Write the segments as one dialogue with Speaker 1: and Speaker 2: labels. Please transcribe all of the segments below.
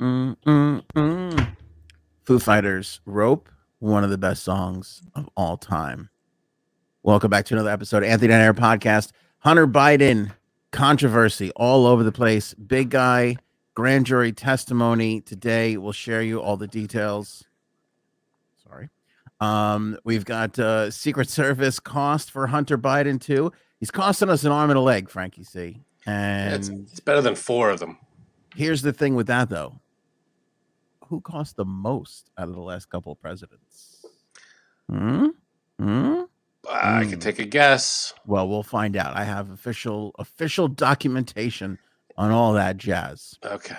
Speaker 1: Mm, mm, mm. Foo Fighters, Rope, one of the best songs of all time. Welcome back to another episode of Anthony Down Air Podcast. Hunter Biden, controversy all over the place. Big guy, grand jury testimony today. We'll share you all the details. Sorry. Um, we've got uh, Secret Service cost for Hunter Biden, too. He's costing us an arm and a leg, Frankie C.
Speaker 2: It's,
Speaker 1: And
Speaker 2: it's better than four of them.
Speaker 1: Here's the thing with that though. Who cost the most out of the last couple of presidents? Hmm? Hmm?
Speaker 2: I could
Speaker 1: Mm.
Speaker 2: take a guess.
Speaker 1: Well, we'll find out. I have official official documentation on all that jazz.
Speaker 2: Okay.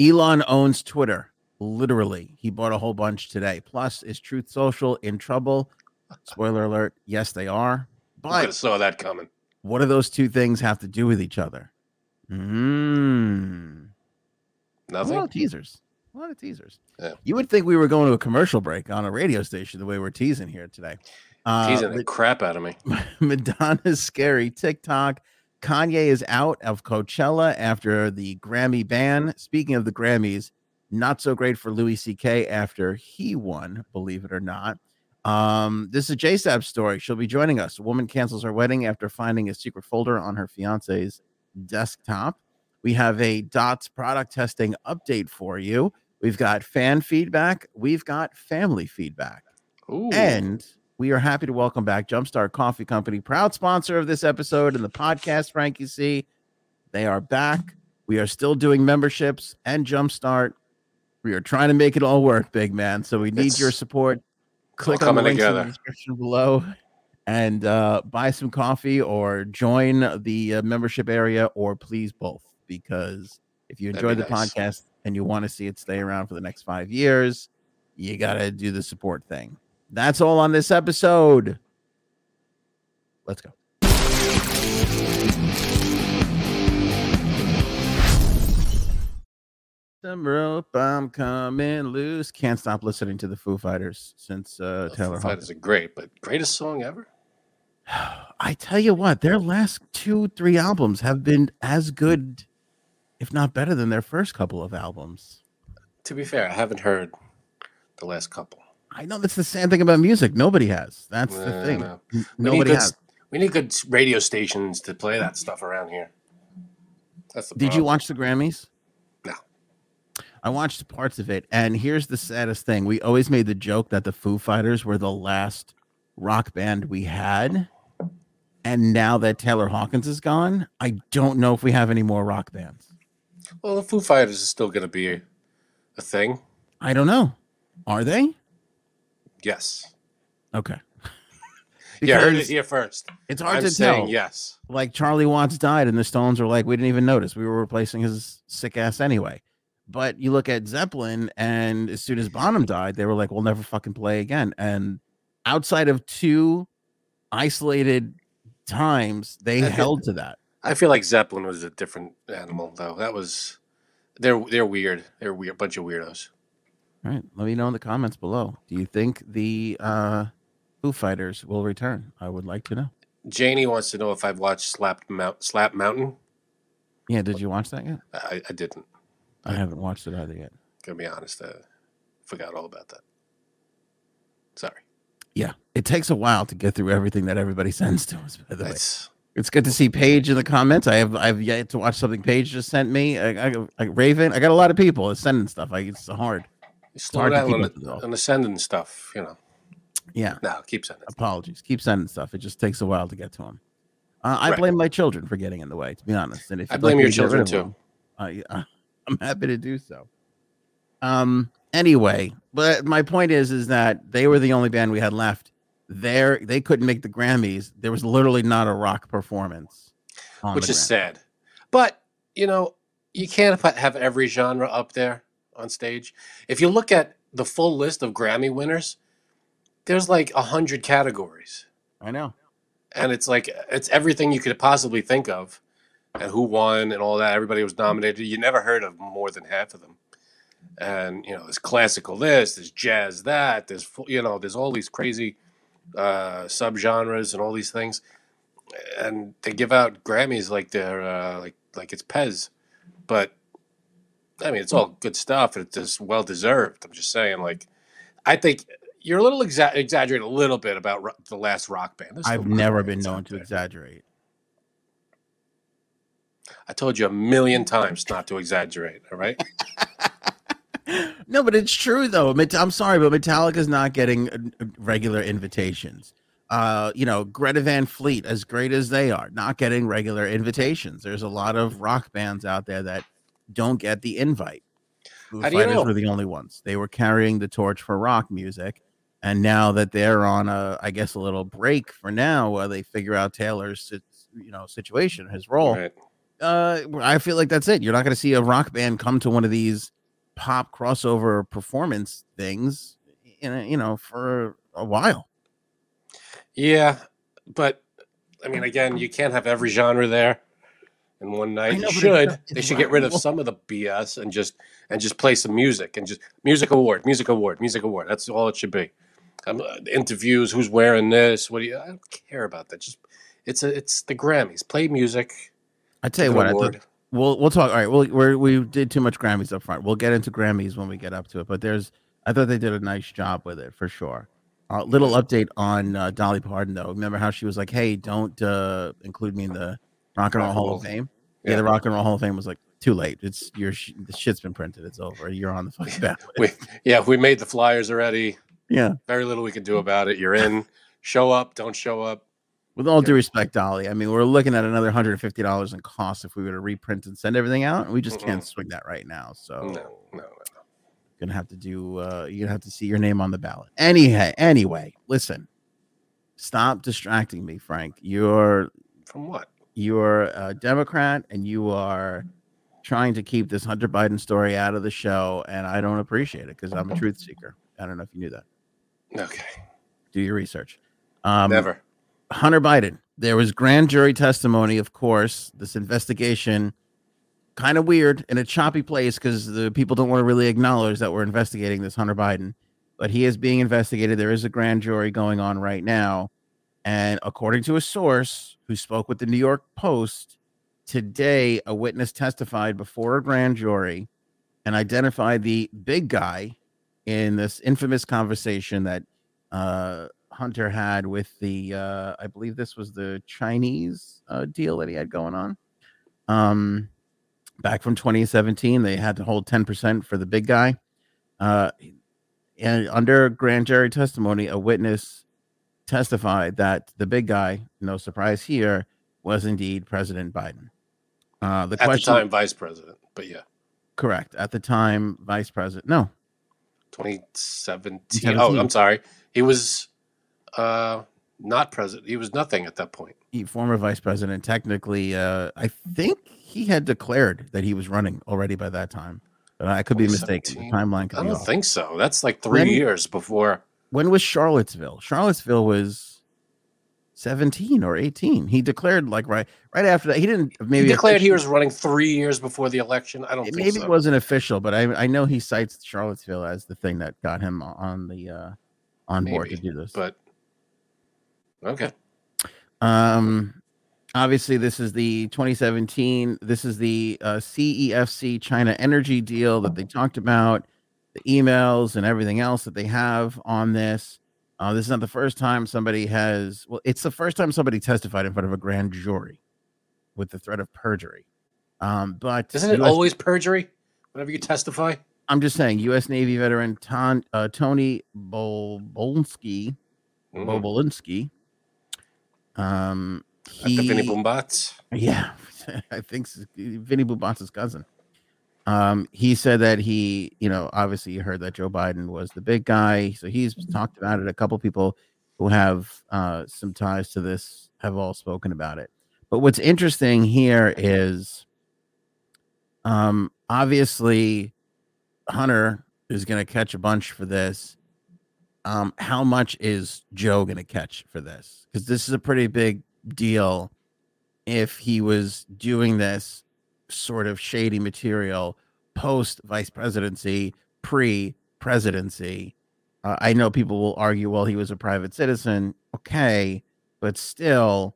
Speaker 1: Elon owns Twitter. Literally, he bought a whole bunch today. Plus, is Truth Social in trouble? Spoiler alert. Yes, they are.
Speaker 2: I could
Speaker 1: But
Speaker 2: have saw that coming.
Speaker 1: what do those two things have to do with each other? Hmm. A lot
Speaker 2: Nothing.
Speaker 1: of teasers. A lot of teasers.
Speaker 2: Yeah.
Speaker 1: You would think we were going to a commercial break on a radio station the way we're teasing here today. Uh,
Speaker 2: Teasing the crap out of me.
Speaker 1: Ma- Madonna's scary TikTok. Kanye is out of Coachella after the Grammy ban. Speaking of the Grammys, not so great for Louis C.K. after he won, believe it or not. Um, this is JSAB's story. She'll be joining us. A woman cancels her wedding after finding a secret folder on her fiance's desktop. We have a DOTS product testing update for you. We've got fan feedback. We've got family feedback.
Speaker 2: Ooh.
Speaker 1: And we are happy to welcome back Jumpstart Coffee Company, proud sponsor of this episode and the podcast, Frankie C. They are back. We are still doing memberships and Jumpstart. We are trying to make it all work, big man. So we need
Speaker 2: It's-
Speaker 1: your support. Click on the
Speaker 2: coming
Speaker 1: links in the
Speaker 2: together.
Speaker 1: description below and uh, buy some coffee or join the uh, membership area or please both because if you
Speaker 2: That'd
Speaker 1: enjoyed
Speaker 2: be
Speaker 1: the
Speaker 2: nice.
Speaker 1: podcast and you want to see it stay around for the next five years, you got to do the support thing. That's all on this episode. Let's go. Some rope, I'm coming loose. Can't stop listening to the Foo Fighters since uh,
Speaker 2: Well,
Speaker 1: Taylor
Speaker 2: Foo Fighters
Speaker 1: Hawkins.
Speaker 2: are great, but greatest song ever?
Speaker 1: I tell you what, their last two, three albums have been as good, if not better, than their first couple of albums.
Speaker 2: To be fair, I haven't heard the last couple.
Speaker 1: I know that's the sad thing about music. Nobody has. That's the
Speaker 2: Uh,
Speaker 1: thing.
Speaker 2: no.
Speaker 1: N-
Speaker 2: We need,
Speaker 1: Nobody
Speaker 2: good,
Speaker 1: has.
Speaker 2: we need good radio stations to play that stuff around here. That's the
Speaker 1: Did you
Speaker 2: problem.
Speaker 1: watch the Grammys?
Speaker 2: No.
Speaker 1: I watched parts of it, and here's the saddest thing: we always made the joke that the Foo Fighters were the last rock band we had, and now that Taylor Hawkins is gone, I don't know if we have any more rock bands.
Speaker 2: Well, the Foo Fighters is still going to be a, a thing.
Speaker 1: I don't know. Are they?
Speaker 2: Yes.
Speaker 1: Okay.
Speaker 2: Yeah, I heard it
Speaker 1: Because
Speaker 2: here first.
Speaker 1: it's hard
Speaker 2: I'm
Speaker 1: to
Speaker 2: saying
Speaker 1: tell.
Speaker 2: yes.
Speaker 1: like Charlie Watts died, and the Stones were like, we didn't even notice. We were replacing his sick ass anyway. But you look at Zeppelin, and as soon as Bonham died, they were like, we'll never fucking play again. And outside of two isolated times, they
Speaker 2: I feel-
Speaker 1: held to that.
Speaker 2: I feel like Zeppelin was a different animal, though. That was they're they're weird. They're weird bunch of weirdos.
Speaker 1: All right. Let me know in the comments below. Do you think the uh, Foo Fighters will return? I would like to know.
Speaker 2: Janie wants to know if I've watched Slap Mount, Slap Mountain.
Speaker 1: Yeah. Did you watch that yet?
Speaker 2: I, I didn't.
Speaker 1: I haven't watched it either yet.
Speaker 2: Gonna be honest, I forgot all about that. Sorry.
Speaker 1: Yeah. It takes a while to get through everything that everybody sends to us, by the way.
Speaker 2: That's
Speaker 1: It's good to see Paige in the comments. I have I've yet to watch something Paige just sent me. I, I, I, Raven, I got a lot of people sending stuff. I, it's hard.
Speaker 2: slow
Speaker 1: hard to
Speaker 2: down
Speaker 1: keep
Speaker 2: on
Speaker 1: up with
Speaker 2: the,
Speaker 1: all.
Speaker 2: on the sending stuff. You know,
Speaker 1: Yeah,
Speaker 2: no, keep sending.
Speaker 1: apologies. Keep sending stuff. It just takes a while to get to them. Uh, I
Speaker 2: Right.
Speaker 1: blame my children for getting in the way. To be honest, and if
Speaker 2: I
Speaker 1: you'd
Speaker 2: blame
Speaker 1: like
Speaker 2: your
Speaker 1: me to get rid of
Speaker 2: children
Speaker 1: them,
Speaker 2: too.
Speaker 1: I, I- I'm happy to do so. Um. Anyway, but my point is, is that they were the only band we had left. There, they couldn't make the Grammys. There was literally not a rock performance. On
Speaker 2: which
Speaker 1: the
Speaker 2: is
Speaker 1: Grammys.
Speaker 2: sad. But you know, you can't put- have every genre up there on stage. If you look at the full list of Grammy winners, there's like a hundred categories,
Speaker 1: I know.
Speaker 2: and it's like it's everything you could possibly think of, and who won and all that. Everybody was nominated. You never heard of more than half of them. And you know, there's classical this, there's jazz that, there's fu- you know, there's all these crazy uh, subgenres and all these things and they give out Grammys like they're uh, like like it's Pez, but I mean, it's all good stuff, and it's just well deserved. I'm just saying, like, I think you're a little exa- exaggerating a little bit about ro- the last rock band. There's
Speaker 1: I've
Speaker 2: still rock
Speaker 1: never been
Speaker 2: bands
Speaker 1: known
Speaker 2: out
Speaker 1: to
Speaker 2: there.
Speaker 1: exaggerate.
Speaker 2: I told you a million
Speaker 1: Oh
Speaker 2: times not to exaggerate. All right.
Speaker 1: No, but it's true though. Met- I'm sorry, but Metallica's not getting uh, regular invitations. Uh, you know, Greta Van Fleet, as great as they are, not getting regular invitations. There's a lot of rock bands out there that don't get the invite. Foo
Speaker 2: How do you
Speaker 1: Fighters
Speaker 2: know?
Speaker 1: were the only ones. They were carrying the torch for rock music, and now that they're on a, I guess, a little break for now, while they figure out Taylor's, sit- you know, situation, his role.
Speaker 2: Right.
Speaker 1: uh, I feel like that's it. You're not going to see a rock band come to one of these pop crossover performance things, in a, you know, for a while.
Speaker 2: Yeah, but I mean, again, you can't have every genre there in one night.
Speaker 1: know, but
Speaker 2: you
Speaker 1: it's
Speaker 2: should.
Speaker 1: not-
Speaker 2: They
Speaker 1: it's
Speaker 2: should
Speaker 1: rock
Speaker 2: get rid
Speaker 1: and
Speaker 2: of
Speaker 1: roll.
Speaker 2: some of the BS and just and just play some music and just music award, music award, music award. That's all it should be. Um, uh, interviews, who's wearing this? What do you? I don't care about that. Just it's a it's the Grammys. Play music.
Speaker 1: I tell you
Speaker 2: give an
Speaker 1: what, I
Speaker 2: award.
Speaker 1: thought, we'll we'll talk. All right, we'll, we're, we did too much Grammys up front. We'll get into Grammys when we get up to it. But there's, I thought they did a nice job with it for sure. Uh, little update on uh, Dolly Parton though. Remember how she was like, "Hey, don't uh, include me in the Rock and Roll Hall of Fame." Yeah. the Rock and Roll Hall of Fame was like, "Too late. It's your sh- the shit's been printed. It's over. You're on the fucking ballot."
Speaker 2: we yeah we made the flyers already.
Speaker 1: yeah.
Speaker 2: Very little we can do about it. You're in. show up. Don't show up.
Speaker 1: With all due respect, Dolly, I mean, we're looking at another $150 in cost if we were to reprint and send everything out, and we just can't
Speaker 2: Mhm.
Speaker 1: swing that right now. So
Speaker 2: No, no, no.
Speaker 1: you're gonna have to do uh you're gonna have to see your name on the ballot. Anyhow, anyway, listen, stop distracting me, Frank. You're
Speaker 2: From what?
Speaker 1: you're a Democrat and you are trying to keep this Hunter Biden story out of the show, and I don't appreciate it because I'm a truth seeker. I don't know if you knew that.
Speaker 2: Okay.
Speaker 1: Do your research. Um
Speaker 2: Never.
Speaker 1: Hunter Biden. There was grand jury testimony, of course. This investigation, kind of weird in a choppy place because the people don't want to really acknowledge that we're investigating this Hunter Biden, but he is being investigated. There is a grand jury going on right now. And according to a source who spoke with the New York Post, today a witness testified before a grand jury and identified the big guy in this infamous conversation that uh, Hunter had with the, uh, I believe this was the Chinese uh, deal that he had going on. Um, back from 2017, they had to hold 10% for the big guy. Uh, and under grand jury testimony, a witness testified that the big guy, no surprise here, was indeed President Biden. Uh, the
Speaker 2: at
Speaker 1: question,
Speaker 2: the time vice president, but yeah,
Speaker 1: correct, at the time, Vice President, no,
Speaker 2: 2017. Oh, I'm sorry, he was uh, not president. He was nothing at that point.
Speaker 1: he, former vice president, technically, uh, I think he had declared that he was running already by that time. But I could be mistaken. The
Speaker 2: 2017?
Speaker 1: timeline could
Speaker 2: I
Speaker 1: be
Speaker 2: don't
Speaker 1: off.
Speaker 2: think so. That's like three
Speaker 1: When-
Speaker 2: years before.
Speaker 1: When was Charlottesville? Charlottesville was 17 or 18. He declared like right right after that. He didn't maybe
Speaker 2: he declared he
Speaker 1: officially-
Speaker 2: was running three years before the election. I don't think
Speaker 1: maybe
Speaker 2: so.
Speaker 1: it wasn't official, but I I know he cites Charlottesville as the thing that got him on the uh on board to
Speaker 2: Maybe,
Speaker 1: do this.
Speaker 2: but okay,
Speaker 1: Um, obviously, this is the 2017. This is the uh, CEFC China Energy deal that they talked about, the emails and everything else that they have on this. Uh, this is not the first time somebody has. Well, it's the first time somebody testified in front of a grand jury with the threat of perjury. Um, but
Speaker 2: isn't it
Speaker 1: US
Speaker 2: always perjury whenever you testify?
Speaker 1: I'm just saying, U.S. Navy veteran Ton, uh, Tony Bol- Bolensky,
Speaker 2: Mhm.
Speaker 1: Bolensky, um,
Speaker 2: Like the Vinnie
Speaker 1: he-
Speaker 2: Bumbats.
Speaker 1: Yeah, I think s- Vinny Bubat's cousin. Um, he said that he, you know, obviously you heard that Joe Biden was the big guy, so he's talked about it. A couple people who have uh, some ties to this have all spoken about it. But what's interesting here is, um, obviously, Hunter is going to catch a bunch for this. Um, how much is Joe going to catch for this? Because this is a pretty big deal if he was doing this sort of shady material post vice presidency, pre presidency. Uh, I know people will argue, well, he was a private citizen. Okay. But still,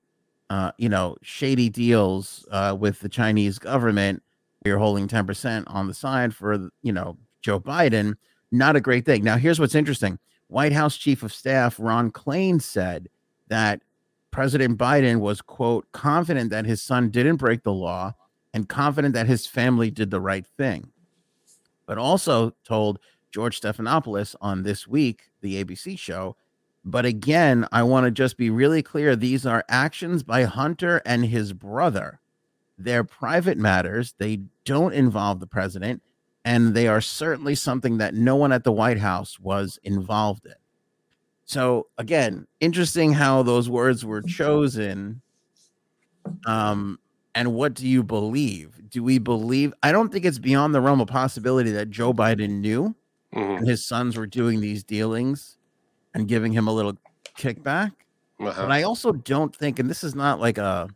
Speaker 1: uh, you know, shady deals uh, with the Chinese government you're holding 10% on the side for, you know, Joe Biden, not a great thing. Now, here's what's interesting White House Chief of Staff Ron Klain said that President Biden was, quote, confident that his son didn't break the law and confident that his family did the right thing, but also told George Stephanopoulos on This Week, the ABC show. But again, I want to just be really clear these are actions by Hunter and his brother. They're private matters, they don't involve the president, and they are certainly something that no one at the White House was involved in. So, again, interesting how those words were chosen. Um, and what do you believe? Do we believe? I don't think it's beyond the realm of possibility that Joe Biden knew
Speaker 2: Mhm.
Speaker 1: and his sons were doing these dealings and giving him a little kickback.
Speaker 2: Uh-huh.
Speaker 1: But I also don't think, and this is not like a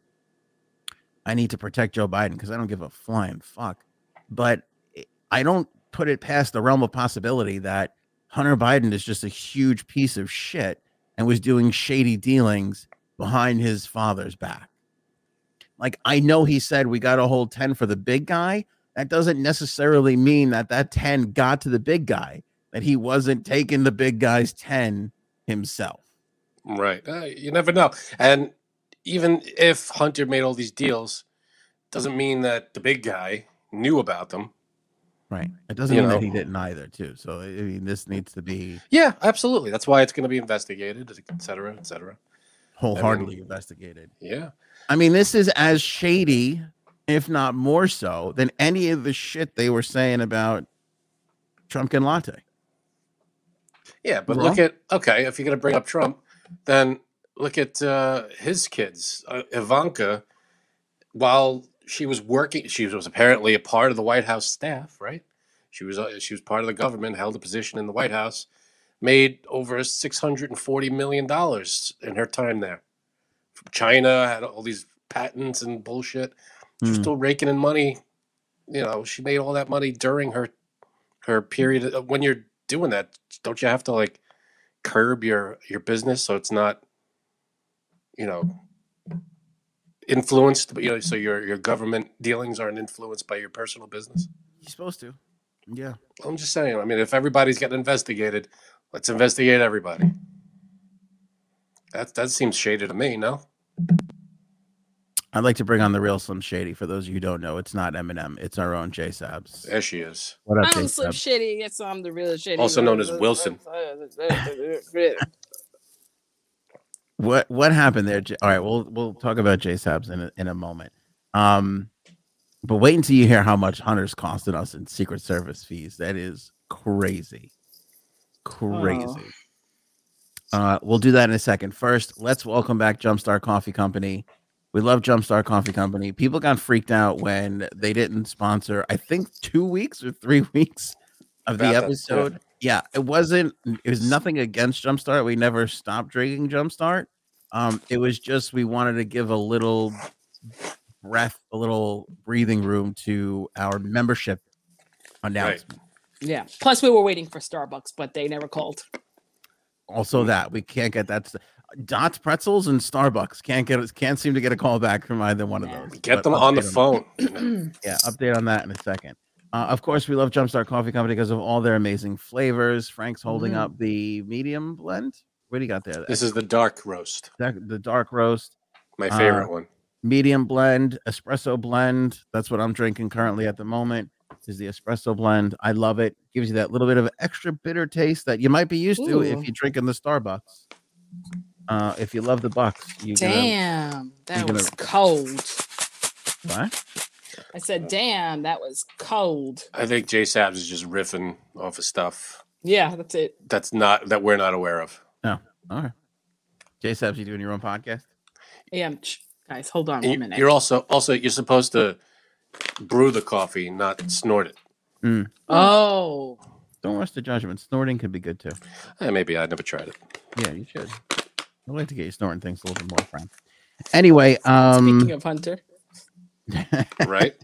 Speaker 1: I need to protect Joe Biden because I don't give a flying fuck. But it- I don't put it past the realm of possibility that Hunter Biden is just a huge piece of shit and was doing shady dealings behind his father's back. Like I know he said we got to hold 10 for the big guy. That doesn't necessarily mean that that 10 got to the big guy, that he wasn't taking the big guy's 10 himself.
Speaker 2: Right. Uh, you never know. And even if Hunter made all these deals, doesn't mean that the big guy knew about them.
Speaker 1: Right. It doesn't
Speaker 2: You
Speaker 1: mean that
Speaker 2: know.
Speaker 1: he didn't either, too. So I mean, this needs to be
Speaker 2: Yeah, absolutely. That's why it's going to be investigated, et cetera, et cetera.
Speaker 1: wholeheartedly investigated.
Speaker 2: Yeah.
Speaker 1: I mean, this is as shady, if not more so, than any of the shit they were saying about Trumpkin latte.
Speaker 2: Yeah. But
Speaker 1: Well-
Speaker 2: look at, okay, if you're going to bring up Trump, then look at uh, his kids. Uh, Ivanka, while she was working, she was apparently a part of the White House staff, right? She was, uh, she was part of the government, held a position in the White House, made over $640 million in her time there. From China, had all these patents and bullshit. She's
Speaker 1: Hmm.
Speaker 2: still raking in money. You know, she made all that money during her her period. Uh, When you're doing that, don't you have to like curb your your business so it's not, you know, influenced? But you know, so your your government dealings aren't influenced by your personal business.
Speaker 1: He's supposed to. Yeah.
Speaker 2: I'm just saying. I mean, if everybody's getting investigated, let's investigate everybody. That that seems shady to me. No.
Speaker 1: I'd like to bring on the real Slim Shady. For those of you who don't know, it's not Eminem. It's our own J Sabs.
Speaker 2: There she is.
Speaker 1: What up,
Speaker 3: I'm
Speaker 1: J
Speaker 3: Slim
Speaker 1: Sabs?
Speaker 3: Shitty. Yes, I'm the real Shitty.
Speaker 2: Also known as Wilson.
Speaker 1: What what happened there? J- All right, we'll we'll talk about J Sabs in a, in a moment. Um, but wait until you hear how much Hunter's costing us in Secret Service fees. That is crazy, crazy. Uh, we'll do that in a second. First, let's welcome back Jumpstart Coffee Company. We love Jumpstart Coffee Company. People got freaked out when they didn't sponsor. I think two weeks or three weeks of the
Speaker 2: About that, yeah.
Speaker 1: episode. Yeah, it wasn't. It was nothing against Jumpstart. We never stopped drinking Jumpstart. Um, it was just we wanted to give a little breath, a little breathing room to our membership announcement.
Speaker 3: Yeah. Plus, we were waiting for Starbucks, but they never called.
Speaker 1: Also,
Speaker 2: Mm-hmm.
Speaker 1: that we can't get that. st- Dots pretzels and Starbucks can't get can't seem to get a call back from either one of
Speaker 3: Yeah.
Speaker 1: those.
Speaker 2: Get
Speaker 1: but
Speaker 2: them on the
Speaker 1: update
Speaker 2: phone.
Speaker 1: yeah, update on that in a second. Uh, of course, we love Jumpstart Coffee Company because of all their amazing flavors. Frank's holding
Speaker 3: Mhm.
Speaker 1: up the medium blend. What do you got there?
Speaker 2: This is the dark roast,
Speaker 1: The- the dark roast.
Speaker 2: my
Speaker 1: Uh,
Speaker 2: favorite one.
Speaker 1: medium blend, espresso blend. That's what I'm drinking currently at the moment. Is the espresso blend. I love it. Gives you that little bit of extra bitter taste that you might be used to if
Speaker 3: Ooh.
Speaker 1: you drink in the Starbucks. Uh, if you love the Bucks, you gonna
Speaker 3: Damn,
Speaker 1: you're
Speaker 3: that
Speaker 1: gonna-
Speaker 3: was cold.
Speaker 1: what?
Speaker 3: I said, damn, that was cold.
Speaker 2: I think Jay Sabs is just riffing off of stuff
Speaker 3: Yeah, that's it.
Speaker 2: that's not that we're not aware of.
Speaker 1: All right. Jay Sabs, you doing your own podcast?
Speaker 3: Yeah, shh, guys, hold on
Speaker 2: And
Speaker 3: one
Speaker 2: you-
Speaker 3: minute.
Speaker 2: You're also also you're supposed to brew the coffee, not snort it.
Speaker 3: oh,
Speaker 1: Don't rush the judgment. Snorting could be good too.
Speaker 2: Eh, maybe I never tried it.
Speaker 1: Yeah, you should. I'd like to get you snorting things a little bit more, Frank. Anyway, um,
Speaker 3: speaking of Hunter,
Speaker 2: Right?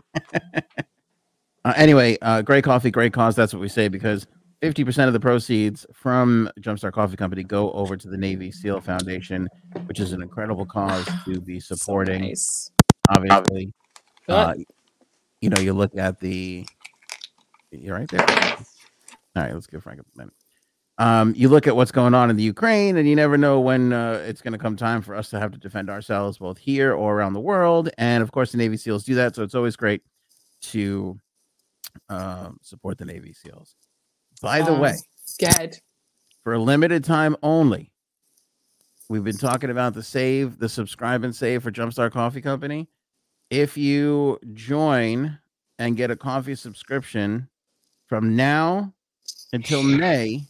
Speaker 1: Uh, anyway, uh, great coffee, great cause. That's what we say because 50% of the proceeds from Jumpstart Coffee Company go over to the Navy SEAL Foundation, which is an incredible cause to be
Speaker 3: so
Speaker 1: supporting,
Speaker 3: nice.
Speaker 1: obviously.
Speaker 3: But
Speaker 1: Uh, you know, you look at the you're right there. All right, let's give Frank a minute. Um, you look at what's going on in the Ukraine, and you never know when uh, it's going to come time for us to have to defend ourselves, both here or around the world. And of course, the Navy SEALs do that, so it's always great to um, support the Navy SEALs. By the
Speaker 3: Um,
Speaker 1: way,
Speaker 3: Go ahead.
Speaker 1: for a limited time only. We've been talking about the save, the subscribe and save for Jumpstart Coffee Company. If you join and get a coffee subscription from now until May,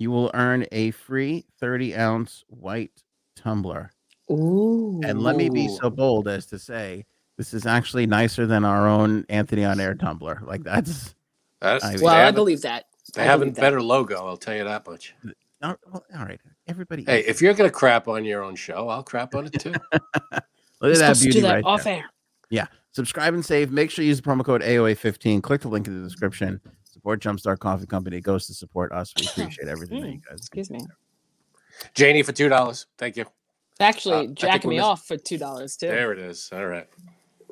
Speaker 1: you will earn a free 30 ounce white tumbler.
Speaker 3: Ooh.
Speaker 1: And let me be so bold as to say, this is actually nicer than our own Anthony on Air tumbler. Like that's
Speaker 2: That's,
Speaker 1: I-
Speaker 2: they
Speaker 3: Well, I
Speaker 2: have, a-
Speaker 3: believe that.
Speaker 2: they
Speaker 3: I
Speaker 2: have a
Speaker 3: believe that. Mm-hmm.
Speaker 2: better logo. I'll tell you that much.
Speaker 1: all all right. Everybody,
Speaker 2: Hey,
Speaker 1: eats.
Speaker 2: if you're gonna crap on your own show, I'll crap on it too.
Speaker 1: look at
Speaker 3: We're
Speaker 1: that
Speaker 3: supposed to
Speaker 1: beauty
Speaker 3: do that
Speaker 1: right there.
Speaker 3: off air.
Speaker 1: subscribe and save. Make sure you use the promo code AOA15. Click the link in the description. Support Jumpstart Coffee Company. It goes to support us. We appreciate everything that you guys. do.
Speaker 3: Excuse me.
Speaker 2: Janie for two dollars. Thank you.
Speaker 3: Actually,
Speaker 2: Uh, I think
Speaker 3: jacking
Speaker 2: we're
Speaker 3: me
Speaker 2: miss-
Speaker 3: off for two dollars too.
Speaker 2: There it is. All right.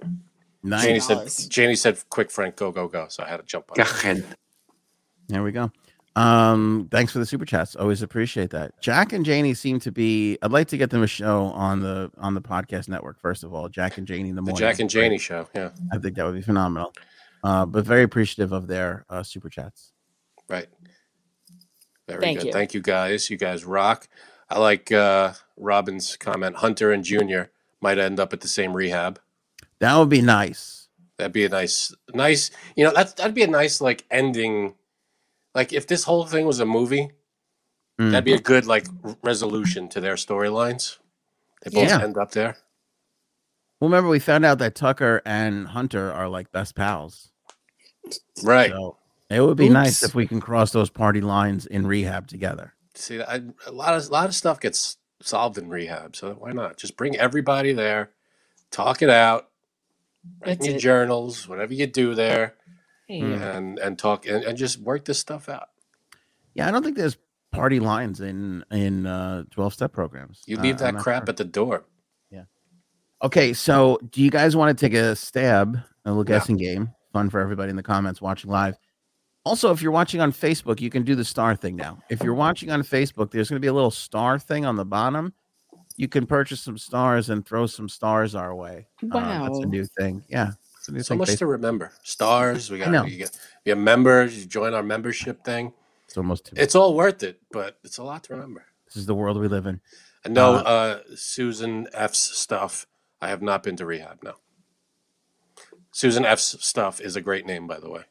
Speaker 2: Janie
Speaker 1: Nice.
Speaker 2: said.
Speaker 3: $2.
Speaker 2: Janie said, "Quick, Frank, go, go, go." So I had to jump on.
Speaker 4: Go
Speaker 2: it.
Speaker 4: ahead.
Speaker 1: There we go. Um, thanks for the super chats. Always appreciate that. Jack and Janie seem to be. I'd like to get them a show on the on the podcast network first of all. Jack and Janie in the
Speaker 2: The
Speaker 1: morning.
Speaker 2: Jack and Janie show. Yeah.
Speaker 1: I think that would be phenomenal. Uh, but very appreciative of their uh, super chats.
Speaker 2: Right. Very
Speaker 3: Thank
Speaker 2: good.
Speaker 3: you.
Speaker 2: Thank you guys. You guys rock. I like uh, Robin's comment. Hunter and Junior might end up at the same rehab.
Speaker 1: That would be nice.
Speaker 2: That'd be a nice, nice. You know, that that'd be a nice like ending. Like if this whole thing was a movie,
Speaker 1: Mm.
Speaker 2: that'd be a good like r- resolution to their storylines. They both
Speaker 1: Yeah.
Speaker 2: end up there.
Speaker 1: Well, remember we found out that Tucker and Hunter are like best pals.
Speaker 2: Right.
Speaker 1: So it would be nice
Speaker 3: Oops.
Speaker 1: if we can cross those party lines in rehab together.
Speaker 2: See, I, a lot of a lot of stuff gets solved in rehab. So why not just bring everybody there, talk it out, write in
Speaker 3: That's
Speaker 2: your
Speaker 3: it.
Speaker 2: journals, whatever you do there,
Speaker 3: Hey,
Speaker 1: Mm.
Speaker 2: and and talk and, and just work this stuff out.
Speaker 1: Yeah, I don't think there's party lines in in uh 12 step programs.
Speaker 2: You
Speaker 1: Uh,
Speaker 2: leave
Speaker 1: I'm
Speaker 2: that
Speaker 1: not
Speaker 2: crap
Speaker 1: sure.
Speaker 2: at the door.
Speaker 1: Okay, so do you guys want to take a stab, a little
Speaker 2: Yeah.
Speaker 1: guessing game? Fun for everybody in the comments watching live. Also, if you're watching on Facebook, you can do the star thing now. If you're watching on Facebook, there's going to be a little star thing on the bottom. You can purchase some stars and throw some stars our way. Uh, that's
Speaker 3: Wow.
Speaker 1: a new thing. Yeah. it's a new
Speaker 2: So
Speaker 1: thing
Speaker 2: much
Speaker 1: Facebook-
Speaker 2: to remember. Stars. We
Speaker 1: I
Speaker 2: got.
Speaker 1: know.
Speaker 2: We got. We have members. You join our membership thing.
Speaker 1: it's almost too
Speaker 2: It's all worth it, but it's a lot to remember.
Speaker 1: This is the world we live in.
Speaker 2: I know
Speaker 1: Uh,
Speaker 2: uh, Susan F's stuff. I have not been to rehab. No. Susan F's stuff is a great name, by the way.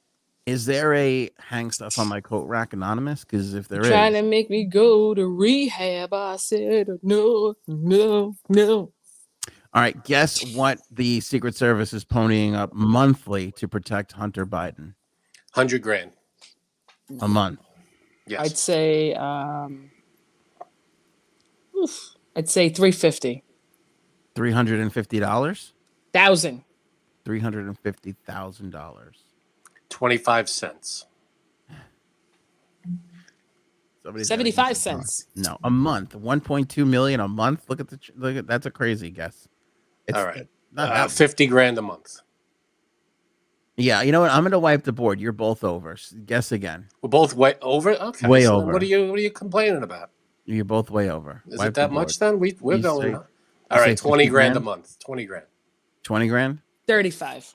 Speaker 1: Is there a hang stuff on my coat rack anonymous? Because if there is,
Speaker 3: trying to make me go to rehab. I said no, no, no.
Speaker 1: all right, guess what the Secret Service is ponying up monthly to protect Hunter Biden
Speaker 2: Hundred grand.
Speaker 1: a month.
Speaker 2: Yes.
Speaker 3: I'd say um, oof, I'd say three fifty
Speaker 1: Three hundred and fifty dollars,
Speaker 3: thousand.
Speaker 1: three hundred and fifty thousand dollars.
Speaker 2: Twenty-five cents.
Speaker 3: Seventy-five cents.
Speaker 1: No, a month, one point two million a month. Look at the ch- look at that's a crazy guess. It's
Speaker 2: All right.
Speaker 1: not
Speaker 2: Uh,
Speaker 1: that-
Speaker 2: Fifty grand a month.
Speaker 1: yeah, you know what? I'm gonna wipe the board. You're both over. S- Guess again.
Speaker 2: We're both way over. Okay.
Speaker 1: Way
Speaker 2: so then
Speaker 1: over.
Speaker 2: What are you? What are you complaining about?
Speaker 1: You're both way over.
Speaker 2: Is
Speaker 1: Wipe
Speaker 2: it
Speaker 1: the
Speaker 2: that
Speaker 1: board.
Speaker 2: much then? We we're
Speaker 1: You
Speaker 2: going.
Speaker 1: say-
Speaker 2: up. All right,
Speaker 1: say
Speaker 2: twenty
Speaker 1: 50
Speaker 2: grand, a
Speaker 1: grand?
Speaker 2: month. Twenty grand.
Speaker 1: Twenty grand.
Speaker 3: Thirty-five.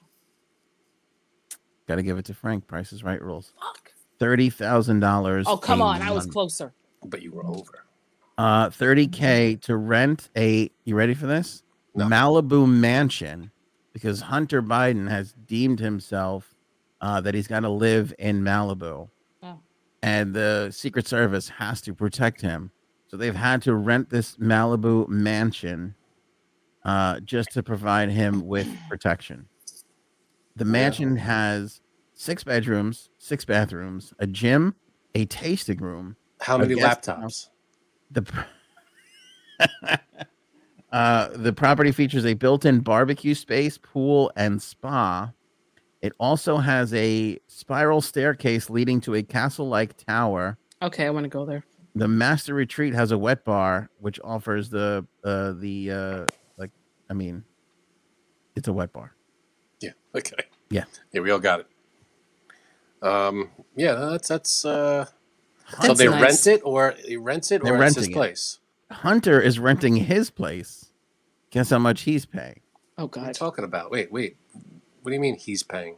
Speaker 1: Got to give it to Frank. Price is right rules.
Speaker 3: Fuck.
Speaker 1: Thirty thousand dollars.
Speaker 3: Oh come on! I was closer.
Speaker 2: But you were
Speaker 1: Mm.
Speaker 2: over.
Speaker 1: Uh, thirty k to rent a. You ready for this?
Speaker 2: No.
Speaker 1: Malibu mansion, because Hunter Biden has deemed himself uh, that he's got to live in Malibu,
Speaker 3: Oh.
Speaker 1: and the Secret Service has to protect him. So they've had to rent this Malibu mansion uh, just to provide him with protection. The mansion has six bedrooms, six bathrooms, a gym, a tasting room,
Speaker 2: How many
Speaker 1: guest
Speaker 2: laptops?
Speaker 1: the pr- uh, the property features a built-in barbecue space, pool, and spa. It also has a spiral staircase leading to a castle-like tower.
Speaker 3: Okay, I want to go there.
Speaker 1: The master retreat has a wet bar, which offers the uh, the uh, like. I mean, it's a wet bar.
Speaker 2: Yeah. Okay.
Speaker 1: Yeah.
Speaker 2: Yeah, we all got it. Um, yeah, that's that's. Uh, so
Speaker 1: That's
Speaker 2: they
Speaker 3: nice.
Speaker 2: rent it, or he rents it,
Speaker 1: They're
Speaker 2: or it's his
Speaker 1: renting it.
Speaker 2: place.
Speaker 1: Hunter is renting his place. Guess how much he's paying?
Speaker 3: Oh
Speaker 2: What are you
Speaker 3: God.
Speaker 2: talking about? Wait, wait. What do you mean he's paying?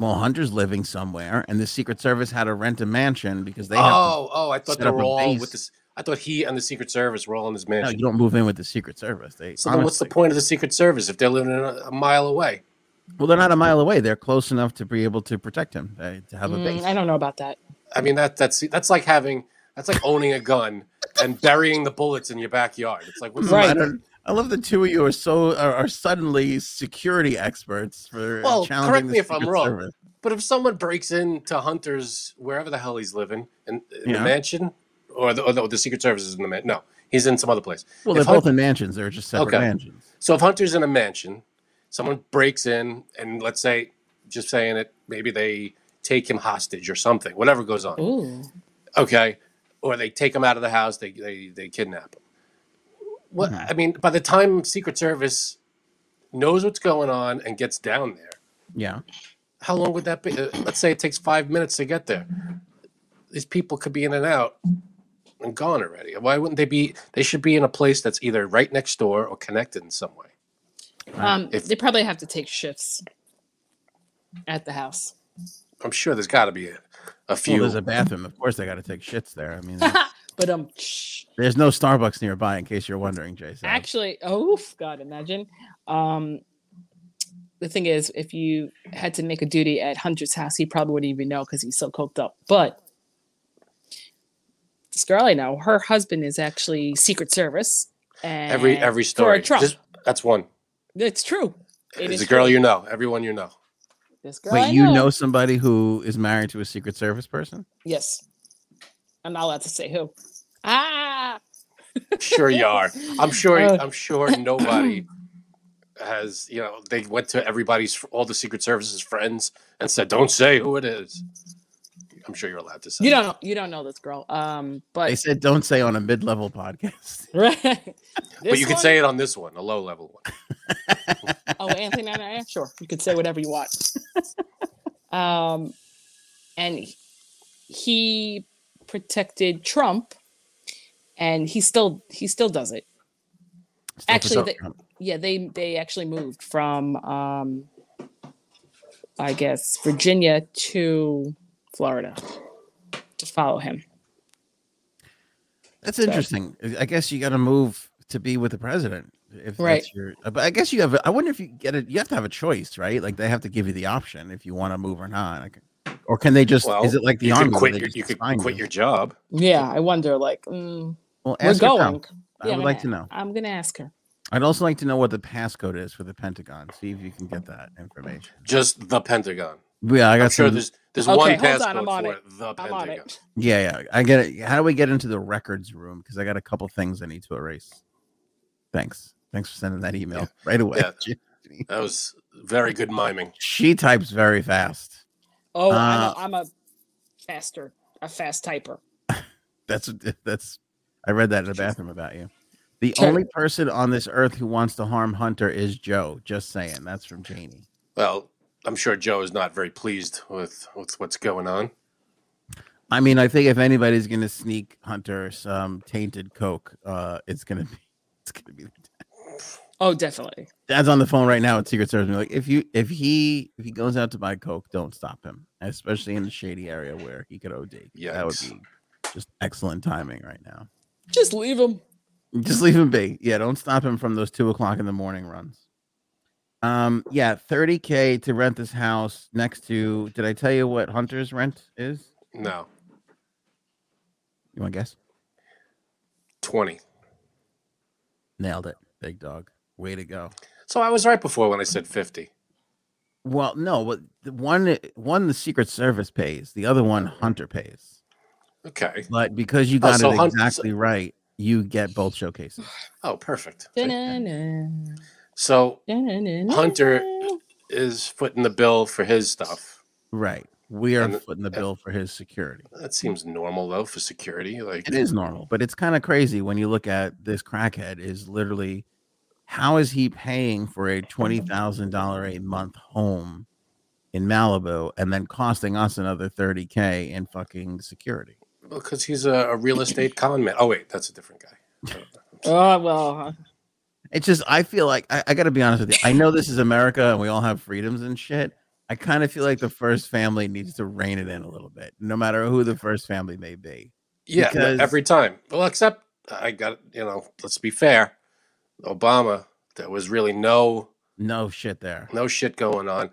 Speaker 1: Well, Hunter's living somewhere, and the Secret Service had to rent a mansion because they have to,
Speaker 2: oh, oh, I
Speaker 1: set
Speaker 2: thought they
Speaker 1: up
Speaker 2: were
Speaker 1: a
Speaker 2: all
Speaker 1: base.
Speaker 2: with this. I thought he and the Secret Service were all in this
Speaker 1: no,
Speaker 2: mansion.
Speaker 1: you don't move in with the Secret Service. They
Speaker 2: so then, what's the
Speaker 1: honestly-
Speaker 2: point of the Secret Service if they're living a, a mile away?
Speaker 1: Well, they're not a mile away. They're close enough to be able to protect him. They, to have a
Speaker 3: Mm,
Speaker 1: base.
Speaker 3: I don't know about that.
Speaker 2: I mean, that that's that's like having that's like owning a gun and burying the bullets in your backyard. It's like what's the
Speaker 3: Right.
Speaker 1: I,
Speaker 2: matter?
Speaker 1: don't, I love the two of you are so are, are suddenly security experts for
Speaker 2: Well,
Speaker 1: challenging
Speaker 2: correct
Speaker 1: the
Speaker 2: me if I'm
Speaker 1: Secret
Speaker 2: wrong.
Speaker 1: Service.
Speaker 2: But if someone breaks into Hunter's wherever the hell he's living in, in
Speaker 1: Yeah.
Speaker 2: the mansion, or the, or the the Secret Service is in the man. No, he's in some other place.
Speaker 1: Well,
Speaker 2: If
Speaker 1: they're both
Speaker 2: Hun-
Speaker 1: in mansions. They're just separate
Speaker 2: Okay.
Speaker 1: mansions.
Speaker 2: So if Hunter's in a mansion, someone breaks in, and let's say, just saying it, maybe they take him hostage or something, whatever goes on.
Speaker 3: Ooh.
Speaker 2: Okay, or they take him out of the house. They they they kidnap him. What I mean, by the time Secret Service knows what's going on and gets down there,
Speaker 1: Yeah.
Speaker 2: how long would that be? Uh, Let's say it takes five minutes to get there. These people could be in and out and gone already. Why wouldn't they be? They should be in a place that's either right next door or connected in some way.
Speaker 3: Um,
Speaker 2: If-
Speaker 3: they probably have to take shifts at the house.
Speaker 2: I'm sure there's got to be a, a
Speaker 1: Well,
Speaker 2: few.
Speaker 1: there's a bathroom. Of course, they got to take shits there. I mean,
Speaker 3: but um,
Speaker 1: there's no Starbucks nearby, in case you're wondering, Jason.
Speaker 3: actually, oh God, imagine. Um, the thing is, if you had to make a duty at Hunter's house, he probably wouldn't even know because he's so coked up. But this girl I know, her husband is actually Secret Service. And
Speaker 2: every every
Speaker 3: for
Speaker 2: story.
Speaker 3: a Trump.
Speaker 2: Just- that's one.
Speaker 3: it's true. It
Speaker 2: It's
Speaker 3: is
Speaker 2: a girl
Speaker 3: true.
Speaker 2: you know. Everyone you know.
Speaker 3: This girl I
Speaker 1: Wait, you know somebody who is married to a Secret Service person?
Speaker 3: Yes. I'm not allowed to say who. Ah,
Speaker 2: Sure you are. I'm sure.
Speaker 1: Oh.
Speaker 3: Uh.
Speaker 2: I'm sure nobody has. You know, they went to everybody's all the Secret Services friends and said, "Don't say who it is." I'm sure you're allowed to say.
Speaker 3: you don't know. You don't know this girl. Um,
Speaker 1: They
Speaker 3: but
Speaker 1: said don't say on a mid-level podcast.
Speaker 2: but you could say it on this one, a low level one.
Speaker 3: Oh, Anthony, and I, sure. You could say whatever you want. um, and he protected Trump, and he still he still does it.
Speaker 1: Still
Speaker 3: Actually,
Speaker 1: for
Speaker 3: they-
Speaker 1: some-
Speaker 3: Yeah, they they actually moved from um, I guess Virginia to Florida to follow him.
Speaker 1: that's interesting. I guess you got to move to be with the president. If
Speaker 3: Right.
Speaker 1: That's your, uh, but I guess you have. I wonder if you get it. You have to have a choice, right? Like they have to give you the option if you want to move or not. Like, or can they just?
Speaker 2: Well,
Speaker 1: is it like the
Speaker 2: you
Speaker 1: army? where
Speaker 2: could quit.
Speaker 1: they
Speaker 2: Your,
Speaker 1: just
Speaker 2: you could
Speaker 1: assign
Speaker 2: quit
Speaker 1: you?
Speaker 2: your job.
Speaker 3: Yeah, I wonder. Like, mm,
Speaker 1: Well,
Speaker 3: we're
Speaker 1: ask her now.
Speaker 3: going.
Speaker 1: I
Speaker 3: Yeah, I'm
Speaker 1: would like
Speaker 3: gonna-
Speaker 1: to know.
Speaker 3: I'm gonna ask her.
Speaker 1: I'd also like to know what the passcode is for the Pentagon. See if you can get that information.
Speaker 2: Just the Pentagon.
Speaker 1: Yeah, I got
Speaker 2: I'm sure
Speaker 1: some-
Speaker 2: there's there's
Speaker 3: Okay,
Speaker 2: one
Speaker 3: hold on, I'm
Speaker 2: passcode
Speaker 3: on
Speaker 2: for
Speaker 3: it.
Speaker 2: the
Speaker 3: I'm on
Speaker 2: Pentagon.
Speaker 3: it.
Speaker 1: Yeah, yeah. I get it. How do we get into the records room? Because I got a couple things I need to erase. Thanks. Thanks for sending that email right away.
Speaker 2: Yeah. That was very good miming.
Speaker 1: She types very fast.
Speaker 3: Oh,
Speaker 1: Uh,
Speaker 3: I'm, a, I'm a faster, a fast typer.
Speaker 1: That's that's. I read that in the bathroom about you. The
Speaker 3: Sure.
Speaker 1: only person on this earth who wants to harm Hunter is Joe. Just saying. That's from Janie.
Speaker 2: Well, I'm sure Joe is not very pleased with, with what's going on.
Speaker 1: I mean, I think if anybody's gonna sneak Hunter some tainted coke, uh, it's gonna be it's gonna be
Speaker 3: Oh, definitely.
Speaker 1: Dad's on the phone right now at Secret Service. and be Like, if you if he if he goes out to buy coke, don't stop him, especially in the shady area where he could OD. that would
Speaker 2: Yikes.
Speaker 1: be just excellent timing right now.
Speaker 3: Just leave him.
Speaker 1: Just leave him be. Yeah, don't stop him from those two o'clock in the morning runs. Um, yeah, thirty k to rent this house next to. Did I tell you what Hunter's rent is?
Speaker 2: No,
Speaker 1: You want to guess?
Speaker 2: 20.
Speaker 1: Nailed it, big dog. Way to go.
Speaker 2: So I was right before when I said 50.
Speaker 1: Well, no, but the one one the Secret Service pays, the other one Hunter pays.
Speaker 2: Okay.
Speaker 1: But because you got
Speaker 2: Oh, so
Speaker 1: it
Speaker 2: hun- so-
Speaker 1: exactly right, you get both showcases.
Speaker 2: Oh, perfect.
Speaker 3: Da-na-na,
Speaker 2: So
Speaker 3: da-na-na.
Speaker 2: Hunter is footing the bill for his stuff.
Speaker 1: Right. We are
Speaker 2: And-
Speaker 1: footing the bill for his security.
Speaker 2: That seems normal though for security. Like
Speaker 1: It is normal, but it's kind of crazy when you look at this crackhead is literally how is he paying for a $20,000 a month home in Malibu and then costing us another 30K in fucking security.
Speaker 2: Because he's a, a real estate con man. Oh wait, that's a different guy.
Speaker 3: Oh well,
Speaker 1: It's just, I feel like, I, I got to be honest with you. I know this is America and we all have freedoms and shit. I kind of feel like the first family needs to rein it in a little bit, no matter who the first family may be.
Speaker 2: Yeah, no,
Speaker 1: Because-
Speaker 2: every time. Well, except I got you know. Let's be fair. Obama, there was really no
Speaker 1: No shit there.
Speaker 2: no shit going on.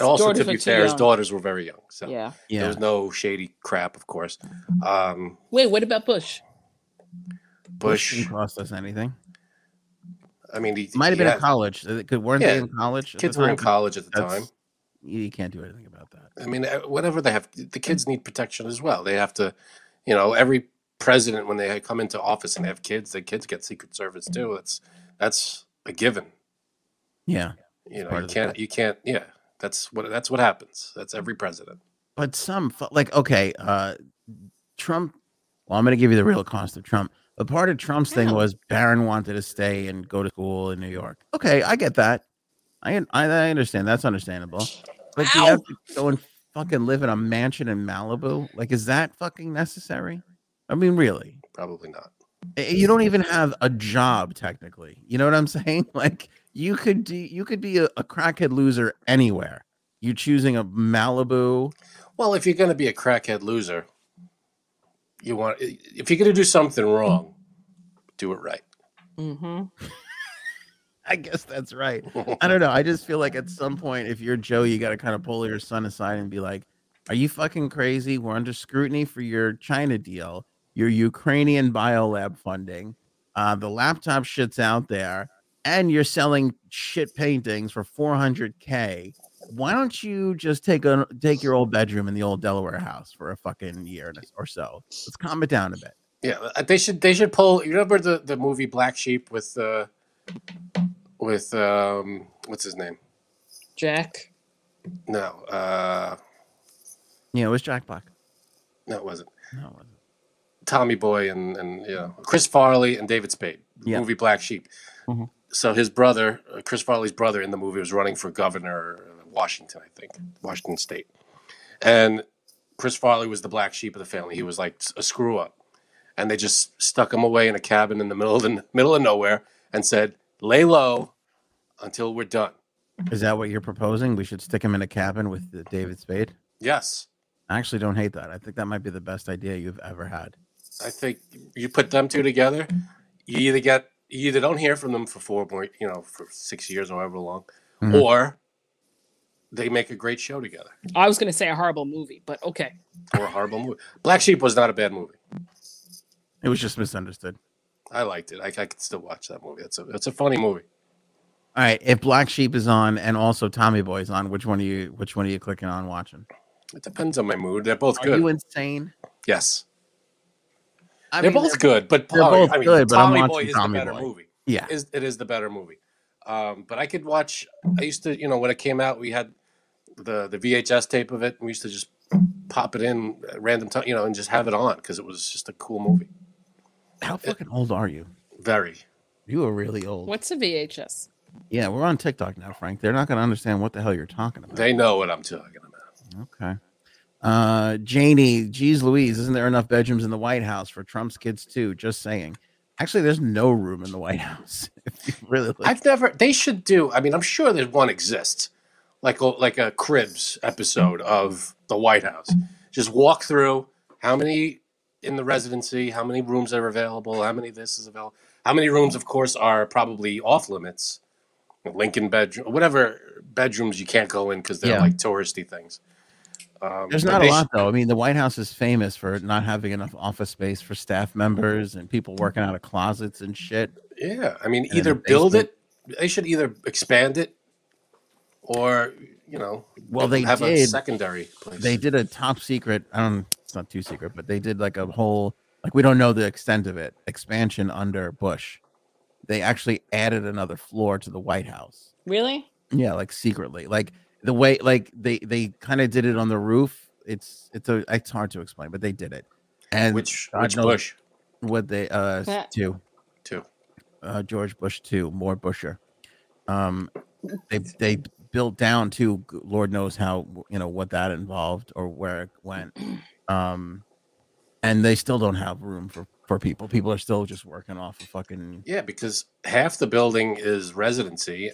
Speaker 2: and also, to
Speaker 3: daughters
Speaker 2: be
Speaker 3: are too
Speaker 2: fair, his
Speaker 3: young.
Speaker 2: daughters were very young, so
Speaker 3: Yeah.
Speaker 2: there
Speaker 1: Yeah. Mm-hmm.
Speaker 2: was no shady crap, of course. Um,
Speaker 3: Wait, what about Bush?
Speaker 2: Bush,
Speaker 1: Didn't cost us anything.
Speaker 2: I mean, he
Speaker 1: Might have
Speaker 2: he
Speaker 1: been
Speaker 2: had-
Speaker 1: in college. Uh, Could weren't they
Speaker 2: Yeah.
Speaker 1: in college? at the
Speaker 2: Kids were in
Speaker 1: time?
Speaker 2: college at the
Speaker 1: That's-
Speaker 2: time.
Speaker 1: You, you can't do anything about that.
Speaker 2: I mean, uh, whatever they have, the kids need protection as well. They have to, you know, every president when they come into office and have kids, the kids get Secret Service
Speaker 1: Mm-hmm.
Speaker 2: too. That's that's a given.
Speaker 1: Yeah.
Speaker 2: You know,
Speaker 1: part
Speaker 2: you
Speaker 1: of the
Speaker 2: can't, you can't, yeah. That's what that's what happens. That's every president.
Speaker 1: But some fu- like okay, uh Trump. Well, I'm gonna give you the real cost of Trump. But part of Trump's thing
Speaker 3: Wow.
Speaker 1: was Barron wanted to stay and go to school in New York. Okay, I get that. I un- I, I understand. That's understandable. But do you
Speaker 3: Ow.
Speaker 1: have to go and fucking live in a mansion in Malibu? Like, is that fucking necessary? I mean, really?
Speaker 2: Probably not.
Speaker 1: Eh, you don't even have a job technically you know what i'm saying like you could do you could be a, a crackhead loser anywhere you choosing a malibu
Speaker 2: Well, if you're going to be a crackhead loser, you want if you're going to do something wrong, do it right.
Speaker 3: Mm-hmm.
Speaker 1: i guess that's right i don't know i just feel like at some point if you're joe you got to kind of pull your son aside and be like are you fucking crazy we're under scrutiny for your china deal your ukrainian biolab funding uh, the laptop shit's out there and you're selling shit paintings for 400k why don't you just take a take your old bedroom in the old delaware house for a fucking year and a- or so let's calm it down a bit
Speaker 2: Yeah, uh, they should they should pull. You remember the the movie Black Sheep with uh with um what's his name?
Speaker 3: Jack.
Speaker 2: No, uh
Speaker 1: yeah it was jack black
Speaker 2: no, it wasn't.
Speaker 1: no it wasn't.
Speaker 2: Tommy Boy and and you know Chris Farley and David Spade. The
Speaker 1: Yeah.
Speaker 2: Movie Black Sheep.
Speaker 1: Mhm.
Speaker 2: So his brother, uh, Chris Farley's brother in the movie, was running for governor of Washington, I think, Washington State, and Chris Farley was the black sheep of the family. He was like a screw up, and they just stuck him away in a cabin in the middle of the middle of nowhere and said, "Lay low until we're done."
Speaker 1: is that what you're proposing we should stick him in a cabin with the david spade
Speaker 2: Yes,
Speaker 1: I actually don't hate that. I think that might be the best idea you've ever had.
Speaker 2: I think you put them two together, you either get you either don't hear from them for four more, you know, for six years or however long,
Speaker 1: Mhm.
Speaker 2: or they make a great show together
Speaker 3: I was gonna say a horrible movie, but okay.
Speaker 2: or a horrible movie. Black Sheep was not a bad movie.
Speaker 1: It was just misunderstood.
Speaker 2: I liked it. I, I could still watch that movie. It's a it's a funny movie.
Speaker 1: All right, if Black Sheep is on and also Tommy Boy is on, which one are you which one are you clicking on watching?
Speaker 2: It depends on my mood. They're both
Speaker 1: Are
Speaker 2: good.
Speaker 1: you insane?
Speaker 2: yes,
Speaker 1: I
Speaker 2: they're
Speaker 1: mean,
Speaker 2: both good, but
Speaker 1: they're
Speaker 2: Tommy-
Speaker 1: both
Speaker 2: I mean,
Speaker 1: good, but I'm
Speaker 2: Tommy Boy
Speaker 1: watching
Speaker 2: is
Speaker 1: Tommy
Speaker 2: the better
Speaker 1: Boy.
Speaker 2: movie.
Speaker 1: Yeah.
Speaker 2: is it is the better movie. Um, but I could watch. I used to, you know, when it came out, we had the the VHS tape of it. And we used to just pop it in at random time, you know, and just have it on because it was just a cool movie.
Speaker 1: How fucking old are you?
Speaker 2: Very.
Speaker 1: You are really old.
Speaker 3: What's a VHS?
Speaker 1: Yeah, we're on TikTok now, Frank. They're not going to understand what the hell you're talking about.
Speaker 2: They know what I'm talking about.
Speaker 1: okay. Uh, Janie, geez Louise, isn't there enough bedrooms in the White House for Trump's kids too? Just saying. Actually, there's no room in the White House. if you really look.
Speaker 2: I've never. They should do. I mean, I'm sure there's one exists, like a, like a Cribs episode of the White House. Just walk through how many in the residency, how many rooms are available, how many this is available, how many rooms, of course, are probably off limits, Lincoln bedroom, whatever bedrooms you can't go in because they're
Speaker 1: Yeah.
Speaker 2: like touristy things. Um,
Speaker 1: There's
Speaker 2: but
Speaker 1: not a
Speaker 2: they
Speaker 1: lot though. I mean, the White House is famous for not having enough office space for staff members and people working out of closets and shit.
Speaker 2: should- Yeah, I mean,
Speaker 1: in
Speaker 2: either
Speaker 1: the
Speaker 2: build it. They should either expand it, or you know,
Speaker 1: Well, they
Speaker 2: have a
Speaker 1: did.
Speaker 2: secondary place.
Speaker 1: They did a top secret. I don't. It's not too secret, but they did like a whole like we don't know the extent of it expansion under Bush. They actually added another floor to the White House.
Speaker 3: Really?
Speaker 1: Yeah, like secretly, like the way like they they kind of did it on the roof. It's it's a it's hard to explain, but they did it. And
Speaker 2: Which
Speaker 1: God
Speaker 2: which
Speaker 1: knows
Speaker 2: Bush
Speaker 1: what they uh
Speaker 3: Yeah.
Speaker 1: two
Speaker 2: too?
Speaker 1: uh, George Bush two, more Busher. Um, they they built down to g- Lord knows how you know what that involved or where it went. Um, and they still don't have room for for people. People are still just working off of fucking
Speaker 2: Yeah, because half the building is residency,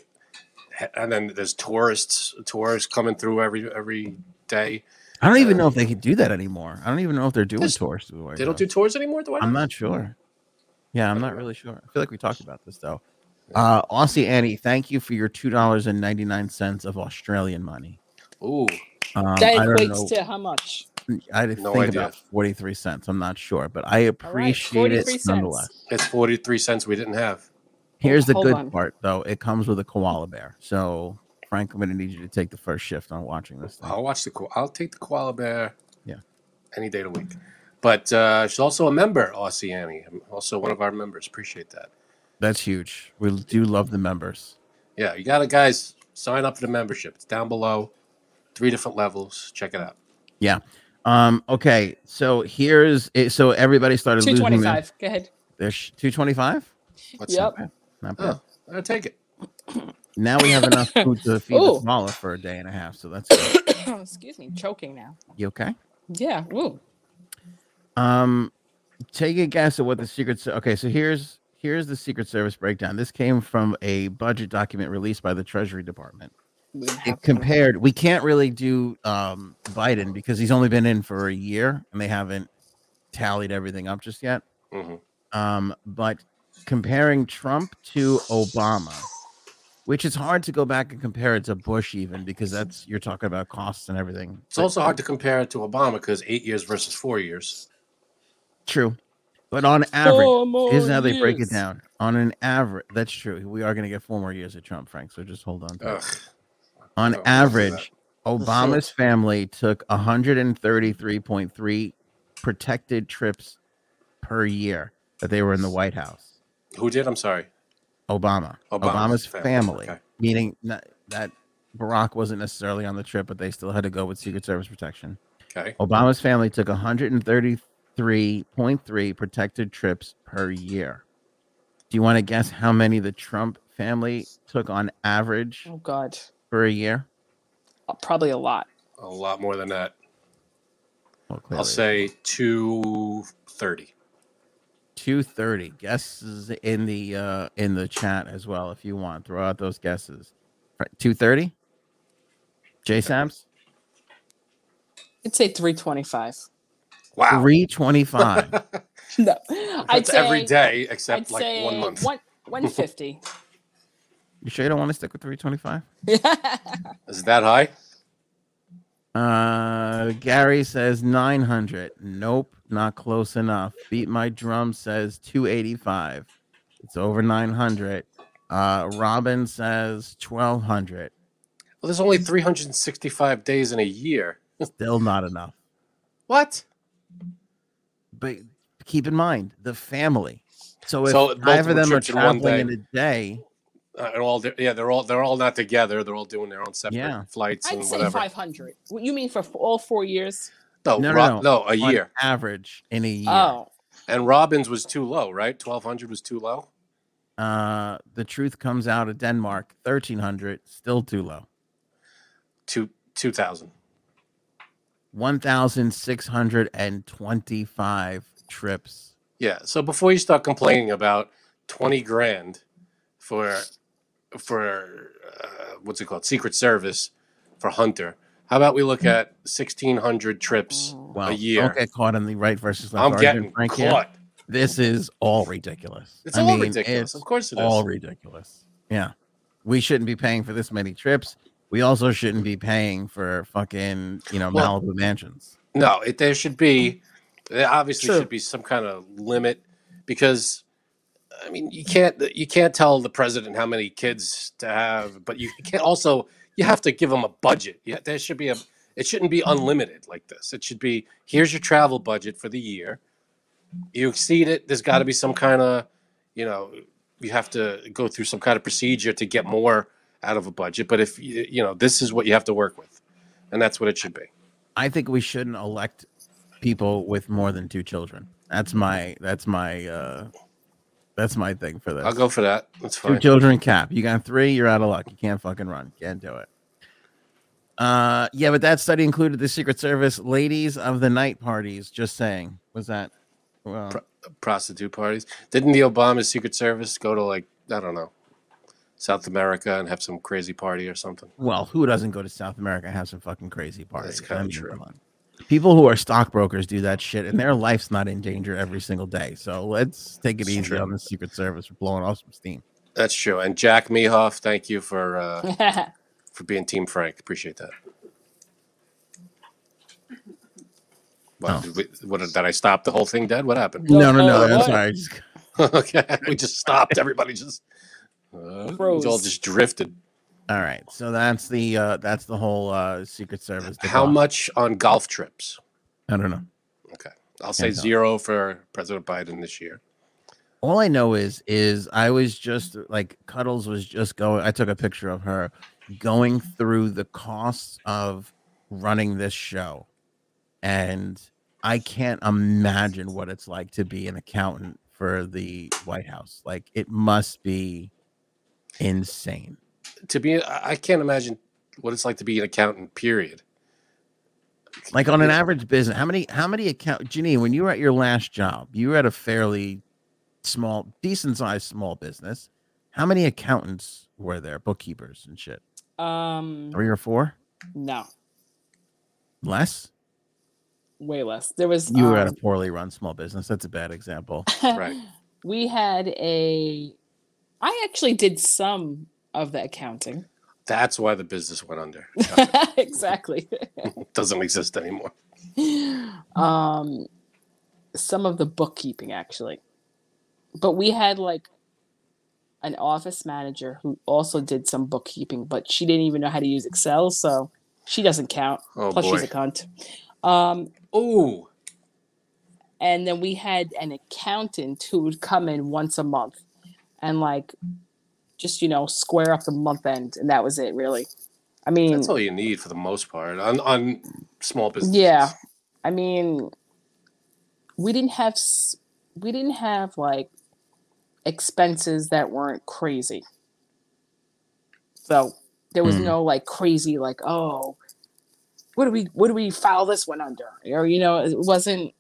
Speaker 2: h- and then there's tourists tourists coming through every every day.
Speaker 1: I don't even know if they could do that anymore. I don't even know if they're doing
Speaker 2: There's-
Speaker 1: tours. the way
Speaker 2: They don't
Speaker 1: though.
Speaker 2: do tours anymore. Do I?
Speaker 1: I'm not sure. Yeah, I'm not really sure. I feel like we talked about this though. Uh, Aussie Annie, thank you for your two dollars and ninety nine cents of Australian money.
Speaker 2: Ooh,
Speaker 1: Um,
Speaker 3: that
Speaker 1: I don't know.
Speaker 3: equates to how much?
Speaker 1: I had to
Speaker 2: No
Speaker 1: think
Speaker 2: idea.
Speaker 1: about forty three cents. I'm not sure, but I
Speaker 3: All right,
Speaker 1: appreciate
Speaker 3: 43
Speaker 1: it
Speaker 3: cents.
Speaker 1: nonetheless.
Speaker 2: it's forty three cents we didn't have.
Speaker 1: Here's the
Speaker 3: Hold
Speaker 1: good
Speaker 3: on.
Speaker 1: part, though. It comes with a koala bear. So, Frank, I'm going to need you to take the first shift on watching this. Thing.
Speaker 2: I'll watch the. ko- I'll take the koala bear.
Speaker 1: Yeah.
Speaker 2: Any day of the week. But uh, she's also a member, Aussie Annie. I'm Also one of our members. Appreciate that.
Speaker 1: That's huge. We do love the members.
Speaker 2: Yeah, you gotta guys sign up for the membership. It's down below. Three different levels. Check it out.
Speaker 1: Um. Okay. So here's it. So everybody started
Speaker 3: Two
Speaker 1: losing their-
Speaker 3: twenty-five. Go ahead.
Speaker 1: their two twenty five.
Speaker 2: What's
Speaker 3: Yep.
Speaker 1: Not bad.
Speaker 2: Oh, I'll take it.
Speaker 1: Now we have enough food to feed the
Speaker 3: Ooh.
Speaker 1: koala for a day and a half. So that's good.
Speaker 3: Excuse me, choking now.
Speaker 1: you okay.
Speaker 3: Yeah. Ooh.
Speaker 1: Um, take a guess at what the secret. Ser- okay, so here's here's the Secret Service breakdown. This came from a budget document released by the Treasury Department.
Speaker 3: We didn't have-
Speaker 1: It compared. We can't really do um Biden because he's only been in for a year and they haven't tallied everything up just yet.
Speaker 2: hmm
Speaker 1: Um, but comparing Trump to Obama. Which is hard to go back and compare it to Bush, even because that's you're talking about costs and everything.
Speaker 2: It's also hard to compare it to Obama because eight years versus four years.
Speaker 1: True. But on average,
Speaker 3: Four more
Speaker 1: here's how they break it
Speaker 3: years.
Speaker 1: down. On an average, that's true. We are going to get four more years of Trump, Frank. So just hold on. To it.
Speaker 2: Ugh.
Speaker 1: On
Speaker 2: Oh,
Speaker 1: average, Obama's family took 133.3 protected trips per year that they were in the White House.
Speaker 2: Who did? I'm sorry.
Speaker 1: Obama, Obama's,
Speaker 2: Obama's family,
Speaker 1: family,
Speaker 2: okay.
Speaker 1: meaning not, that Barack wasn't necessarily on the trip, but they still had to go with Secret Service protection.
Speaker 2: Okay.
Speaker 1: Obama's family took 133.3 protected trips per year. Do you want to guess how many the Trump family took on average
Speaker 3: Oh God.
Speaker 1: for a year?
Speaker 3: Uh, Probably a lot.
Speaker 2: A lot more than that.
Speaker 1: Well,
Speaker 2: I'll say two thirty.
Speaker 1: 230 guesses in the uh, in the chat as well if you want. Throw out those guesses. 230? J Sams?
Speaker 3: I'd say three twenty-five.
Speaker 2: Wow.
Speaker 1: 325.
Speaker 3: No, I'd
Speaker 2: That's
Speaker 3: say
Speaker 2: every day
Speaker 3: I'd
Speaker 2: except like
Speaker 3: say
Speaker 2: one month.
Speaker 3: one one fifty.
Speaker 1: you sure you don't want to stick with 325?
Speaker 2: Is it that high?
Speaker 1: Uh, Gary says 900. Nope, not close enough. Beat my drum says 285. It's over 900. Uh, Robin says 1200.
Speaker 2: Well, there's only 365 days in a year.
Speaker 1: Still not enough.
Speaker 2: What?
Speaker 1: But keep in mind the family. So if
Speaker 2: So
Speaker 1: five
Speaker 2: multiple
Speaker 1: of them are
Speaker 2: trips in one
Speaker 1: traveling in a day,
Speaker 2: Uh, they're all yeah, they're all they're all not together. They're all doing their own separate
Speaker 1: Yeah.
Speaker 2: flights and
Speaker 3: I'd say
Speaker 2: whatever.
Speaker 3: five hundred. You mean for f- all four years?
Speaker 2: No,
Speaker 1: No,
Speaker 2: no,
Speaker 1: no,
Speaker 2: Ro- no, a
Speaker 1: on
Speaker 2: year.
Speaker 1: average in a year.
Speaker 3: Oh,
Speaker 2: And Robbins was too low, right? 1200 was too low.
Speaker 1: Uh, the truth comes out of Denmark 1300. Still too low.
Speaker 2: Two 2000.
Speaker 1: 1625 trips.
Speaker 2: Yeah. So before you start complaining about 20 grand for for uh, what's it called? Secret Service for Hunter. How about we look at 1600 trips
Speaker 1: Well,
Speaker 2: a year?
Speaker 1: don't get caught in the right versus left.
Speaker 2: I'm
Speaker 1: argument,
Speaker 2: getting
Speaker 1: Frank, here.
Speaker 2: caught.
Speaker 1: This is all ridiculous.
Speaker 2: It's
Speaker 1: I
Speaker 2: all
Speaker 1: mean,
Speaker 2: ridiculous.
Speaker 1: It's
Speaker 2: Of course it is.
Speaker 1: all ridiculous. Yeah, we shouldn't be paying for this many trips. We also shouldn't be paying for fucking you know
Speaker 2: Well-
Speaker 1: Malibu mansions.
Speaker 2: No, it, there should be. There obviously
Speaker 3: Sure.
Speaker 2: should be some kind of limit because, I mean, you can't you can't tell the president how many kids to have, but you can't also you have to give them a budget. Yeah, there should be a. It shouldn't be unlimited like this. It should be here's your travel budget for the year. You exceed it, there's got to be some kind of, you know, you have to go through some kind of procedure to get more out of a budget. But if you, you know, this is what you have to work with, and that's what it should be.
Speaker 1: I think we shouldn't elect people with more than two children. That's my that's my uh that's my thing for this.
Speaker 2: I'll go for that. That's
Speaker 1: two
Speaker 2: fine.
Speaker 1: children cap. You got three, you're out of luck. You can't fucking run. Can't do it. Uh, yeah, but that study included the Secret Service ladies of the night parties. Just saying, was that? Well,
Speaker 2: Pro- prostitute parties. Didn't the Obama Secret Service go to like I don't know South America and have some crazy party or something?
Speaker 1: well, who doesn't go to South America and have some fucking crazy parties?
Speaker 2: kinda true.
Speaker 1: come on. People who are stockbrokers do that shit, and their life's not in danger every single day. So let's take it
Speaker 2: It's
Speaker 1: easy
Speaker 2: true.
Speaker 1: on the Secret Service for blowing off some steam.
Speaker 2: That's true. And Jack Mehoff, thank you for uh,
Speaker 3: Oh.
Speaker 2: for being Team Frank. Appreciate that. What,
Speaker 1: Oh.
Speaker 2: did, we, what did I stop the whole thing dead? What happened?
Speaker 1: No, no, no.
Speaker 3: no,
Speaker 1: That's
Speaker 3: what?
Speaker 1: all right. Just-
Speaker 2: okay, we just stopped. Everybody just uh, we
Speaker 3: Froze.
Speaker 2: all just drifted.
Speaker 1: All right. So that's the uh that's the whole uh Secret Service.
Speaker 2: How
Speaker 1: debacle.
Speaker 2: much on golf trips?
Speaker 1: I don't know.
Speaker 2: I'll say
Speaker 1: Can't tell.
Speaker 2: zero for President Biden this year.
Speaker 1: All I know is is I was just like Cuddles was just going. I took a picture of her going through the costs of running this show, and I can't imagine what it's like to be an accountant for the White House. Like it must be insane.
Speaker 2: To be, I I can't imagine what it's like to be an accountant. Period.
Speaker 1: Like on an average business, how many how many account Janine, when you were at your last job, you were at a fairly small, decent sized small business. How many accountants were there? Bookkeepers and shit.
Speaker 3: um,
Speaker 1: Three or four?
Speaker 3: no,
Speaker 1: Less?
Speaker 3: way less. There was
Speaker 1: You were at a
Speaker 3: um,
Speaker 1: poorly run small business. That's a bad example.
Speaker 2: Right.
Speaker 3: We had a. I actually did some of the accounting.
Speaker 2: That's why the business went under.
Speaker 3: exactly.
Speaker 2: It doesn't exist anymore.
Speaker 3: um, some of the bookkeeping actually, but we had like an office manager who also did some bookkeeping, but she didn't even know how to use Excel, so she doesn't count.
Speaker 2: Oh
Speaker 3: Plus, she's
Speaker 2: boy.
Speaker 3: a cunt. Um,
Speaker 2: Oh,
Speaker 3: and then we had an accountant who would come in once a month and like just you know square up the month end, and that was it really. I
Speaker 1: Hmm.
Speaker 3: mean,
Speaker 2: that's all you need for the most part on on small business.
Speaker 3: Yeah, I mean, we didn't have s- we didn't have like expenses that weren't crazy. So there was
Speaker 1: Hmm.
Speaker 3: no like crazy like oh, what do we what do we file this one under? Or you know, it wasn't.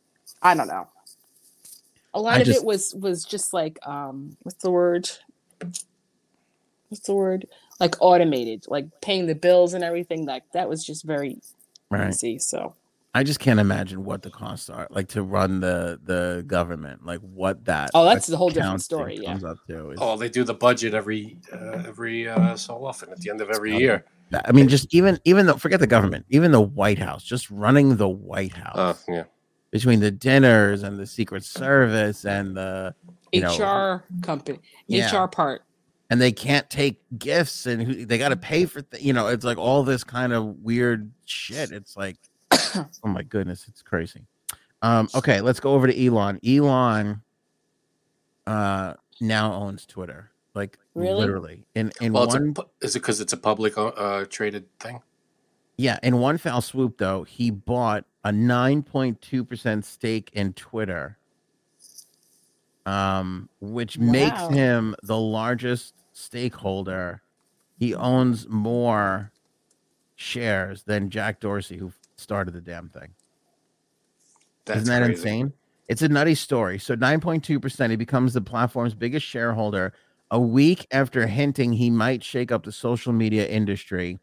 Speaker 3: I don't know. A lot
Speaker 1: I
Speaker 3: of
Speaker 1: just-
Speaker 3: it was was just like um, what's the word? What's the word? Like automated, like paying the bills and everything. Like that was just very
Speaker 1: Right.
Speaker 3: easy. So
Speaker 1: I just can't imagine what the costs are, like to run the the government, like what that.
Speaker 3: Oh, that's a whole different
Speaker 1: accounting
Speaker 3: story, yeah.
Speaker 1: Comes up to. It's-
Speaker 2: Oh, they do the budget every uh, every uh, so often at the end of every year.
Speaker 1: I mean, just even even though forget the government, even the White House, just running the White House.
Speaker 2: Uh, yeah.
Speaker 1: between the dinners and the Secret Service and the you know,
Speaker 3: HR company,
Speaker 1: Yeah.
Speaker 3: HR part.
Speaker 1: and they can't take gifts and who, they got to pay for th- you know it's like all this kind of weird shit. It's like oh my goodness, it's crazy. Um, okay, let's go over to Elon. Elon uh, now owns Twitter, like
Speaker 3: Really?
Speaker 1: literally in in
Speaker 2: Well, it's a,
Speaker 1: one
Speaker 2: pu- is it because it's a public uh, traded thing?
Speaker 1: Yeah, in one foul swoop, though, he bought a 9.2% stake in Twitter, um, which makes
Speaker 3: Wow.
Speaker 1: him the largest stakeholder. He owns more shares than Jack Dorsey, who started the damn thing.
Speaker 2: That's
Speaker 1: Isn't that
Speaker 2: crazy.
Speaker 1: insane? It's a nutty story. So 9.2%, he becomes the platform's biggest shareholder a week after hinting he might shake up the social media industry.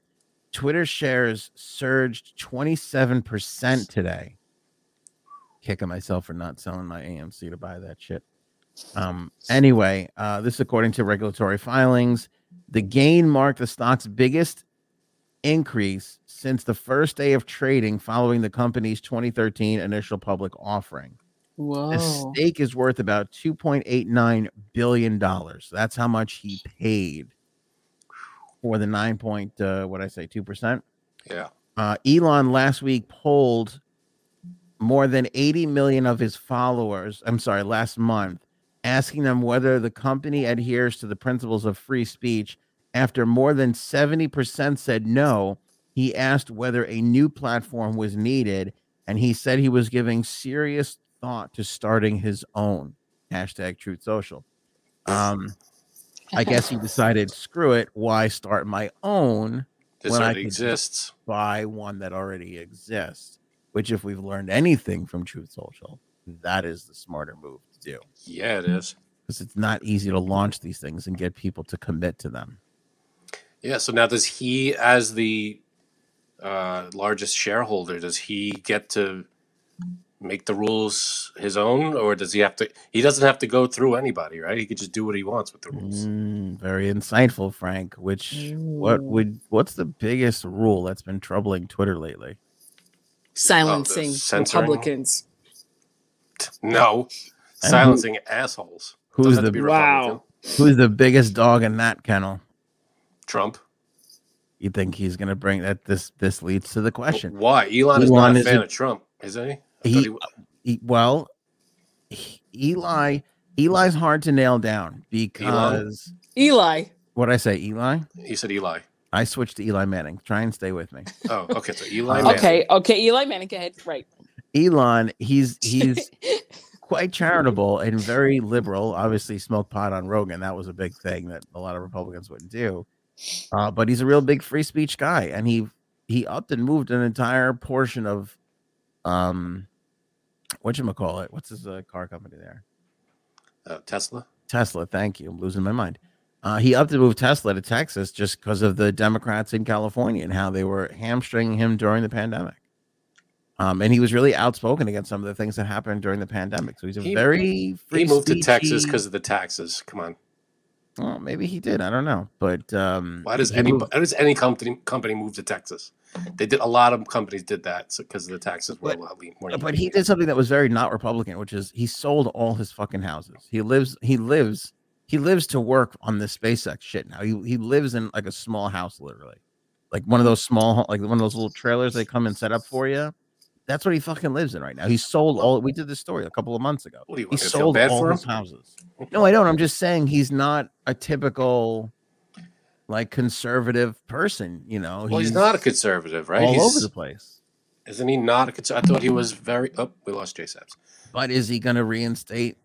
Speaker 1: Twitter shares surged 27% today. Kicking myself for not selling my AMC to buy that shit. Um, anyway, uh, this according to regulatory filings, the gain marked the stock's biggest increase since the first day of trading following the company's 2013 initial public offering. The
Speaker 3: Whoa.
Speaker 1: stake is worth about 2.89 billion dollars. That's how much he paid for the 9. Point, uh, what I say, two percent.
Speaker 2: Yeah.
Speaker 1: Uh, Elon last week polled more than 80 million of his followers. I'm sorry, last month, asking them whether the company adheres to the principles of free speech. After more than 70% said no, he asked whether a new platform was needed, and he said he was giving serious thought to starting his own. Hashtag Truth Social. Um, I guess he decided, screw it, why start my own?
Speaker 2: This
Speaker 1: When I
Speaker 2: already
Speaker 1: could-
Speaker 2: exists.
Speaker 1: buy one that already exists. Which, if we've learned anything from Truth Social, that is the smarter move to do
Speaker 2: Yeah, it is.
Speaker 1: because it's not easy to launch these things and get people to commit to them.
Speaker 2: Yeah. So now does he, as the uh, largest shareholder, does he get to make the rules his own, or does he have to? He doesn't have to go through anybody, right? He could just do what he wants with the rules.
Speaker 1: Mm, very insightful, Frank. Which what
Speaker 3: Mm.
Speaker 1: would what's the biggest rule that's been troubling Twitter lately?
Speaker 3: silencing
Speaker 2: censoring?
Speaker 3: Republicans?
Speaker 1: Mm-hmm. And
Speaker 2: No,
Speaker 1: who-
Speaker 2: silencing assholes.
Speaker 1: Who's
Speaker 2: Doesn't have to
Speaker 1: the
Speaker 2: be
Speaker 3: Wow.
Speaker 2: Republican.
Speaker 1: who's the biggest dog in that kennel?
Speaker 2: Trump?
Speaker 1: You think he's going to bring that? This this leads to the question.
Speaker 2: Why? Elon is not
Speaker 1: Elon
Speaker 2: a
Speaker 1: is
Speaker 2: fan
Speaker 1: a-
Speaker 2: of Trump, is he? Oh, I thought
Speaker 1: He-
Speaker 2: he wa-
Speaker 1: E- well, he- Eli Eli's hard to nail down because
Speaker 3: Eli,
Speaker 1: what I say, Eli.
Speaker 2: he said Eli.
Speaker 1: I switched to Eli Manning. Try and stay with me.
Speaker 2: Oh, okay. So Eli.
Speaker 1: Manning.
Speaker 3: okay, okay, Eli Manning, go ahead. Right,
Speaker 1: Elon, he's he's quite charitable and very liberal. Obviously, smoked pot on Rogan. That was a big thing that a lot of Republicans wouldn't do. Uh, but he's a real big free speech guy, and he he upped and moved an entire portion of um what you call it? What's his uh, car company there?
Speaker 2: Uh, Tesla.
Speaker 1: Tesla. Thank you. I'm losing my mind. Uh, he upped to move Tesla to Texas just because of the Democrats in California and how they were hamstringing him during the pandemic. Um, and he was really outspoken against some of the things that happened during the pandemic. So he's a
Speaker 2: He-
Speaker 1: very free
Speaker 2: he moved to Texas
Speaker 1: speechy-
Speaker 2: because of the taxes. Come on.
Speaker 1: well, maybe he did. I don't know, but um,
Speaker 2: Why does
Speaker 1: he
Speaker 2: any
Speaker 1: moved-
Speaker 2: why does any company company move to Texas? They did a lot of companies did that because of the taxes were
Speaker 1: But-
Speaker 2: a lot lean- more.
Speaker 1: But he did something that was very not Republican, which is he sold all his fucking houses. He lives. He lives. He lives to work on this SpaceX shit now. He he lives in like a small house, literally, like one of those small, like one of those little trailers they come and set up for you. That's what he fucking lives in right now. He sold all. We did this story a couple of months ago.
Speaker 2: What do you
Speaker 1: He
Speaker 2: want to feel
Speaker 1: sold
Speaker 2: bad
Speaker 1: all
Speaker 2: for him?
Speaker 1: his houses. No, I don't. I'm just saying he's not a typical, like conservative person. You know,
Speaker 2: Well, he's not a conservative, right?
Speaker 1: all
Speaker 2: He's,
Speaker 1: over the place.
Speaker 2: Isn't he not a conservative? I thought he was very. Oh, we lost J Saps.
Speaker 1: But is he going to reinstate?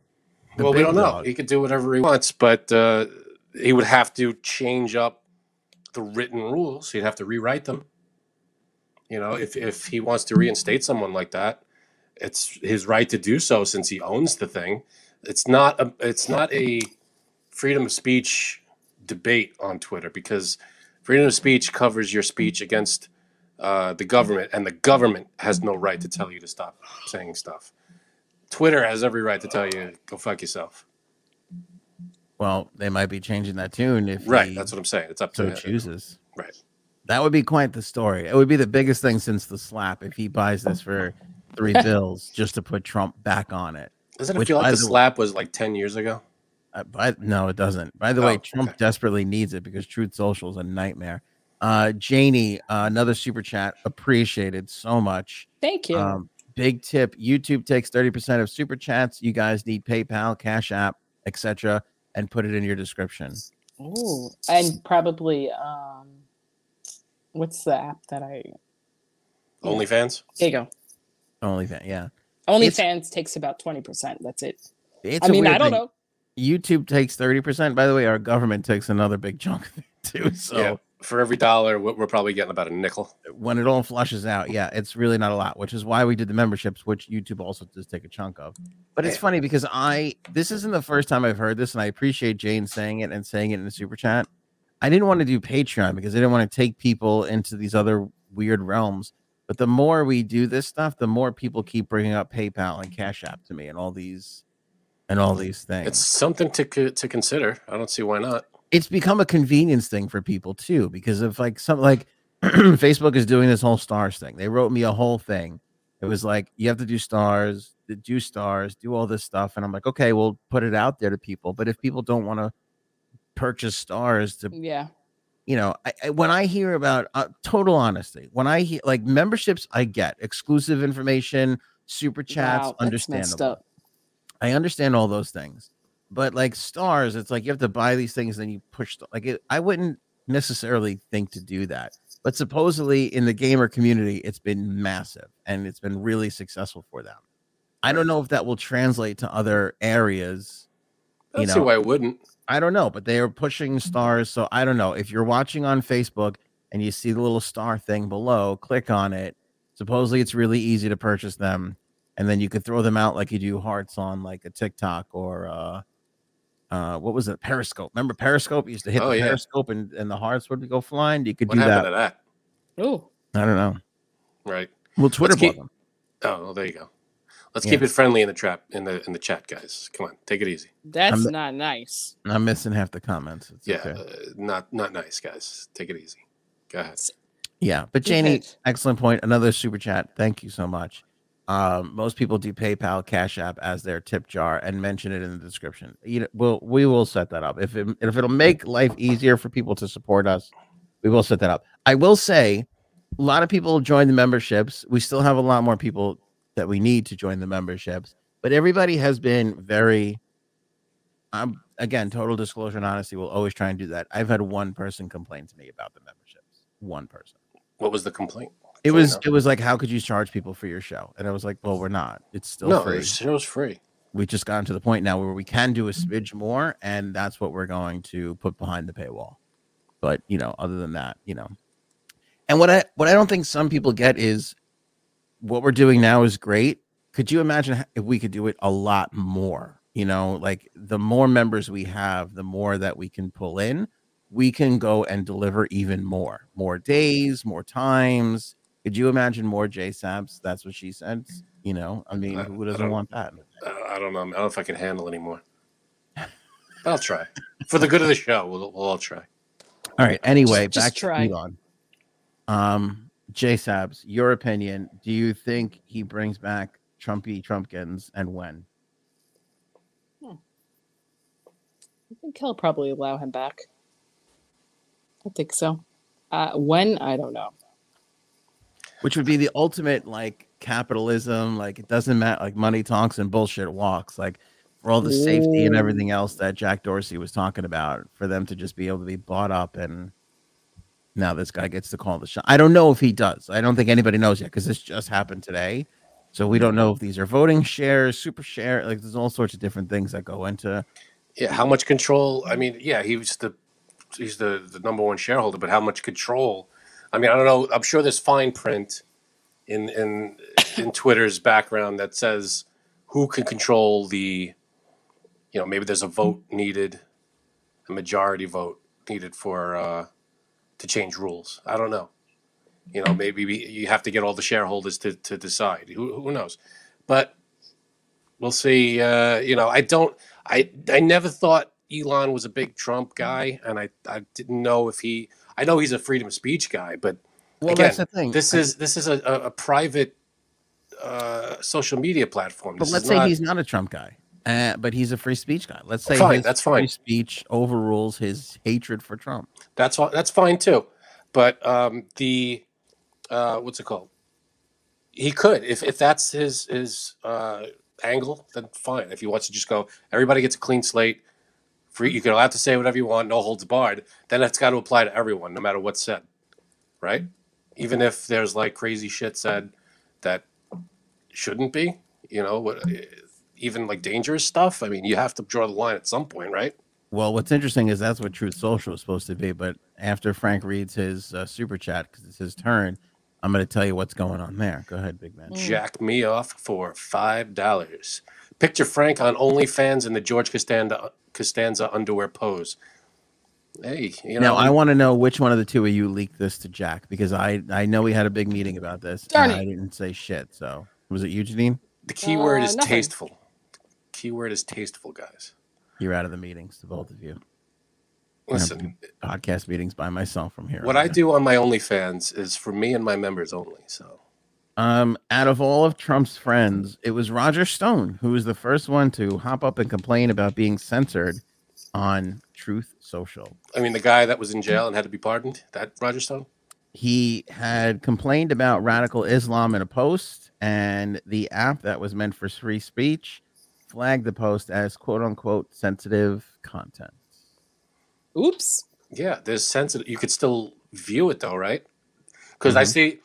Speaker 1: the
Speaker 2: Well, we
Speaker 1: big
Speaker 2: don't know.
Speaker 1: dog?
Speaker 2: He could do whatever he wants, but uh, he would have to change up the written rules. He'd have to rewrite them. You know, if if he wants to reinstate someone like that, it's his right to do so since he owns the thing. It's not a it's not a freedom of speech debate on Twitter because freedom of speech covers your speech against uh, the government, and the government has no right to tell you to stop saying stuff. Twitter has every right to tell you go fuck yourself.
Speaker 1: Well, they might be changing that tune if
Speaker 2: Right,
Speaker 1: he
Speaker 2: that's what I'm saying. It's up
Speaker 1: so
Speaker 2: to him.
Speaker 1: chooses.
Speaker 2: Right.
Speaker 1: That would be quite the story. It would be the biggest thing since the slap if he buys this for three bills just to put Trump back on it.
Speaker 2: Doesn't it
Speaker 1: Which,
Speaker 2: feel
Speaker 1: by
Speaker 2: like the
Speaker 1: the way-
Speaker 2: slap was like ten years ago?
Speaker 1: Uh, but no, it doesn't. By the
Speaker 2: Oh,
Speaker 1: way, Trump
Speaker 2: okay.
Speaker 1: desperately needs it because Truth Social is a nightmare. Uh, Janie, uh, another super chat appreciated so much.
Speaker 3: thank you.
Speaker 1: Um, big tip: YouTube takes thirty percent of super chats. You guys need PayPal, Cash App, etc., and put it in your description.
Speaker 3: Ooh, and probably um, what's the app that I? Yeah.
Speaker 2: OnlyFans.
Speaker 3: There you go.
Speaker 1: Only that, yeah.
Speaker 3: OnlyFans takes about twenty percent. That's it.
Speaker 1: It's
Speaker 3: I
Speaker 1: a
Speaker 3: mean,
Speaker 1: weird
Speaker 3: I don't
Speaker 1: thing.
Speaker 3: know.
Speaker 1: YouTube takes 30%. By the way, our government takes another big chunk of it too. So
Speaker 2: Yeah. For every dollar, we're we're probably getting about a nickel.
Speaker 1: when it all flushes out, yeah, it's really not a lot, which is why we did the memberships, which YouTube also does take a chunk of. But it's
Speaker 2: Yeah.
Speaker 1: funny because I, this isn't the first time I've heard this, and I appreciate Jane saying it and saying it in the super chat. I didn't want to do Patreon because I didn't want to take people into these other weird realms. But the more we do this stuff, the more people keep bringing up PayPal and Cash App to me and all these and all these things.
Speaker 2: It's something to co- to consider. I don't see why not.
Speaker 1: it's become a convenience thing for people too because of like some like facebook is doing this whole stars thing they wrote me a whole thing it was like you have to do stars th- do stars do all this stuff and i'm like okay we'll put it out there to people but if people don't want to purchase stars to
Speaker 3: Yeah.
Speaker 1: you know, I, I, when I hear about uh, total honesty, when I hear like memberships, I get exclusive information, super chats,
Speaker 3: Wow, that's messed
Speaker 1: understandable.
Speaker 3: up.
Speaker 1: I understand all those things, but like stars, it's like you have to buy these things, then you push. The, like it, I wouldn't necessarily think to do that, but supposedly in the gamer community, it's been massive and it's been really successful for them. I don't know if that will translate to other areas.
Speaker 2: I don't
Speaker 1: You
Speaker 2: see
Speaker 1: know,
Speaker 2: why I wouldn't. Mm-hmm.
Speaker 1: I don't know, but they are pushing stars. So I don't know. If you're watching on Facebook, and you see the little star thing below. Click on it. Supposedly, it's really easy to purchase them, and then you could throw them out like you do hearts on like a TikTok or uh, uh, what was it? Periscope. Remember Periscope? You used to hit
Speaker 2: Oh,
Speaker 1: the
Speaker 2: yeah.
Speaker 1: Periscope, and, and the hearts would go flying. You could
Speaker 2: What
Speaker 1: do
Speaker 2: happened
Speaker 1: that.
Speaker 2: to that?
Speaker 3: Oh,
Speaker 1: I don't know.
Speaker 2: Right.
Speaker 1: Well, Twitter
Speaker 2: keep-
Speaker 1: bought them.
Speaker 2: Oh, well, there you go. Let's
Speaker 1: Yeah.
Speaker 2: keep it friendly in the trap in the in the chat, guys. Come on, take it easy.
Speaker 3: that's
Speaker 1: I'm-
Speaker 3: not nice.
Speaker 1: I'm missing half the comments. It's
Speaker 2: Yeah,
Speaker 1: okay.
Speaker 2: uh, not not nice, guys. Take it easy. Go ahead.
Speaker 1: Yeah, but
Speaker 3: Good
Speaker 1: Janie,
Speaker 3: catch.
Speaker 1: excellent point. Another super chat. Thank you so much. Um, most people do PayPal, Cash App as their tip jar, and mention it in the description. You know, we'll we will set that up if it, if it'll make life easier for people to support us. We will set that up. I will say, a lot of people join the memberships. We still have a lot more people that we need to join the memberships, but everybody has been very. Um, again, total disclosure and honesty. We'll always try and do that. I've had one person complain to me about the memberships. One person
Speaker 2: What was the complaint?
Speaker 1: it
Speaker 2: Fair
Speaker 1: was
Speaker 2: enough.
Speaker 1: it was like how could you charge people for your show and i was like well we're not it's still
Speaker 2: no,
Speaker 1: free
Speaker 2: the show's free.
Speaker 1: we've just gotten to the point now where we can do a
Speaker 2: Mm-hmm.
Speaker 1: smidge more and that's what we're going to put behind the paywall but you know other than that you know and what i what i don't think some people get is what we're doing now is great could you imagine h- if we could do it a lot more you know like the more members we have the more that we can pull in we can go and deliver even more more days more times could you imagine more jsabs that's what she said you know i mean
Speaker 2: Mm-hmm. I-
Speaker 1: who
Speaker 2: I
Speaker 1: doesn't
Speaker 2: don't-
Speaker 1: want that
Speaker 2: Uh, I don't know. I don't know if I can handle anymore. But I'll try for the good of the show. We'll, we'll all try.
Speaker 1: All right. Anyway,
Speaker 3: Just- just
Speaker 1: back
Speaker 3: try.
Speaker 1: to Elon. Um, J Sabs, your opinion. Do you think he brings back Trumpy Trumpkins and when?
Speaker 3: I think he'll probably allow him back. I think so. Uh, when I don't know.
Speaker 1: Which would be the ultimate like capitalism, like it doesn't matter, like money talks and bullshit walks, like for all the safety and
Speaker 3: Ooh.
Speaker 1: everything else that Jack Dorsey was talking about, for them to just be able to be bought up and now this guy gets to call the shot. I don't know if he does. I don't think anybody knows yet because this just happened today. So we don't know if these are voting shares, super share, like there's all sorts of different things that go into
Speaker 2: Yeah, how much control? I mean, yeah, he was the he's the the number one shareholder, but how much control? I mean, I don't know. I'm sure there's fine print in in in Twitter's background that says who can control the, you know, maybe there's a vote needed, a majority vote needed for uh, to change rules. I don't know. You know, maybe we, you have to get all the shareholders to to decide. Who who knows? But we'll see. Uh, you know, I don't. I I never thought Elon was a big Trump guy, and I I didn't know if he. I know he's a freedom of speech guy, but
Speaker 1: Well,
Speaker 2: Again,
Speaker 1: that's the thing.
Speaker 2: this is this is a, a, a private uh, social media platform.
Speaker 1: but
Speaker 2: This
Speaker 1: let's
Speaker 2: is
Speaker 1: say
Speaker 2: not-
Speaker 1: he's not a Trump guy, uh, but he's a free speech guy. Let's say
Speaker 2: Fine,
Speaker 1: his
Speaker 2: that's
Speaker 1: Free
Speaker 2: fine.
Speaker 1: speech overrules his hatred for Trump.
Speaker 2: that's fi- that's fine too. But um, the uh, what's it called? He could if if that's his his uh, angle, then fine. If he wants to just go, everybody gets a clean slate. Free, you can allowed to say whatever you want, no holds barred. Then that's got to apply to everyone, no matter what's said, right? Even if there's like crazy shit said that shouldn't be, you know, what, even like dangerous stuff. I mean, you have to draw the line at some point, right?
Speaker 1: Well, what's interesting is that's what Truth Social is supposed to be. But after Frank reads his uh, super chat, because it's his turn, I'm going to tell you what's going on there. Go ahead, big man.
Speaker 3: Mm.
Speaker 2: jack me off for five dollars. Picture Frank on OnlyFans in the George Costanza, Costanza underwear pose. Hey, you
Speaker 1: now
Speaker 2: know,
Speaker 1: I want to know which one of the two of you leaked this to Jack because I I know we had a big meeting about this.
Speaker 3: Darn
Speaker 1: and
Speaker 3: it.
Speaker 1: I didn't say shit. So was it you, Janine?
Speaker 2: the key word
Speaker 3: Uh,
Speaker 2: is
Speaker 3: nothing.
Speaker 2: tasteful. Key word is tasteful, guys.
Speaker 1: You're out of the meetings to both of you.
Speaker 2: Listen,
Speaker 1: Podcast meetings by myself from here.
Speaker 2: what
Speaker 1: on
Speaker 2: I
Speaker 1: out.
Speaker 2: do on my OnlyFans is for me and my members only. So
Speaker 1: Um, out of all of Trump's friends, it was Roger Stone who was the first one to hop up and complain about being censored on Truth Social.
Speaker 2: I mean, the guy that was in jail and had to be pardoned, that Roger Stone.
Speaker 1: He had complained about radical Islam in a post, and the app that was meant for free speech flagged the post as quote unquote sensitive content.
Speaker 3: Oops.
Speaker 2: Yeah, there's sensitive. You could still view it though, right? Because I
Speaker 1: Mhm.
Speaker 2: see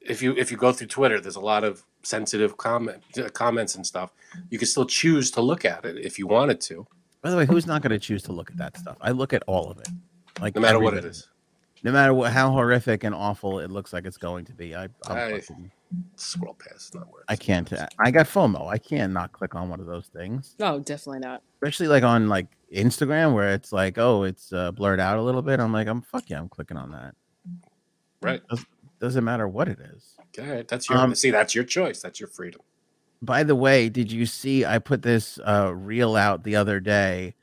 Speaker 2: if you if you go through Twitter, there's a lot of sensitive comment uh, comments and stuff. You can still choose to look at it if you wanted to,
Speaker 1: By the way, who's not going to choose to look at that stuff? I look at all of it, like
Speaker 2: no matter what
Speaker 1: every bit.
Speaker 2: it is.
Speaker 1: no matter what, how horrific and awful it looks like it's going to be. I I'm
Speaker 2: I-
Speaker 1: fucking-
Speaker 2: Scroll past. It's not worth. it.
Speaker 1: I can't. uh, I got FOMO. I can't not click on one of those things,
Speaker 3: No, Oh, definitely not.
Speaker 1: especially like on like Instagram where it's like, oh, it's uh, blurred out a little bit. I'm like, I'm fuck yeah, I'm clicking on that.
Speaker 2: Right.
Speaker 1: Doesn't matter what it is.
Speaker 2: All right. That's your
Speaker 1: Um,
Speaker 2: see. That's your choice. That's your freedom.
Speaker 1: By the way, did you see I put this uh reel out the other day?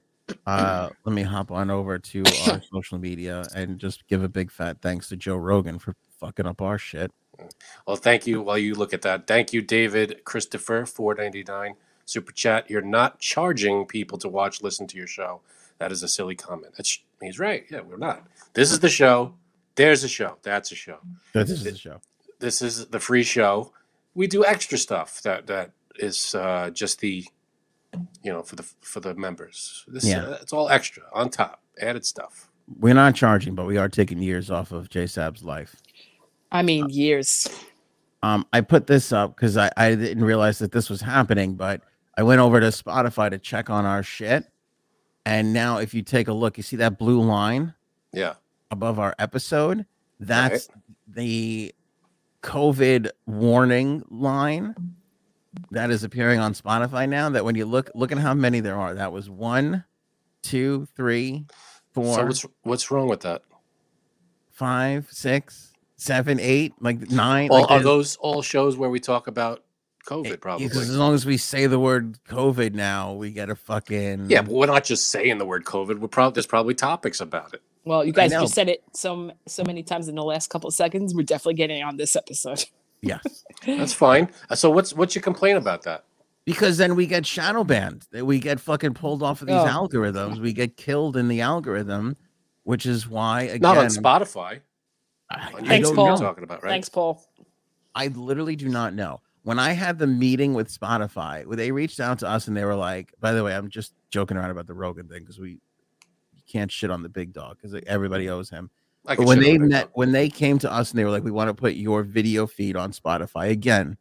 Speaker 1: Uh let me hop on over to our social media and just give a big fat thanks to Joe Rogan for fucking up our shit.
Speaker 2: Well, thank you. While you look at that, thank you, David Christopher, four ninety nine super chat. You're not charging people to watch, listen to your show. That is a silly comment. That's he's right. Yeah, we're not. This is the show. There's a show. That's a show.
Speaker 1: This is the show.
Speaker 2: This is the free show. We do extra stuff that that is uh, just the, you know, for the for the members. This
Speaker 1: Yeah.
Speaker 2: uh, it's all extra on top, added stuff.
Speaker 1: We're not charging, but we are taking years off of J Sab's life.
Speaker 3: I mean, years.
Speaker 1: Um, I put this up because I, I didn't realize that this was happening, but I went over to Spotify to check on our shit. And now if you take a look, you see that blue line?
Speaker 2: Yeah.
Speaker 1: above our episode. That's the COVID warning line that is appearing on Spotify now. That when you look, look at how many there are. That was one, two, three,
Speaker 2: So
Speaker 1: four,
Speaker 2: what's what's wrong with that?
Speaker 1: five, six, seven, eight, like nine.
Speaker 2: All,
Speaker 1: like
Speaker 2: are
Speaker 1: there's-
Speaker 2: those all shows where we talk about COVID? Probably.
Speaker 1: Because Eh, as long as we say the word COVID now, we get a fucking
Speaker 2: Yeah, but we're not just saying the word COVID. We're probably there's probably topics about it.
Speaker 3: Well, you guys
Speaker 1: know.
Speaker 3: just said it so so many times in the last couple of seconds. We're definitely getting on this episode.
Speaker 1: yes.
Speaker 2: That's fine. Uh, So what's what's your complaint about that?
Speaker 1: Because then we get shadow banned. That We get fucking pulled off of these
Speaker 3: Oh.
Speaker 1: algorithms. We get killed in the algorithm, which is why again
Speaker 2: Not on Spotify.
Speaker 1: I,
Speaker 2: On
Speaker 1: I don't
Speaker 3: Thanks,
Speaker 2: YouTube you're
Speaker 3: Paul.
Speaker 1: know.
Speaker 2: talking about, right?
Speaker 3: Thanks, Paul.
Speaker 1: I literally do not know. When I had the meeting with Spotify, where they reached out to us and they were like, by the way, I'm just joking around about the Rogan thing because we you can't shit on the big dog because everybody owes him.
Speaker 2: I
Speaker 1: But
Speaker 2: can
Speaker 1: when
Speaker 2: shit
Speaker 1: they
Speaker 2: on it.
Speaker 1: met, when they came to us and they were like, we want to put your video feed on Spotify again,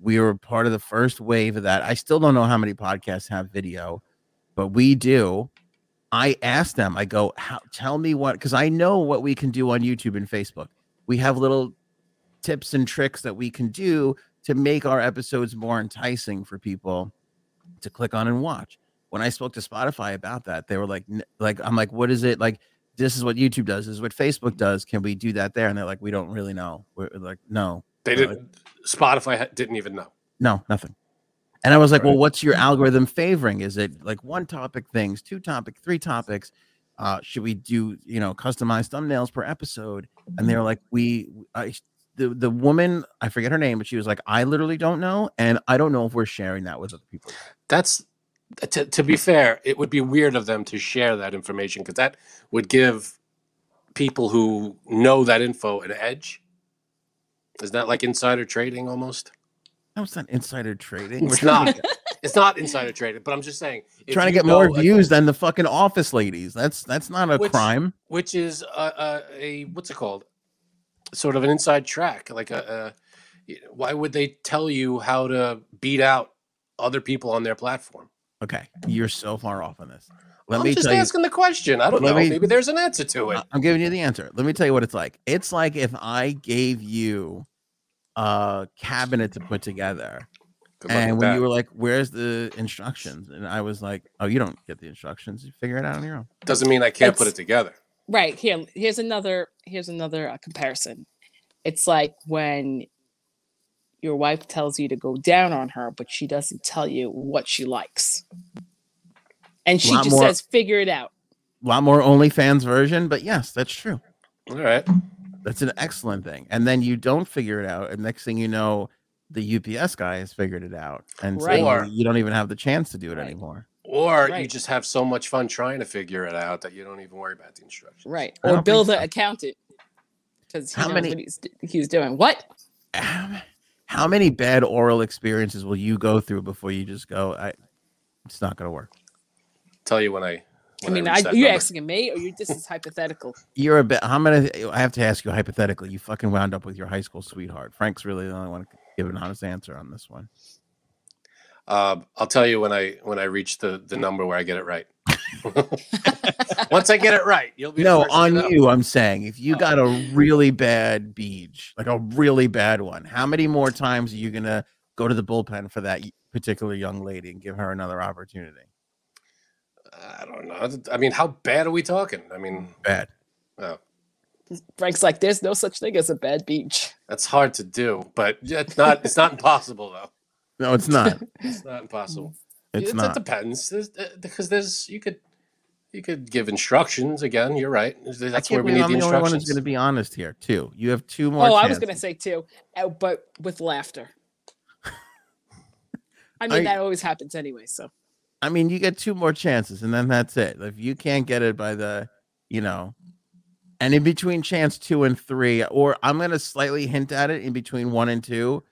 Speaker 1: we were part of the first wave of that. I still don't know how many podcasts have video, but we do. I asked them, I go, how, tell me what, because I know what we can do on YouTube and Facebook. We have little tips and tricks that we can do to make our episodes more enticing for people to click on and watch. When I spoke to Spotify about that, they were like, "N- like, I'm like, what is it? Like, this is what YouTube does, this is what Facebook does. Can we do that there? And they're like, we don't really know. We're like, no,
Speaker 2: they didn't. Spotify ha- didn't even know.
Speaker 1: no, nothing. And I was like, well,
Speaker 2: Right.
Speaker 1: what's your algorithm favoring? Is it like one topic things, two topic, three topics? Uh, should we do you know customized thumbnails per episode? And they were like, we, I, the the woman, I forget her name, but she was like, I literally don't know, and I don't know if we're sharing that with other people.
Speaker 2: That's to, to be fair. It would be weird of them to share that information because that would give people who know that info an edge. Is that like insider trading almost?
Speaker 1: That was not insider trading.
Speaker 2: It's not. it's not insider trading. But I'm just saying. if
Speaker 1: trying to
Speaker 2: you
Speaker 1: get more
Speaker 2: know a-
Speaker 1: views than the fucking office ladies. That's that's not a
Speaker 2: Which-
Speaker 1: crime.
Speaker 2: which is a, a, a what's it called sort of an inside track like a, a why would they tell you how to beat out other people on their platform
Speaker 1: Okay, you're so far off on this. Let
Speaker 2: i'm
Speaker 1: me
Speaker 2: just
Speaker 1: tell you.
Speaker 2: asking the question i don't
Speaker 1: Let
Speaker 2: know
Speaker 1: me- Uh,
Speaker 2: maybe there's an answer to it
Speaker 1: I- I'm giving you the answer. Let me tell you what it's like. It's like if I gave you a cabinet to put together,
Speaker 2: Good luck
Speaker 1: and
Speaker 2: with
Speaker 1: when
Speaker 2: that.
Speaker 1: you were like, "Where's the instructions?" and I was like, "Oh, you don't get the instructions. You figure it out on your own."
Speaker 2: doesn't mean i can't put
Speaker 3: That's-
Speaker 2: it together
Speaker 3: Right here. Here's another. Here's another uh, comparison. It's like when your wife tells you to go down on her, but she doesn't tell you what she likes, and she
Speaker 1: Lot
Speaker 3: just
Speaker 1: more-
Speaker 3: says, "Figure it out."
Speaker 1: A lot more OnlyFans version, but yes, that's true.
Speaker 2: all right
Speaker 1: That's an excellent thing. And then you don't figure it out, and next thing you know, the UPS guy has figured it out, and
Speaker 3: Right.
Speaker 2: Or-
Speaker 1: suddenly you don't even have the chance to do it
Speaker 3: Right.
Speaker 1: anymore.
Speaker 2: or you
Speaker 3: Right.
Speaker 2: just have so much fun trying to figure it out that you don't even worry about the instructions
Speaker 3: Right.
Speaker 1: I
Speaker 3: Or
Speaker 1: don't think
Speaker 3: bill the
Speaker 1: so.
Speaker 3: accountant because he
Speaker 1: How
Speaker 3: knows
Speaker 1: many-
Speaker 3: what he's, he's doing. What?
Speaker 1: Um, How many bad oral experiences will you go through before you just go? I, it's not going to work.
Speaker 2: tell you when i
Speaker 3: I
Speaker 2: when
Speaker 3: mean,
Speaker 2: reach
Speaker 3: I,
Speaker 2: that
Speaker 3: you're
Speaker 2: number.
Speaker 3: asking me, or you this is hypothetical.
Speaker 1: You're a bit. I'm gonna. I have to ask you hypothetically. You fucking wound up with your high school sweetheart. Frank's really the only one to give an honest answer on this one.
Speaker 2: Um, Uh, I'll tell you when I when I reach the the number where I get it right. Once I get it right, you'll be the
Speaker 1: No,
Speaker 2: first to know.
Speaker 1: on you, I'm saying. If you
Speaker 3: Oh.
Speaker 1: got a really bad beach, like a really bad one, how many more times are you going to go to the bullpen for that y- particular young lady and give her another opportunity?
Speaker 2: I don't know. I mean, how bad are we talking? I mean,
Speaker 1: Bad.
Speaker 3: Frank's like, there's no such thing as a bad beach.
Speaker 2: that's hard to do, but it's not. It's not impossible though.
Speaker 1: No, it's not.
Speaker 2: It's not impossible.
Speaker 1: It's
Speaker 2: it, It
Speaker 1: not.
Speaker 2: depends there's, uh, because there's you could you could give instructions again. You're right. That's where we need
Speaker 1: I'm
Speaker 2: the
Speaker 1: the only one who's
Speaker 2: instructions.
Speaker 1: going to be honest here, too. You have two more.
Speaker 3: oh, I
Speaker 1: chances.
Speaker 3: was going to say too, uh, but with laughter. I mean,
Speaker 1: I-
Speaker 3: that always happens anyway. So
Speaker 1: I mean, you get two more chances, and then that's it. If you can't get it by the, you know, and in between chance two and three, or I'm gonna slightly hint at it in between one and two,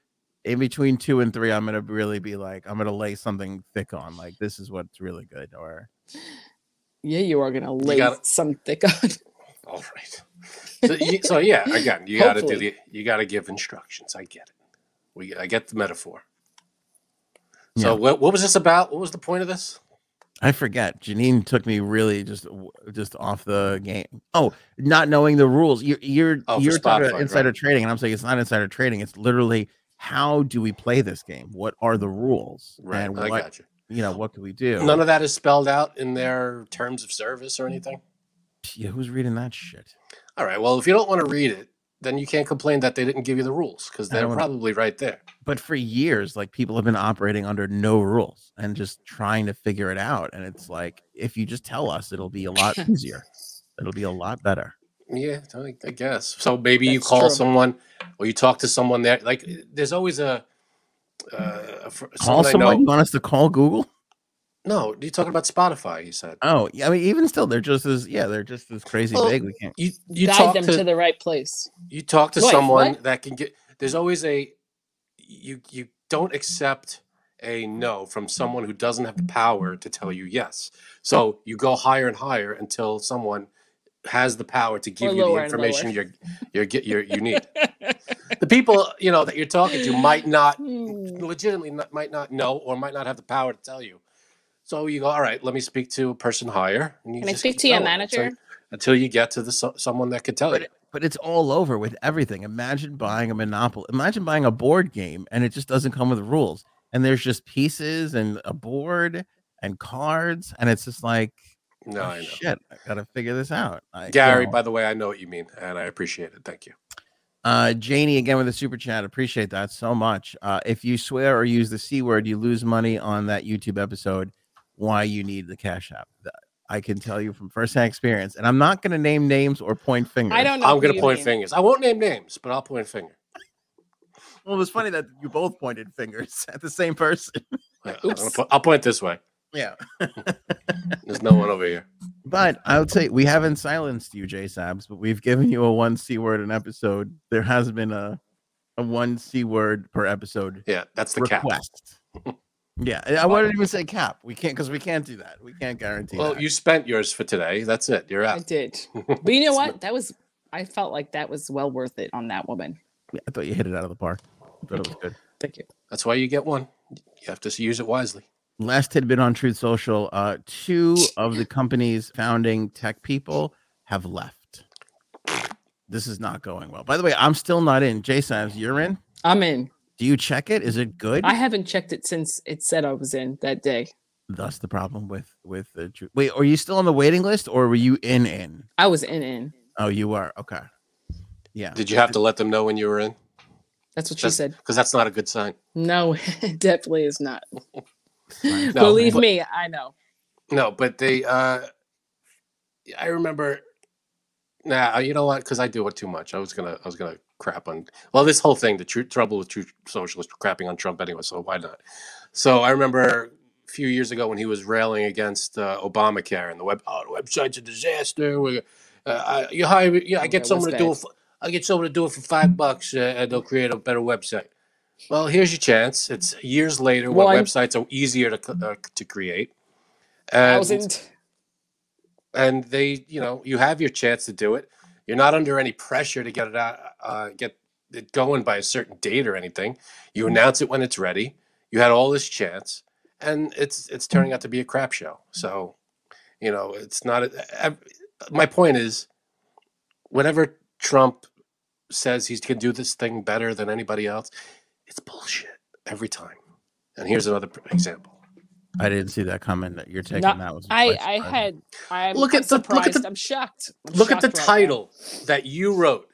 Speaker 1: in between two and three, I'm gonna really be like, I'm gonna lay something thick on, like this is what's really good, or
Speaker 3: yeah, you are going to lay
Speaker 2: gotta-
Speaker 3: some thick on.
Speaker 2: All right. So, you, so yeah, again, you got to do
Speaker 3: Hopefully.
Speaker 2: the you got to give instructions. I get it. We I get the metaphor.
Speaker 1: Yeah.
Speaker 2: So what, what was this about? What was the point of this?
Speaker 1: I forget. Janine took me really just w- just off the game. Oh, not knowing the rules. You're you're
Speaker 2: Oh, for
Speaker 1: you're talking
Speaker 2: Spotify,
Speaker 1: about
Speaker 2: right.
Speaker 1: insider trading, and I'm saying it's not insider trading. It's literally how do we play this game? What are the rules?
Speaker 2: Right.
Speaker 1: And
Speaker 2: I
Speaker 1: what-
Speaker 2: got you.
Speaker 1: you know, what could we do?
Speaker 2: None of that is spelled out in their terms of service or anything.
Speaker 1: yeah, who's reading that shit?
Speaker 2: All right. Well, if you don't want to read it, then you can't complain that they didn't give you the rules because
Speaker 1: I
Speaker 2: they're
Speaker 1: don't wanna-
Speaker 2: probably right there.
Speaker 1: But for years, like people have been operating under no rules and just trying to figure it out. And it's like, if you just tell us, it'll be a lot easier. It'll be a lot better.
Speaker 2: Yeah, I, I guess. So maybe you
Speaker 3: That's
Speaker 2: call
Speaker 3: true.
Speaker 2: someone or you talk to someone there. Like, there's always a. Uh, a fr-
Speaker 1: Call
Speaker 2: someone I
Speaker 1: someone. You
Speaker 2: know-
Speaker 1: want us to call Google?
Speaker 2: No, you're talking about Spotify. You said
Speaker 1: Oh, yeah. I mean, even still, they're just as yeah, they're just as crazy
Speaker 2: Well,
Speaker 1: big. We can't.
Speaker 2: you you
Speaker 3: Guide
Speaker 2: talk
Speaker 3: them
Speaker 2: to,
Speaker 3: to the right place.
Speaker 2: you talk to
Speaker 3: Wait,
Speaker 2: someone
Speaker 3: what?
Speaker 2: that can get. There's always a you you don't accept a no from someone who doesn't have the power to tell you yes. So you go higher and higher until someone has the power to give you
Speaker 3: lower
Speaker 2: the
Speaker 3: and
Speaker 2: information
Speaker 3: lower.
Speaker 2: you're you're get you're, you need. the people you know that you're talking to might not
Speaker 3: Hmm.
Speaker 2: legitimately not, might not know or might not have the power to tell you. So you go, all right, let me speak to a person higher. And you
Speaker 3: Can I
Speaker 2: just
Speaker 3: speak
Speaker 2: keep
Speaker 3: to your
Speaker 2: going until-
Speaker 3: manager?
Speaker 2: Until you get to the so- someone that could tell you.
Speaker 1: But it's all over with everything. Imagine buying a Monopoly. Imagine buying a board game and it just doesn't come with rules. And there's just pieces and a board and cards. And it's just like,
Speaker 2: No,
Speaker 1: "Oh,
Speaker 2: I know.
Speaker 1: shit, I gotta figure this out. I, you
Speaker 2: Gary,
Speaker 1: know.
Speaker 2: by the way, I know what you mean, and I appreciate it. Thank you.
Speaker 1: Uh, Janie again with a super chat. Appreciate that so much. Uh, if you swear or use the c word, you lose money on that YouTube episode. Why you need the cash app? That- I can tell you from firsthand experience, and I'm not going to name names or point fingers.
Speaker 3: I don't know.
Speaker 2: I'm
Speaker 3: who
Speaker 2: going to
Speaker 3: you
Speaker 2: point
Speaker 3: mean.
Speaker 2: fingers. I won't name names, but I'll point a finger.
Speaker 1: Well, it was funny that you both pointed fingers at the same person.
Speaker 2: Yeah, I'm gonna
Speaker 3: Oops.
Speaker 2: po- I'll point this way.
Speaker 1: Yeah,
Speaker 2: There's no one over here.
Speaker 1: but I would say we haven't silenced you, J Sabs, but we've given you a one c word an episode. There has been a a one c word per episode
Speaker 2: Yeah, that's the cap.
Speaker 1: request. yeah, I- I wouldn't even say cap. We can't because we can't do that. We can't guarantee.
Speaker 2: Well,
Speaker 1: that.
Speaker 2: you spent yours for today. That's it. You're
Speaker 3: I
Speaker 2: out.
Speaker 3: did. But you know what? That was, I felt like that was well worth it on that woman.
Speaker 1: I thought you hit it out of the park. I thought it was good.
Speaker 3: Thank you.
Speaker 2: That's why you get one. You have to use it wisely.
Speaker 1: Last tidbit on Truth Social: uh, two of the company's founding tech people have left. This is not going well. By the way, I'm still not in. Jay Sams, you're in.
Speaker 3: I'm in.
Speaker 1: Do you check it? Is it good?
Speaker 3: I haven't checked it since it said I was in that day.
Speaker 1: That's the problem with with the truth. Wait, are you still on the waiting list, or were you in? In?
Speaker 3: I was in in.
Speaker 1: Oh, you were. Okay. Yeah.
Speaker 2: Did you have to let them know when you were in?
Speaker 3: That's what she said.
Speaker 2: Because that's not a good sign.
Speaker 3: No, it definitely is not.
Speaker 1: No,
Speaker 3: Believe me, I know.
Speaker 2: No, but they. uh I remember. Nah, uh, you know what? Because I do it too much. I was gonna. I was gonna crap on. Well, this whole thing, the tru- trouble with true socialist crapping on Trump anyway. So why not? So I remember a few years ago when he was railing against uh, Obamacare and the web. Oh, the website's a disaster. We're, uh, I, you hire. Yeah, I
Speaker 3: Yeah,
Speaker 2: get
Speaker 3: it
Speaker 2: someone
Speaker 3: was
Speaker 2: to do
Speaker 3: bad.
Speaker 2: it. For, I get someone to do it for five bucks, uh, and they'll create a better website. Well, here's your chance. It's years later when
Speaker 3: One.
Speaker 2: websites are easier to c- uh, to create.
Speaker 3: I
Speaker 2: And,
Speaker 3: was in.
Speaker 2: and they you know you have your chance to do it you're not under any pressure to get it out uh, get it going by a certain date or anything you announce it when it's ready you had all this chance and it's it's turning out to be a crap show so You know, it's not. ev- My point is, whenever Trump says he can do this thing better than anybody else, it's bullshit every time. And here's another pr- example.
Speaker 1: I didn't see that comment that you're taking.
Speaker 3: No,
Speaker 1: that was
Speaker 3: I,
Speaker 1: quite
Speaker 3: I
Speaker 1: surprising.
Speaker 3: had. I'm
Speaker 2: Look at the- look at
Speaker 3: surprised.
Speaker 2: the-
Speaker 3: I'm shocked. I'm
Speaker 2: Look at the
Speaker 3: shocked right now.
Speaker 2: title that you wrote.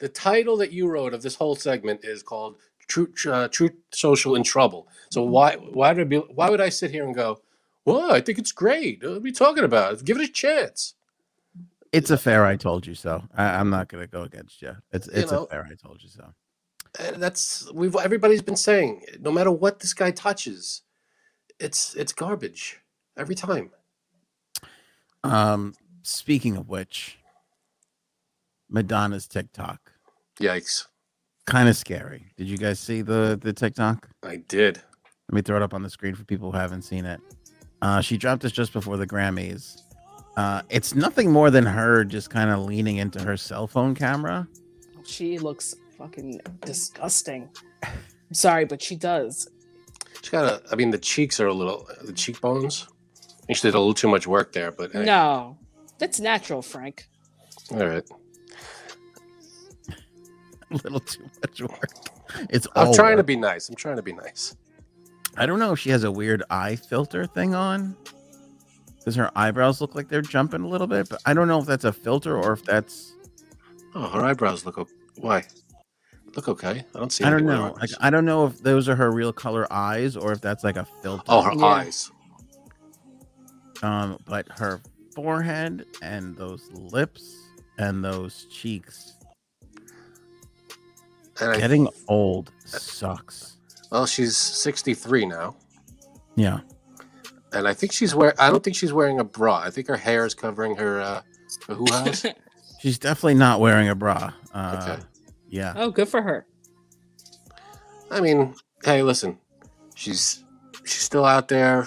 Speaker 2: The title that you wrote of this whole segment is called "True uh, True Social in Trouble." So why why would I be why would I sit here and go, "Well, I think it's great. What are we talking about? Give it a chance."
Speaker 1: It's a fair. I told you so. I, I'm not going to go against you. It's
Speaker 2: You
Speaker 1: it's
Speaker 2: know.
Speaker 1: a fair. I told you so.
Speaker 2: Uh, That's we've everybody's been saying. No matter what this guy touches, it's it's garbage every time.
Speaker 1: Um, speaking of which, Madonna's TikTok
Speaker 2: Yikes!
Speaker 1: kind of scary. Did you guys see the the TikTok?
Speaker 2: I did.
Speaker 1: Let me throw it up on the screen for people who haven't seen it. Uh, she dropped this just before the Grammys. Uh, it's nothing more than her just kind of leaning into her cell phone camera.
Speaker 3: She looks fucking disgusting. I'm sorry, but she does.
Speaker 2: She's got a. I mean, the cheeks are a little. The cheekbones. I think she did a little too much work there, but hey,
Speaker 3: No, that's natural, Frank.
Speaker 2: all right.
Speaker 1: A little too much work. It's
Speaker 2: I'm
Speaker 1: all
Speaker 2: trying to
Speaker 1: work.
Speaker 2: be nice. I'm trying to be nice.
Speaker 1: I don't know if she has a weird eye filter thing on. Does her eyebrows look like they're jumping a little bit? But I don't know if that's a filter or if that's
Speaker 2: Oh, her eyebrows look okay. Why? Look okay. I don't see.
Speaker 1: I don't
Speaker 2: anything
Speaker 1: know.
Speaker 2: wrong
Speaker 1: Like
Speaker 2: with her eyes.
Speaker 1: I don't know if those are her real color eyes or if that's like a filter.
Speaker 2: oh, her
Speaker 3: Yeah.
Speaker 2: eyes.
Speaker 1: Um, but her forehead and those lips and those cheeks
Speaker 2: And I,
Speaker 1: getting old sucks.
Speaker 2: well, she's 63 now,
Speaker 1: Yeah.
Speaker 2: and I think she's wearing. I don't think she's wearing a bra. I think her hair is covering her. Uh, her who has?
Speaker 1: She's definitely not wearing a bra. Uh,
Speaker 2: Okay.
Speaker 1: yeah.
Speaker 3: Oh, good for her.
Speaker 2: I mean, hey, listen, she's she's still out there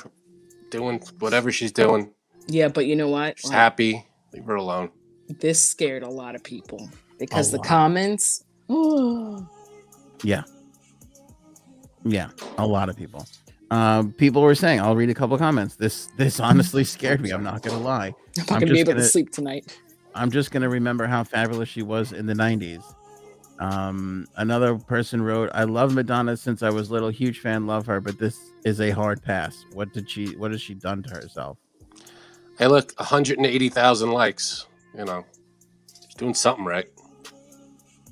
Speaker 2: doing whatever she's doing.
Speaker 3: Yeah, but you know what?
Speaker 2: She's
Speaker 3: Like,
Speaker 2: happy. Leave her alone.
Speaker 3: This scared a lot of people because
Speaker 1: A
Speaker 3: the
Speaker 1: lot.
Speaker 3: comments.
Speaker 1: Yeah, a lot of people. Um, people were saying, I'll read a couple comments. This this honestly scared me. I'm not gonna lie.
Speaker 3: I'm not gonna be
Speaker 1: just
Speaker 3: able
Speaker 1: gonna-
Speaker 3: to sleep tonight.
Speaker 1: I'm just gonna remember how fabulous she was in the '90s. Um, another person wrote, "I love Madonna since I was little. Huge fan. Love her, but this is a hard pass. What did she? What has she done to herself?
Speaker 2: Hey, look, 180,000 likes. You know, she's doing something right.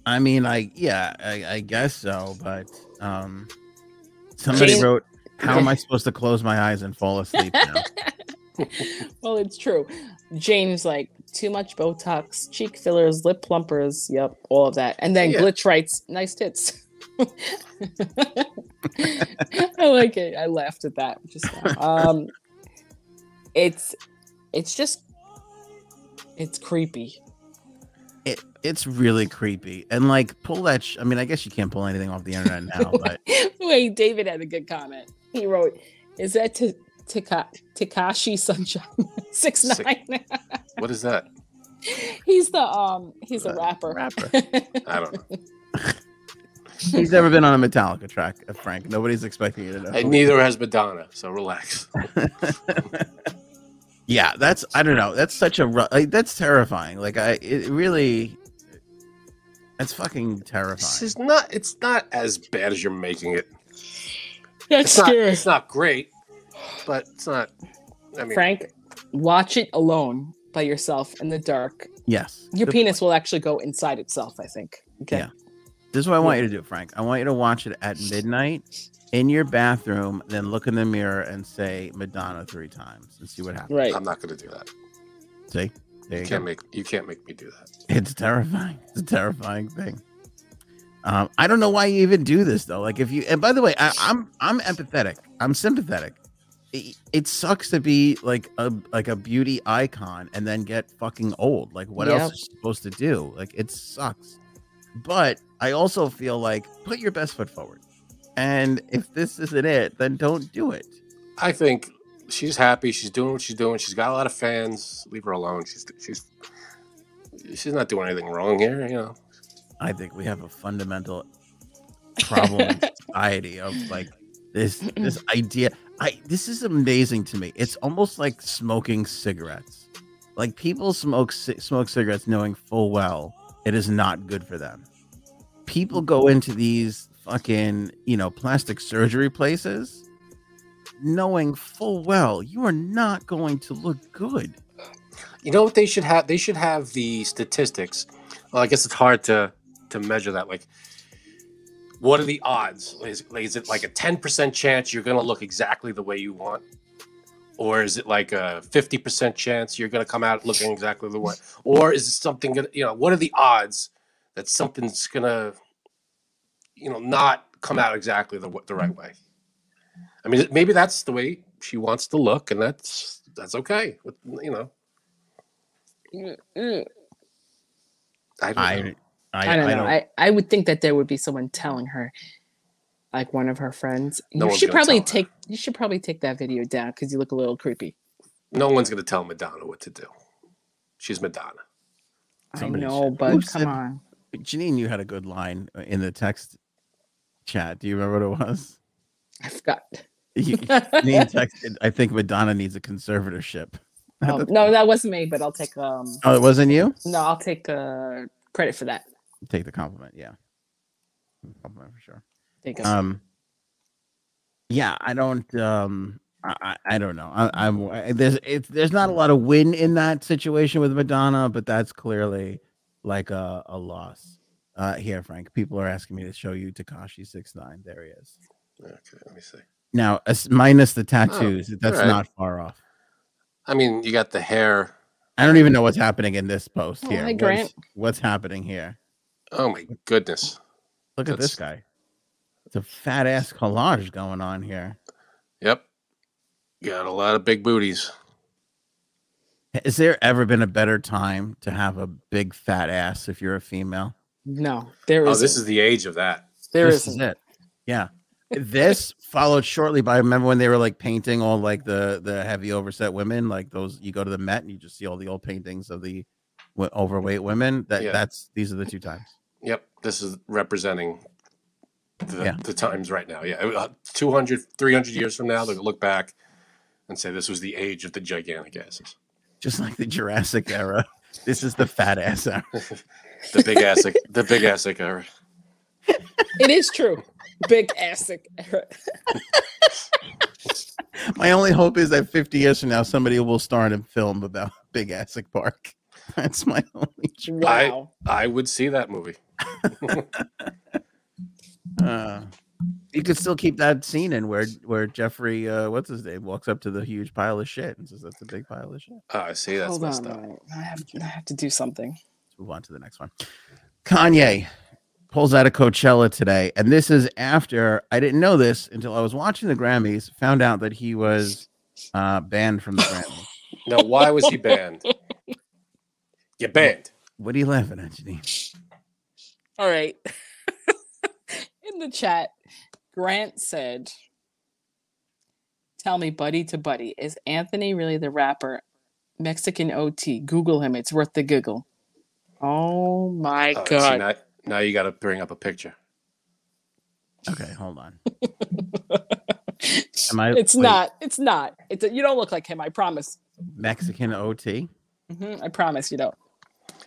Speaker 1: I mean, I yeah, I, I guess so. But um, somebody
Speaker 3: Jane-
Speaker 1: wrote, "How am I supposed to close my eyes and fall asleep now?"
Speaker 3: well, it's true. James like too much Botox, cheek fillers, lip plumpers. Yep, all of that. And then
Speaker 2: Yeah.
Speaker 3: Glitch writes, "Nice tits." I like it. I laughed at that just now. Um, it's it's just it's creepy.
Speaker 1: it it's really creepy and like pull that sh- i mean i guess you can't pull anything off the internet now but
Speaker 3: Wait, David had a good comment. He wrote, "Is that t- Taka- Takashi Sunshine six
Speaker 2: Sick.
Speaker 3: nine?
Speaker 2: What is that?
Speaker 3: he's the um he's a
Speaker 1: Uh,
Speaker 3: rapper.
Speaker 1: rapper.
Speaker 2: I don't know.
Speaker 1: he's never been on a metallica track uh, frank nobody's expecting you to know
Speaker 2: And neither has Madonna, so relax.
Speaker 1: yeah that's i don't know that's such a ru- like, that's terrifying like i it really that's fucking
Speaker 2: This
Speaker 1: terrifying
Speaker 2: is not. It's not as bad as you're making it.
Speaker 3: That's
Speaker 2: It's not.
Speaker 3: scary.
Speaker 2: It's not great, but it's not. I mean,
Speaker 3: Frank, watch it alone by yourself in the dark.
Speaker 1: yes
Speaker 3: Your
Speaker 1: Good-
Speaker 3: penis will actually go inside itself. I think. Okay.
Speaker 1: Yeah. this is what i want you to do frank i want you to watch it at midnight in your bathroom then look in the mirror and say madonna three times and see what happens
Speaker 3: Right.
Speaker 2: I'm not going to do that.
Speaker 1: see there
Speaker 2: You
Speaker 1: you go
Speaker 2: can't make. You can't make me do that.
Speaker 1: It's terrifying. It's a terrifying thing. Um, I don't know why you even do this though. Like if you and by the way, I, I'm I'm empathetic. I'm sympathetic. It, it sucks to be like a like a beauty icon and then get fucking old. Like what
Speaker 3: Yeah.
Speaker 1: else is she supposed to do? Like it sucks. But I also feel like put your best foot forward. And if this isn't it, then don't do it.
Speaker 2: I think she's happy. She's doing what she's doing. She's got a lot of fans. Leave her alone. She's she's she's not doing anything wrong here. You know.
Speaker 1: I think we have a fundamental problem in society of like this this idea. I this is amazing to me. It's almost like smoking cigarettes. Like people smoke ci- smoke cigarettes knowing full well it is not good for them. People go
Speaker 3: Mm-hmm.
Speaker 1: into these fucking, you know, plastic surgery places knowing full well you are not going to look good.
Speaker 2: You know what they should have? They should have the statistics. Well, I guess it's hard to to measure that. Like, what are the odds? Is, is it like a ten percent chance you're going to look exactly the way you want, or is it like a fifty percent chance you're going to come out looking exactly the way? Or is it something going? to You know, what are the odds that something's going to, you know, not come out exactly the w- the right way? I mean, maybe that's the way she wants to look, and that's that's okay. With, you know,
Speaker 3: Mm,
Speaker 2: I don't know.
Speaker 1: I I,
Speaker 3: I don't know. I, I would think that there would be someone telling her, like one of her friends.
Speaker 2: No
Speaker 3: you
Speaker 2: one's
Speaker 3: should
Speaker 2: gonna
Speaker 3: probably
Speaker 2: tell her.
Speaker 3: take you should probably take that video down because you look a little creepy.
Speaker 2: no one's going to tell Madonna what to do. She's Madonna.
Speaker 1: Somebody
Speaker 3: I know,
Speaker 1: should.
Speaker 3: but
Speaker 1: Who
Speaker 3: come
Speaker 1: said-
Speaker 3: on.
Speaker 1: Janine, you had a good line uh, in the text chat. Do you remember what it was?
Speaker 3: I forgot.
Speaker 1: You- Janine texted, I think Madonna needs a conservatorship.
Speaker 3: Um, no, that wasn't me, but I'll take um
Speaker 1: Oh, it wasn't you?
Speaker 3: no, I'll take uh credit for that.
Speaker 1: Take the compliment. Yeah. Compliment for sure.
Speaker 3: Think of
Speaker 1: Um, yeah, I don't, um, I, I I don't know. I, I'm I- there's it's there's not a lot of win in that situation with Madonna, but that's clearly like a, a loss. Uh, here, Frank. People are asking me to show you Takashi six nine. There he is.
Speaker 2: Okay, let me see.
Speaker 1: Now, as, minus the tattoos, that's
Speaker 2: alright.
Speaker 1: not far off.
Speaker 2: I mean, you got the hair.
Speaker 1: I don't even know what's happening in this post
Speaker 3: Oh,
Speaker 1: here.
Speaker 3: hi,
Speaker 1: What is-
Speaker 3: Grant.
Speaker 1: what's happening here?
Speaker 2: Oh my goodness.
Speaker 1: Look at this guy. It's a fat ass collage going on here.
Speaker 2: Yep. Got a lot of big booties.
Speaker 1: Has there ever been a better time to have a big fat ass if you're a female?
Speaker 3: no, there
Speaker 2: Oh,
Speaker 3: is
Speaker 2: this is the age of that.
Speaker 3: there
Speaker 1: this
Speaker 3: isn't.
Speaker 1: is it. Yeah. This followed shortly by remember when they were like painting all like the the heavy overset women, like those you go to the Met and you just see all the old paintings of the w- overweight women. That
Speaker 2: Yeah.
Speaker 1: that's these are the two times.
Speaker 2: Yep. This is representing the,
Speaker 1: Yeah.
Speaker 2: the times right now. Yeah. uh, 200, 300 years from now, they'll look back and say this was the age of the gigantic asses.
Speaker 1: Just like the Jurassic era. This is the fat ass era.
Speaker 2: The big ass, the big ass era.
Speaker 3: It is true. Big ass.
Speaker 1: My only hope is that 50 years from now, somebody will star in a film about Big Asic Park. That's my only.
Speaker 3: Wow.
Speaker 2: I would see that movie.
Speaker 1: Uh, you could still keep that scene in where where Jeffrey, uh, what's his name, walks up to the huge pile of shit and says, "That's a big pile of shit."
Speaker 2: Oh, I see. That's
Speaker 3: Hold
Speaker 2: messed
Speaker 3: on, a
Speaker 2: up.
Speaker 3: minute. I have I have to do something.
Speaker 1: move on to the next one. Kanye pulls out of Coachella today, and this is after I didn't know this until I was watching the Grammys. Found out that he was uh, banned from the Grammys.
Speaker 2: Now, why was he banned? You're banned.
Speaker 1: what are you laughing at, Janine?
Speaker 3: All right. In the chat, Grant said, Tell me, buddy to buddy, is Anthony really the rapper? Mexican OT. Google him. It's worth the giggle. Oh my
Speaker 2: Oh, see,
Speaker 3: God.
Speaker 2: now, now you got to bring up a picture.
Speaker 1: Okay, hold on. Am I-
Speaker 3: it's
Speaker 1: wait.
Speaker 3: not. It's not. It's you don't look like him. I promise.
Speaker 1: Mexican OT.
Speaker 3: Mhm, I promise you don't.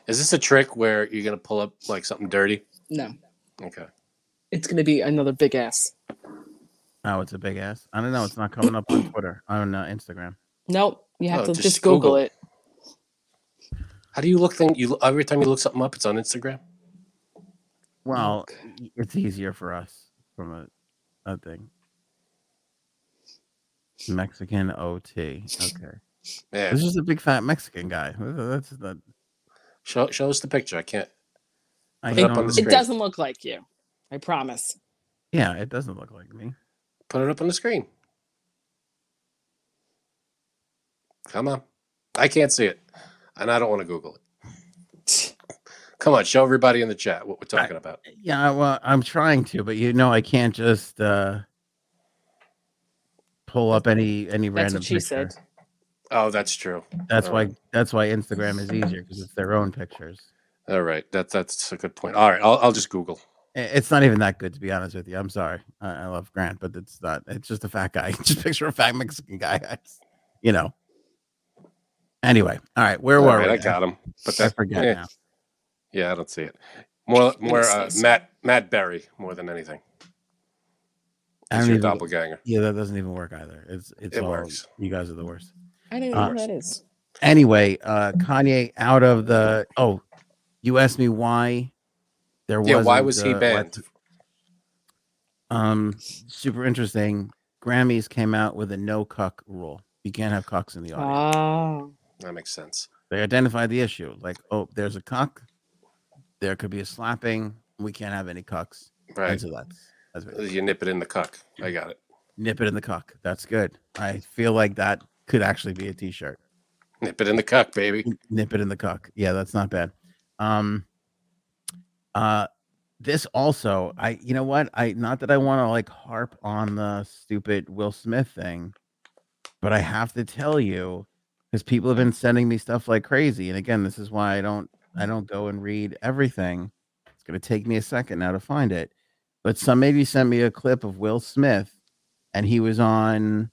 Speaker 2: Is this a trick where you're gonna pull up like something dirty?
Speaker 3: No.
Speaker 2: Okay.
Speaker 3: It's going to be another big ass.
Speaker 1: Oh, it's a big ass. I don't know. It's not coming up on Twitter, on uh, Instagram.
Speaker 3: Nope. You have
Speaker 2: Oh,
Speaker 3: to
Speaker 2: just
Speaker 3: just, Google,
Speaker 2: Google.
Speaker 3: it.
Speaker 2: How do you look? Thing you every time you look something up, it's on Instagram.
Speaker 1: Well, y- it's easier for us from a, a thing. Mexican OT. Okay.
Speaker 2: Yeah.
Speaker 1: This is a big fat Mexican guy. That's the.
Speaker 2: Show, show us the picture. I can't.
Speaker 1: I
Speaker 2: Put it up on
Speaker 1: don't-
Speaker 2: the
Speaker 3: It
Speaker 2: screen.
Speaker 3: doesn't look like you. I promise.
Speaker 1: Yeah, it doesn't look like me.
Speaker 2: Put it up on the screen. Come on. I can't see it, and I don't want to Google it. Come on, show everybody in the chat what we're talking about.
Speaker 1: Yeah, well, I'm trying to, but you know, I can't just uh pull up any any
Speaker 3: That's
Speaker 1: random.
Speaker 3: what she
Speaker 1: picture.
Speaker 3: said.
Speaker 2: Oh, that's true.
Speaker 1: That's
Speaker 2: All
Speaker 1: why.
Speaker 2: right.
Speaker 1: That's why Instagram is easier because it's their own pictures.
Speaker 2: All right, that that's a good point. All right, I'll I'll just Google.
Speaker 1: I- It's not even that good, to be honest with you. I'm sorry. I, I love Grant, but it's not. It's just a fat guy. just picture a fat Mexican guy. I just- you know. Anyway, all right. Where
Speaker 2: All
Speaker 1: were
Speaker 2: right,
Speaker 1: we?
Speaker 2: I got him, but
Speaker 1: I
Speaker 2: that
Speaker 1: forget
Speaker 2: yeah.
Speaker 1: now.
Speaker 2: yeah, I don't see it. More, more uh,
Speaker 3: sense.
Speaker 2: Matt Matt Berry more than anything.
Speaker 1: I
Speaker 2: He's
Speaker 1: don't
Speaker 2: your
Speaker 1: even-
Speaker 2: doppelganger.
Speaker 1: yeah, that doesn't even work either. It's it's
Speaker 2: It
Speaker 1: all,
Speaker 2: works.
Speaker 1: You guys are the worst.
Speaker 4: I don't even
Speaker 1: Uh,
Speaker 4: know who that is.
Speaker 1: anyway, uh, Kanye out of the. Oh, you asked me why there was.
Speaker 2: Yeah, why was
Speaker 1: uh,
Speaker 2: he banned?
Speaker 1: um, super interesting. Grammys came out with a no cuck rule. You can't have cocks
Speaker 3: Ah.
Speaker 1: in the audience.
Speaker 4: Oh,
Speaker 2: That makes sense.
Speaker 1: they identified the issue. Like, oh, there's a cuck. There could be a slapping. We can't have any cucks. And
Speaker 2: Right,
Speaker 1: so that's that's what it is.
Speaker 2: you nip it in the cuck. I got it.
Speaker 1: nip it in the cuck. That's good. I feel like that could actually be a t-shirt.
Speaker 2: Nip it in the cuck, baby.
Speaker 1: nip it in the cuck. Yeah, that's not bad. Um uh this also I you know what? I not that I want to like harp on the stupid Will Smith thing, but I have to tell you cuz people have been sending me stuff like crazy and again, this is why I don't
Speaker 4: Mm-hmm.
Speaker 1: I don't go and read everything. It's going to take me a second now to find it. But some you sent me a clip of Will Smith and he was on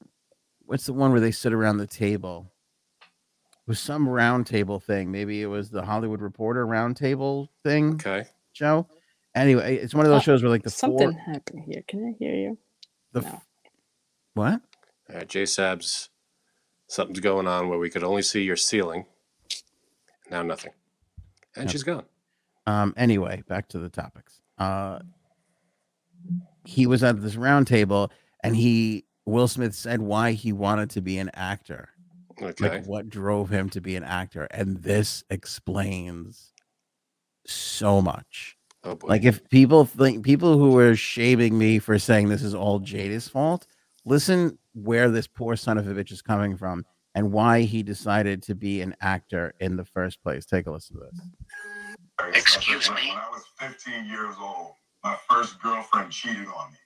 Speaker 1: what's the one where they sit around the table? was some round table thing. Maybe it was the Hollywood Reporter round table thing
Speaker 2: Okay.
Speaker 1: show. Anyway, it's one of those
Speaker 4: Oh,
Speaker 1: shows where like the
Speaker 4: something
Speaker 1: four
Speaker 4: happened here. Can I hear you?
Speaker 1: the
Speaker 4: no.
Speaker 1: what?
Speaker 2: All right, J Sabs, something's going on where we could only see your ceiling. Now nothing. And
Speaker 1: Yeah.
Speaker 2: she's gone.
Speaker 1: Um anyway, back to the topics. Uh he was at this round table and he Will Smith said why he wanted to be an actor.
Speaker 2: Okay.
Speaker 1: Like what drove him to be an actor and this explains so much.
Speaker 2: oh boy.
Speaker 1: Like if people think people who were shaming me for saying this is all Jada's fault, listen where this poor son of a bitch is coming from and why he decided to be an actor in the first place. Take a listen to this.
Speaker 5: Excuse me? When I was 15 years old, my first girlfriend cheated on me.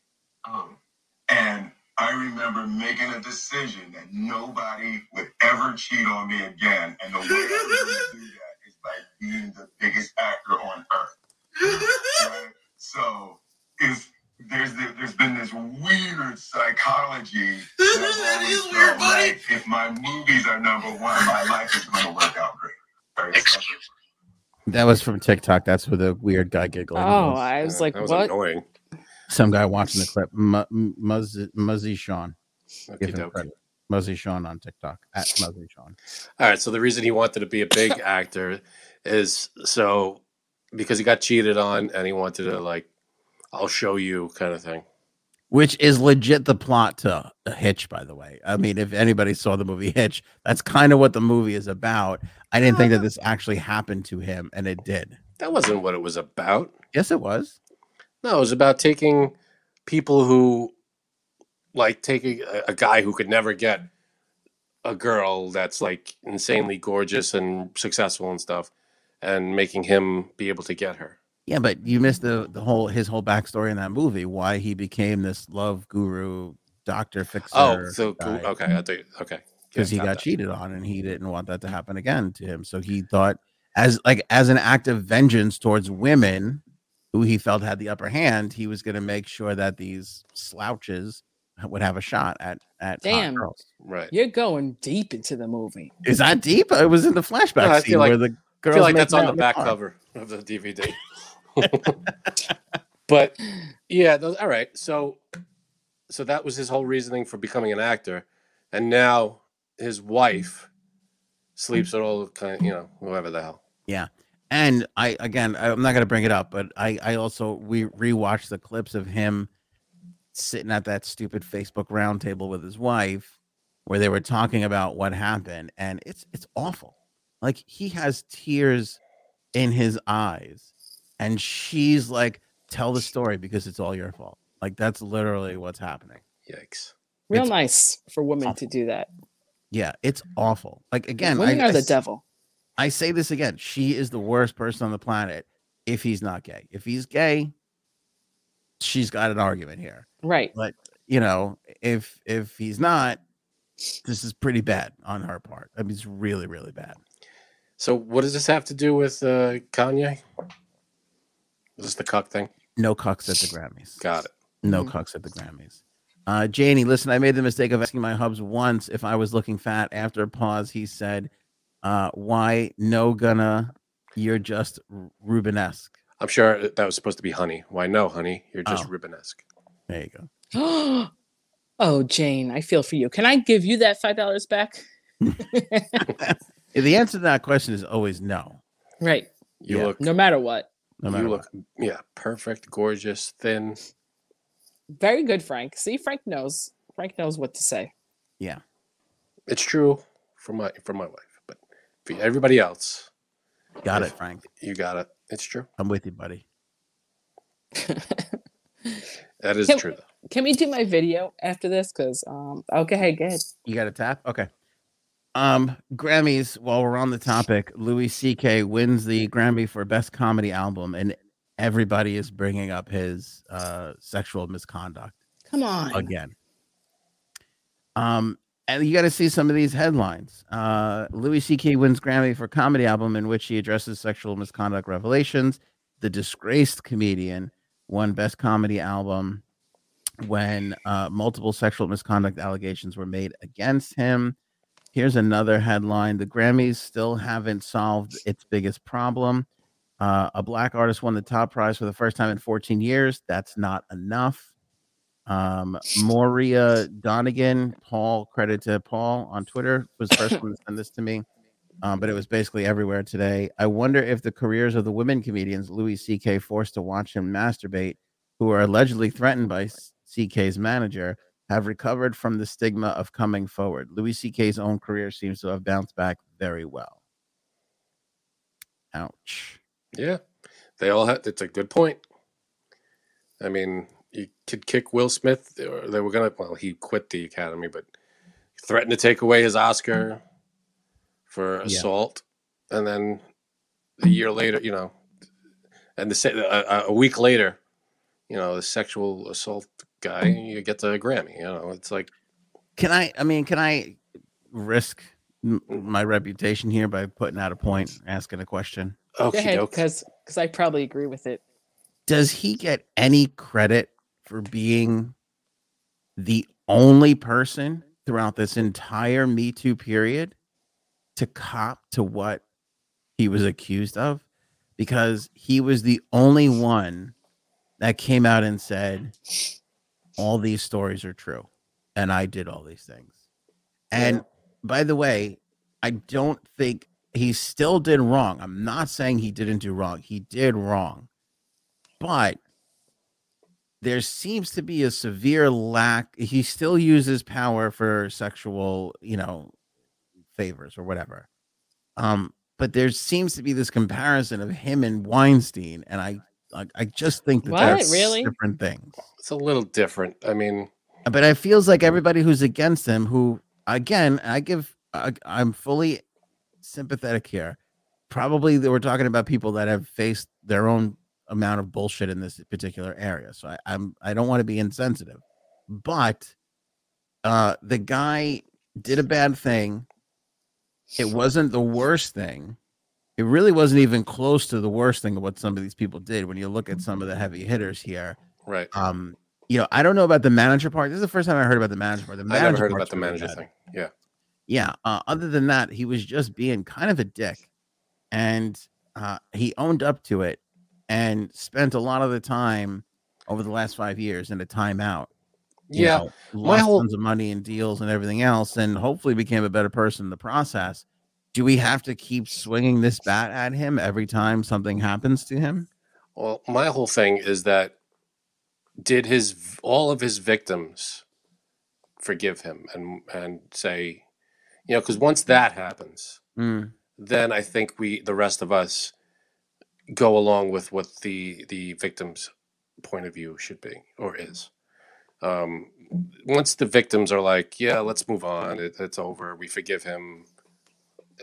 Speaker 5: And I remember making a decision that nobody would ever cheat on me again. And the way I was gonna do that is by being the biggest actor on earth. Right? So it's there's the, there's been this weird psychology. That I've always felt like if my movies are number one, my life is going to work out great. Right?
Speaker 1: That was from TikTok. That's where the weird guy giggling.
Speaker 4: Oh,
Speaker 1: was.
Speaker 4: I was
Speaker 2: Yeah,
Speaker 4: like,
Speaker 2: that was
Speaker 4: what?
Speaker 2: annoying.
Speaker 1: some guy watching the clip. Mu- M- Muzzy, Muzzy Sean. Give him
Speaker 2: Okey-doke.
Speaker 1: credit. Muzzy Sean on TikTok at Muzzy Sean.
Speaker 2: All right. So the reason he wanted to be a big actor is so because he got cheated on and he wanted
Speaker 1: Mm-hmm.
Speaker 2: to like, I'll show you kind of thing.
Speaker 1: Which is legit the plot to Hitch, by the way. I mean, if anybody saw the movie Hitch, that's kind of what the movie is about. I didn't think that this actually happened to him, and it did.
Speaker 2: That wasn't what it was about.
Speaker 1: Yes, it was.
Speaker 2: No, it was about taking people who, like, taking a, a guy who could never get a girl that's like
Speaker 1: Mm-hmm.
Speaker 2: insanely gorgeous and successful and stuff, and making him be able to get her.
Speaker 1: Yeah, but you missed the, the whole his whole backstory in that movie. Why he became this love guru, doctor fixer.
Speaker 2: Oh, so cool. okay, I think okay,
Speaker 1: because Mm-hmm. he
Speaker 2: Yeah,
Speaker 1: got
Speaker 2: that.
Speaker 1: cheated on, and he didn't want that to happen again to him. So he thought, as like as an act of vengeance towards women, who he felt had the upper hand, he was going to make sure that these slouches would have a shot at at hot
Speaker 4: Damn.
Speaker 1: girls.
Speaker 2: right.
Speaker 4: You're going deep into the movie.
Speaker 1: Is that deep? It was in the flashback
Speaker 2: I feel
Speaker 1: scene
Speaker 2: like-
Speaker 1: where the
Speaker 2: I
Speaker 1: girls
Speaker 2: feel like
Speaker 1: make
Speaker 2: that's on
Speaker 1: out
Speaker 2: the
Speaker 1: in
Speaker 2: back
Speaker 1: car.
Speaker 2: cover of the DVD. but yeah, those, all right. So, so that was his whole reasoning for becoming an actor, and now his wife sleeps with all kind, you know, whoever the hell.
Speaker 1: And I again, I- I'm not gonna bring it up, but I I also we rewatched the clips of him sitting at that stupid Facebook roundtable with his wife, where they were talking about what happened, and it's it's awful. Like he has tears in his eyes, and she's like, "Tell the story because it's all your fault." Like that's literally what's happening.
Speaker 2: Yikes!
Speaker 4: Real
Speaker 1: It's-
Speaker 4: nice for women
Speaker 1: Awful.
Speaker 4: to do that.
Speaker 1: Yeah, it's awful. Like again,
Speaker 4: women
Speaker 1: I,
Speaker 4: are
Speaker 1: I
Speaker 4: the
Speaker 1: s-
Speaker 4: devil.
Speaker 1: I say this again. She is the worst person on the planet if he's not gay. If he's gay, she's got an argument here.
Speaker 4: Right.
Speaker 1: You know, if if he's not, this is pretty bad on her part. I mean, it's really, really bad.
Speaker 2: So, what does this have to do with uh, Kanye? Is this the cuck thing?
Speaker 1: No cucks at the Grammys.
Speaker 2: Got it.
Speaker 1: No
Speaker 4: Mhm.
Speaker 1: cucks at the Grammys. Uh, Janie, listen, I made the mistake of asking my hubs once if I was looking fat. After a pause, he said, uh, "Why no gonna? You're just R- Rubenesque."
Speaker 2: I'm sure that was supposed to be honey. Why no, honey? You're just
Speaker 1: Oh.
Speaker 2: Rubenesque.
Speaker 1: There you go.
Speaker 4: oh, Jane, I feel for you. Can I give you that five dollars back?
Speaker 1: The answer to that question is always no.
Speaker 4: Right.
Speaker 2: You
Speaker 1: Yeah.
Speaker 2: look,
Speaker 4: No matter what.
Speaker 1: No matter
Speaker 2: you
Speaker 1: what.
Speaker 2: look, yeah, perfect, gorgeous, thin.
Speaker 4: Very good, Frank. See, Frank knows. Frank knows what to say.
Speaker 2: It's true for my for my wife, but for everybody else,
Speaker 1: Got it,
Speaker 2: if-
Speaker 1: Frank.
Speaker 2: you got it. It's true.
Speaker 1: I'm with you, buddy.
Speaker 2: That is
Speaker 4: Can-
Speaker 2: true. Though.
Speaker 4: Can we do my video after this? Because um, okay, hey, go ahead.
Speaker 1: You got a tap? Okay. Um, Grammys, while we're on the topic, Louis C.K. wins the Grammy for Best Comedy Album, and everybody is bringing up his uh, sexual misconduct
Speaker 4: Come on.
Speaker 1: again. Um, and you got to see some of these headlines. Uh, Louis C.K. wins Grammy for Comedy Album, in which he addresses sexual misconduct revelations. The disgraced comedian won Best Comedy Album when uh, multiple sexual misconduct allegations were made against him. Here's another headline The Grammys still haven't solved its biggest problem. Uh, a black artist won the top prize for the first time in 14 years. That's not enough. Um, Moria Donegan, Paul, credit to Paul on Twitter, was the first one to send this to me. Um, but it was basically everywhere today. I wonder if the careers of the women comedians Louis C.K. forced to watch him masturbate who are allegedly threatened by CK's manager have recovered from the stigma of coming forward. Louis CK's own career seems to have bounced back very well. Ouch.
Speaker 2: Yeah, they all had. It's a good point. I mean, you could kick Will Smith. They were, they were gonna. Well, he quit the Academy, but threatened to take away his Oscar for
Speaker 1: Yeah.
Speaker 2: assault, and then a year later, you know, and the sa- a, a- a week later, you know, the sexual assault guy, you get the Grammy. You know, it's like
Speaker 1: Can I? I mean, can I risk m- my reputation here by putting out a point, asking a question?
Speaker 4: Go
Speaker 2: okay,
Speaker 4: ahead,
Speaker 2: doke.
Speaker 4: because because I probably agree with it.
Speaker 1: Does he get any credit for being the only person throughout this entire Me Too period to cop to what he was accused of? Because he was the only one that came out and said, All these stories are true. And I did all these things. And by the way, I don't think he still did wrong. I'm not saying he didn't do wrong, he did wrong. But there seems to be a severe lack. He still uses power for sexual, you know, favors or whatever. Um, but there seems to be this comparison of him and Weinstein, and I, I, I just think that
Speaker 4: What?
Speaker 1: that's
Speaker 4: Really?
Speaker 1: different things.
Speaker 2: It's a little different. I mean,
Speaker 1: But it feels like everybody who's against him, who again, I give, I, I'm fully sympathetic here. Probably that we're talking about people that have faced their own amount of bullshit in this particular area. So I, I'm, I don't want to be insensitive, but uh, the guy did a bad thing. It wasn't the worst thing. It really wasn't even close to the worst thing of what some of these people did. When you look at some of the heavy hitters here,
Speaker 2: right.
Speaker 1: um you know i don't know about the manager part this is the first time i heard about the manager part the
Speaker 2: I
Speaker 1: manager
Speaker 2: never heard
Speaker 1: part's
Speaker 2: about the
Speaker 1: really
Speaker 2: manager
Speaker 1: bad.
Speaker 2: thing. Yeah.
Speaker 1: yeah uh, other than that he was just being kind of a dick and uh he owned up to it and spent a lot of the time over the last five years in a timeout you
Speaker 2: Yeah.
Speaker 1: know,
Speaker 2: my
Speaker 1: lost
Speaker 2: whole-
Speaker 1: tons of money in deals and everything else and hopefully became a better person in the process do we have to keep swinging this bat at him every time something happens to him
Speaker 2: Well, my whole thing is that did his all of his victims forgive him and and say, you know, because once that happens,
Speaker 1: Mm,
Speaker 2: then I think we the rest of us go along with what the the victim's point of view should be or is. Um, once the victims are like, yeah, let's move on. It, it's over. We forgive him.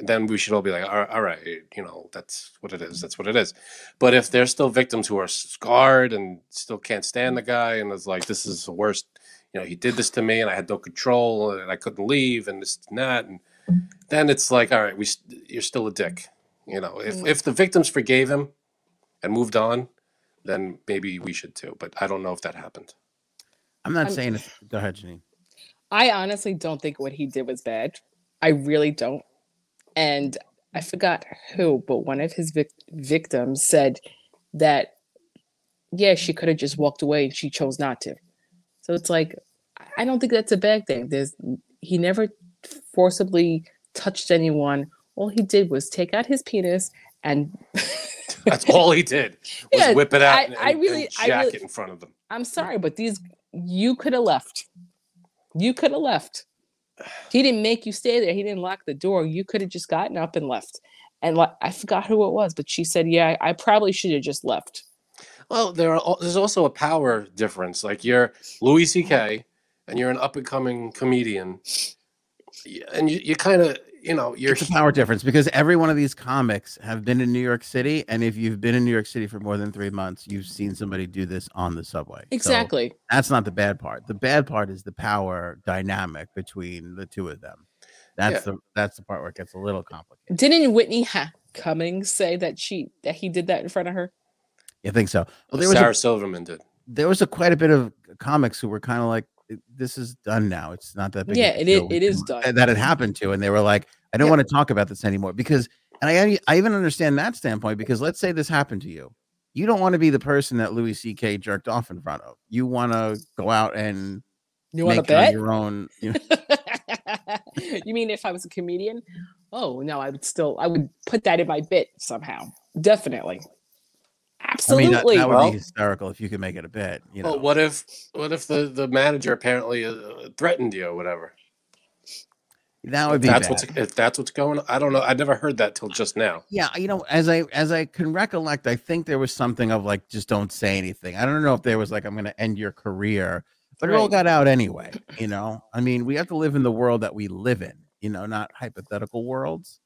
Speaker 2: Then we should all be like, all all right, you know, that's what it is. That's what it is. But if there's still victims who are scarred and still can't stand the guy and is like, this is the worst, you know, he did this to me and I had no control and I couldn't leave and this and that. And then it's like, all right, we,
Speaker 4: Mm.
Speaker 2: st- you're still a dick. You know, if, if the victims forgave him and moved on, then maybe we should too. But I don't know if that happened.
Speaker 1: I'm not
Speaker 4: I'm-
Speaker 1: saying it. Go ahead, Janine.
Speaker 4: I honestly don't think what he did was bad. I really don't. And I forgot who, but one of his vic- victims said that, yeah, she could have just walked away and she chose not to. So it's like, I- I don't think that's a bad thing. There's he never forcibly touched anyone. All he did was take out his penis and
Speaker 2: That's all he did was
Speaker 4: Yeah,
Speaker 2: whip it out
Speaker 4: I-
Speaker 2: and,
Speaker 4: I
Speaker 2: and-
Speaker 4: really-
Speaker 2: and
Speaker 4: I
Speaker 2: jack
Speaker 4: really-
Speaker 2: it in front of them.
Speaker 4: I'm sorry, but these you could have left. You could have left. He didn't make you stay there. He didn't lock the door. You could have just gotten up and left. And like, I forgot who it was, but she said, "Yeah, I, I probably should have just left."
Speaker 2: Well, there are al- there's also a power difference. Like you're Louis C.K. and you're an up and coming comedian, y- and you, you kind of you know you're
Speaker 1: It's a power difference because every one of these comics have been in New York City, and if you've been in New York City for more than three months, you've seen somebody do this on the subway. So
Speaker 4: Exactly.
Speaker 1: that's not the bad part. The bad part is the power dynamic between the two of them. That's the that's the part where it gets a little complicated.
Speaker 4: Didn't Whitney ha- Cummings say that she that he did that in front of her?
Speaker 1: You think so? Well, there was a
Speaker 2: Sarah Silverman did.
Speaker 1: there was a quite a bit of comics who were kind of like this is done now it's not that big of
Speaker 4: Yeah,
Speaker 1: a
Speaker 4: it
Speaker 1: deal."
Speaker 4: i- it is done.
Speaker 1: that, that it happened to and they were like i don't
Speaker 4: Yeah.
Speaker 1: want to talk about this anymore because and I, I even understand that standpoint because let's say this happened to you you don't want to be the person that louis ck jerked off in front of you want to go out and
Speaker 4: You
Speaker 1: make
Speaker 4: want to
Speaker 1: it on
Speaker 4: bet?
Speaker 1: your own you know,
Speaker 4: you mean if I was a comedian? Oh no, I would still I would put that in my bit somehow.
Speaker 1: i
Speaker 4: Definitely.
Speaker 1: mean
Speaker 4: Absolutely.
Speaker 1: that, that would
Speaker 2: Well- Oh,
Speaker 1: be hysterical if you could make it a bit you know
Speaker 2: Well, what if what if the the manager apparently uh, threatened you or whatever?
Speaker 1: that would be
Speaker 2: That's
Speaker 1: bad.
Speaker 2: what's if that's what's going. on. I don't know. I never heard that till just now.
Speaker 1: yeah you know as i as i can recollect i think there was something of like just don't say anything i don't know if there was like i'm going to end your career but it all
Speaker 4: Right.
Speaker 1: got out anyway you know i mean we have to live in the world that we live in you know not hypothetical worlds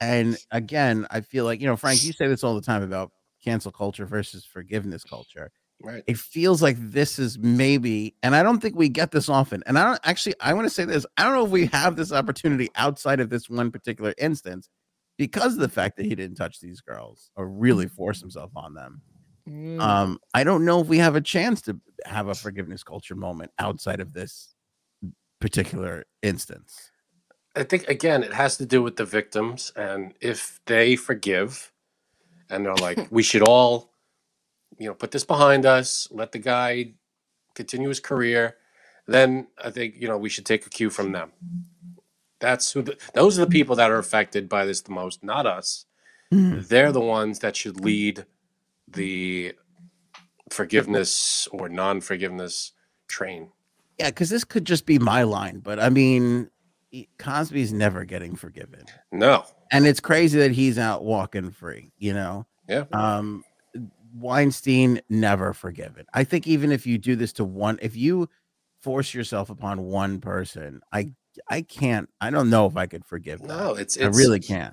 Speaker 1: and again i feel like you know frank you say this all the time about cancel culture versus forgiveness culture
Speaker 2: Right.
Speaker 1: it feels like this is maybe and i don't think we get this often and i don't actually i want to say this i don't know if we have this opportunity outside of this one particular instance because of the fact that he didn't touch these girls or really force himself on them
Speaker 4: Mm.
Speaker 3: Mm-hmm.
Speaker 1: um i don't know if we have a chance to have a forgiveness culture moment outside of this particular instance
Speaker 2: I think again, it has to do with the victims, and if they forgive, and they're like, we should all, you know, put this behind us, let the guy continue his career, then I think you know we should take a cue from them. That's who. The, those are the people that are affected by this the most, not us.
Speaker 1: Hmm.
Speaker 2: They're the ones that should lead the forgiveness or non-forgiveness train.
Speaker 1: yeah because this could just be my line but i mean e- cosby's never getting forgiven
Speaker 2: No,
Speaker 1: and it's crazy that he's out walking free you know
Speaker 2: yeah,
Speaker 1: um Weinstein never forgiven. I think even if you do this to one if you force yourself upon one person, I I can't I don't know if I could forgive that.
Speaker 2: no, it's
Speaker 1: I
Speaker 2: it's
Speaker 1: really can't.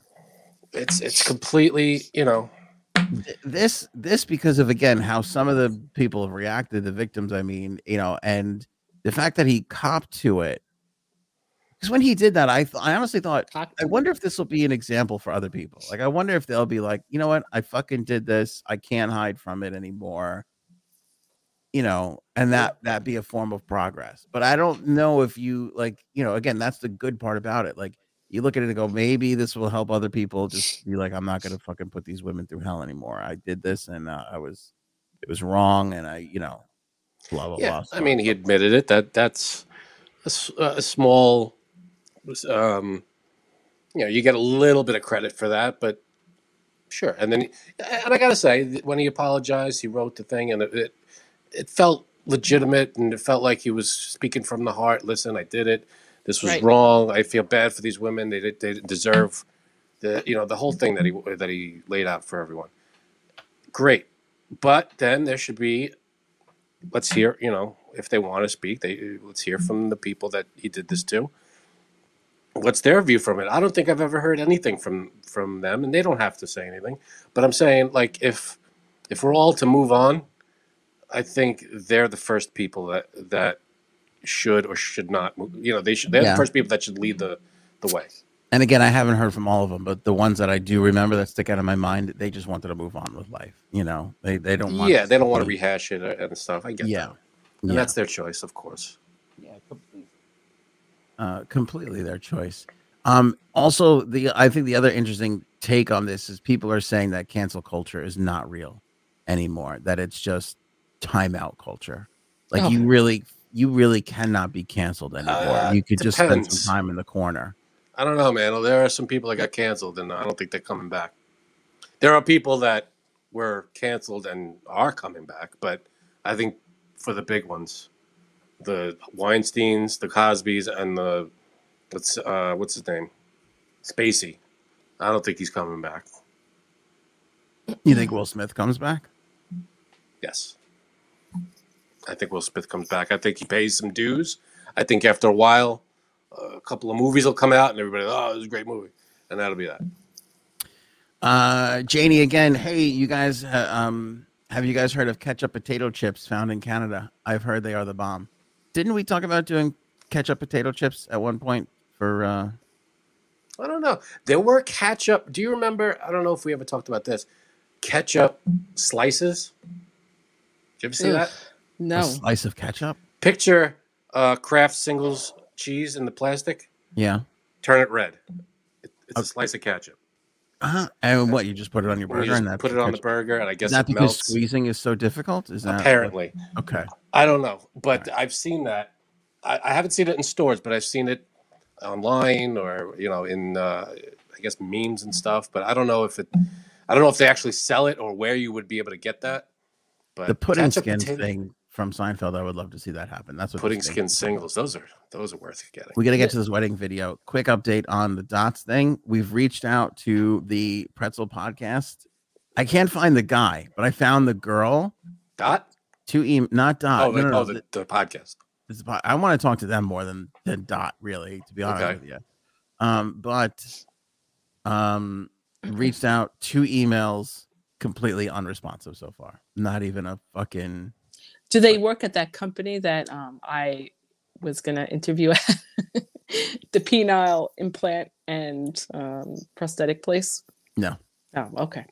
Speaker 2: it's it's completely you know
Speaker 1: Th- This this because of again how some of the people have reacted, the victims I mean, you know, and the fact that he copped to it. Cuz when he did that, I th- I honestly thought
Speaker 4: Cock-
Speaker 1: I wonder if this will be an example for other people. Like, I wonder if they'll be like, you know what? I fucking did this. I can't hide from it anymore. You know, and that that be a form of progress. But I don't know if you like, you know, again, that's the good part about it. Like, you look at it and go, maybe this will help other people. Just be like, I'm not gonna fucking put these women through hell anymore. I did this, and uh, I was, it was wrong, and I, you know, blah blah
Speaker 2: Yeah,
Speaker 1: blah.
Speaker 2: I mean, he admitted it. That that's a, s- a small, um, you know, you get a little bit of credit for that, but sure. And then, and I gotta say, that when he apologized, he wrote the thing, and it it, it felt legitimate, and it felt like he was speaking from the heart. Listen, I did it. This was
Speaker 4: Right.
Speaker 2: wrong. I feel bad for these women. They did- they didn't deserve the you know the whole thing that he that he laid out for everyone. Great, but then there should be let's hear you know if they want to speak they let's hear from the people that he did this to what's their view from it i don't think i've ever heard anything from from them and they don't have to say anything but i'm saying like if if we're all to move on i think they're the first people that that should or should not move you know they should they're
Speaker 1: Yeah.
Speaker 2: the first people that should lead the the way
Speaker 1: And again, I haven't heard from all of them, but the ones that I do remember that stick out in my mind, they just wanted to move on with life. You know, they they don't want.
Speaker 2: yeah, they don't want to
Speaker 1: be-
Speaker 2: rehash it uh, and stuff. I get
Speaker 1: Yeah,
Speaker 2: that. And
Speaker 1: yeah,
Speaker 2: that's their choice, of course.
Speaker 6: Yeah, completely.
Speaker 1: uh, completely their choice. Um, also, the I think the other interesting take on this is people are saying that cancel culture is not real anymore; that it's just timeout culture. Like
Speaker 4: Oh.
Speaker 1: you really, you really cannot be canceled anymore.
Speaker 2: Uh,
Speaker 1: you could just spend
Speaker 2: depends.
Speaker 1: some time in the corner.
Speaker 2: I don't know, man. There are some people that got canceled, and I don't think they're coming back. There are people that were canceled and are coming back, but I think for the big ones, the Weinstein's, the Cosby's, and the what's uh, what's his name, Spacey. I don't think he's coming back.
Speaker 1: You think Will Smith comes back?
Speaker 2: Yes. I think Will Smith comes back. I think he pays some dues. I think after a while, a couple of movies will come out and everybody, oh, it was a great movie. And that'll be that.
Speaker 1: Uh, Janie again. Hey, you guys. Uh, um, have you guys heard of ketchup potato chips found in Canada? I've heard they are the bomb. Didn't we talk about doing ketchup potato chips at one point for? Uh,
Speaker 2: I don't know. There were catch up. Do you remember? I don't know if we ever talked about this. Ketchup slices. Did you ever see
Speaker 4: Ugh.
Speaker 2: that?
Speaker 1: a
Speaker 4: No.
Speaker 1: slice of ketchup.
Speaker 2: Picture uh, Kraft singles cheese in the plastic.
Speaker 1: Yeah.
Speaker 2: Turn it red. It- It's
Speaker 1: Okay.
Speaker 2: a slice of ketchup.
Speaker 1: Uh-huh. And what you just put it on your
Speaker 2: Or
Speaker 1: burger
Speaker 2: you just
Speaker 1: and that
Speaker 2: put it on the
Speaker 1: ketchup-
Speaker 2: burger, and I
Speaker 1: Is
Speaker 2: guess
Speaker 1: that
Speaker 2: it
Speaker 1: because uh,
Speaker 2: melts.
Speaker 1: squeezing is so difficult? Is that
Speaker 2: Apparently,
Speaker 1: okay?
Speaker 2: I don't know, but I've seen that. I, I haven't seen it in stores, but I've seen it online or you know in uh, I guess memes and stuff. But I don't know if it. I don't know if they actually sell it or where you would be able to get that. But
Speaker 1: The pudding
Speaker 2: ketchup
Speaker 1: skins
Speaker 2: potato-
Speaker 1: thing from Seinfeld. I would love to see that happen. That's what
Speaker 2: pudding
Speaker 1: this thing-
Speaker 2: skin singles. Those are those are worth getting.
Speaker 1: We got to get to this wedding video. Quick update on the dots thing. We've reached out to the Pretzel podcast. I can't find the guy, but I found the girl.
Speaker 2: Dot.
Speaker 1: Two e not dot.
Speaker 2: Ah, oh,
Speaker 1: no,
Speaker 2: like,
Speaker 1: no, no,
Speaker 2: oh, the, the podcast.
Speaker 1: this is po- I want to talk to them more than than Dot, really, to be honest
Speaker 2: Okay.
Speaker 1: with you. Um, but um, reached out two emails, completely unresponsive so far. Not even a fucking.
Speaker 4: Do they work at that company that um, I was going to interview at? the penile implant and um, prosthetic place?
Speaker 1: No.
Speaker 4: Oh, okay.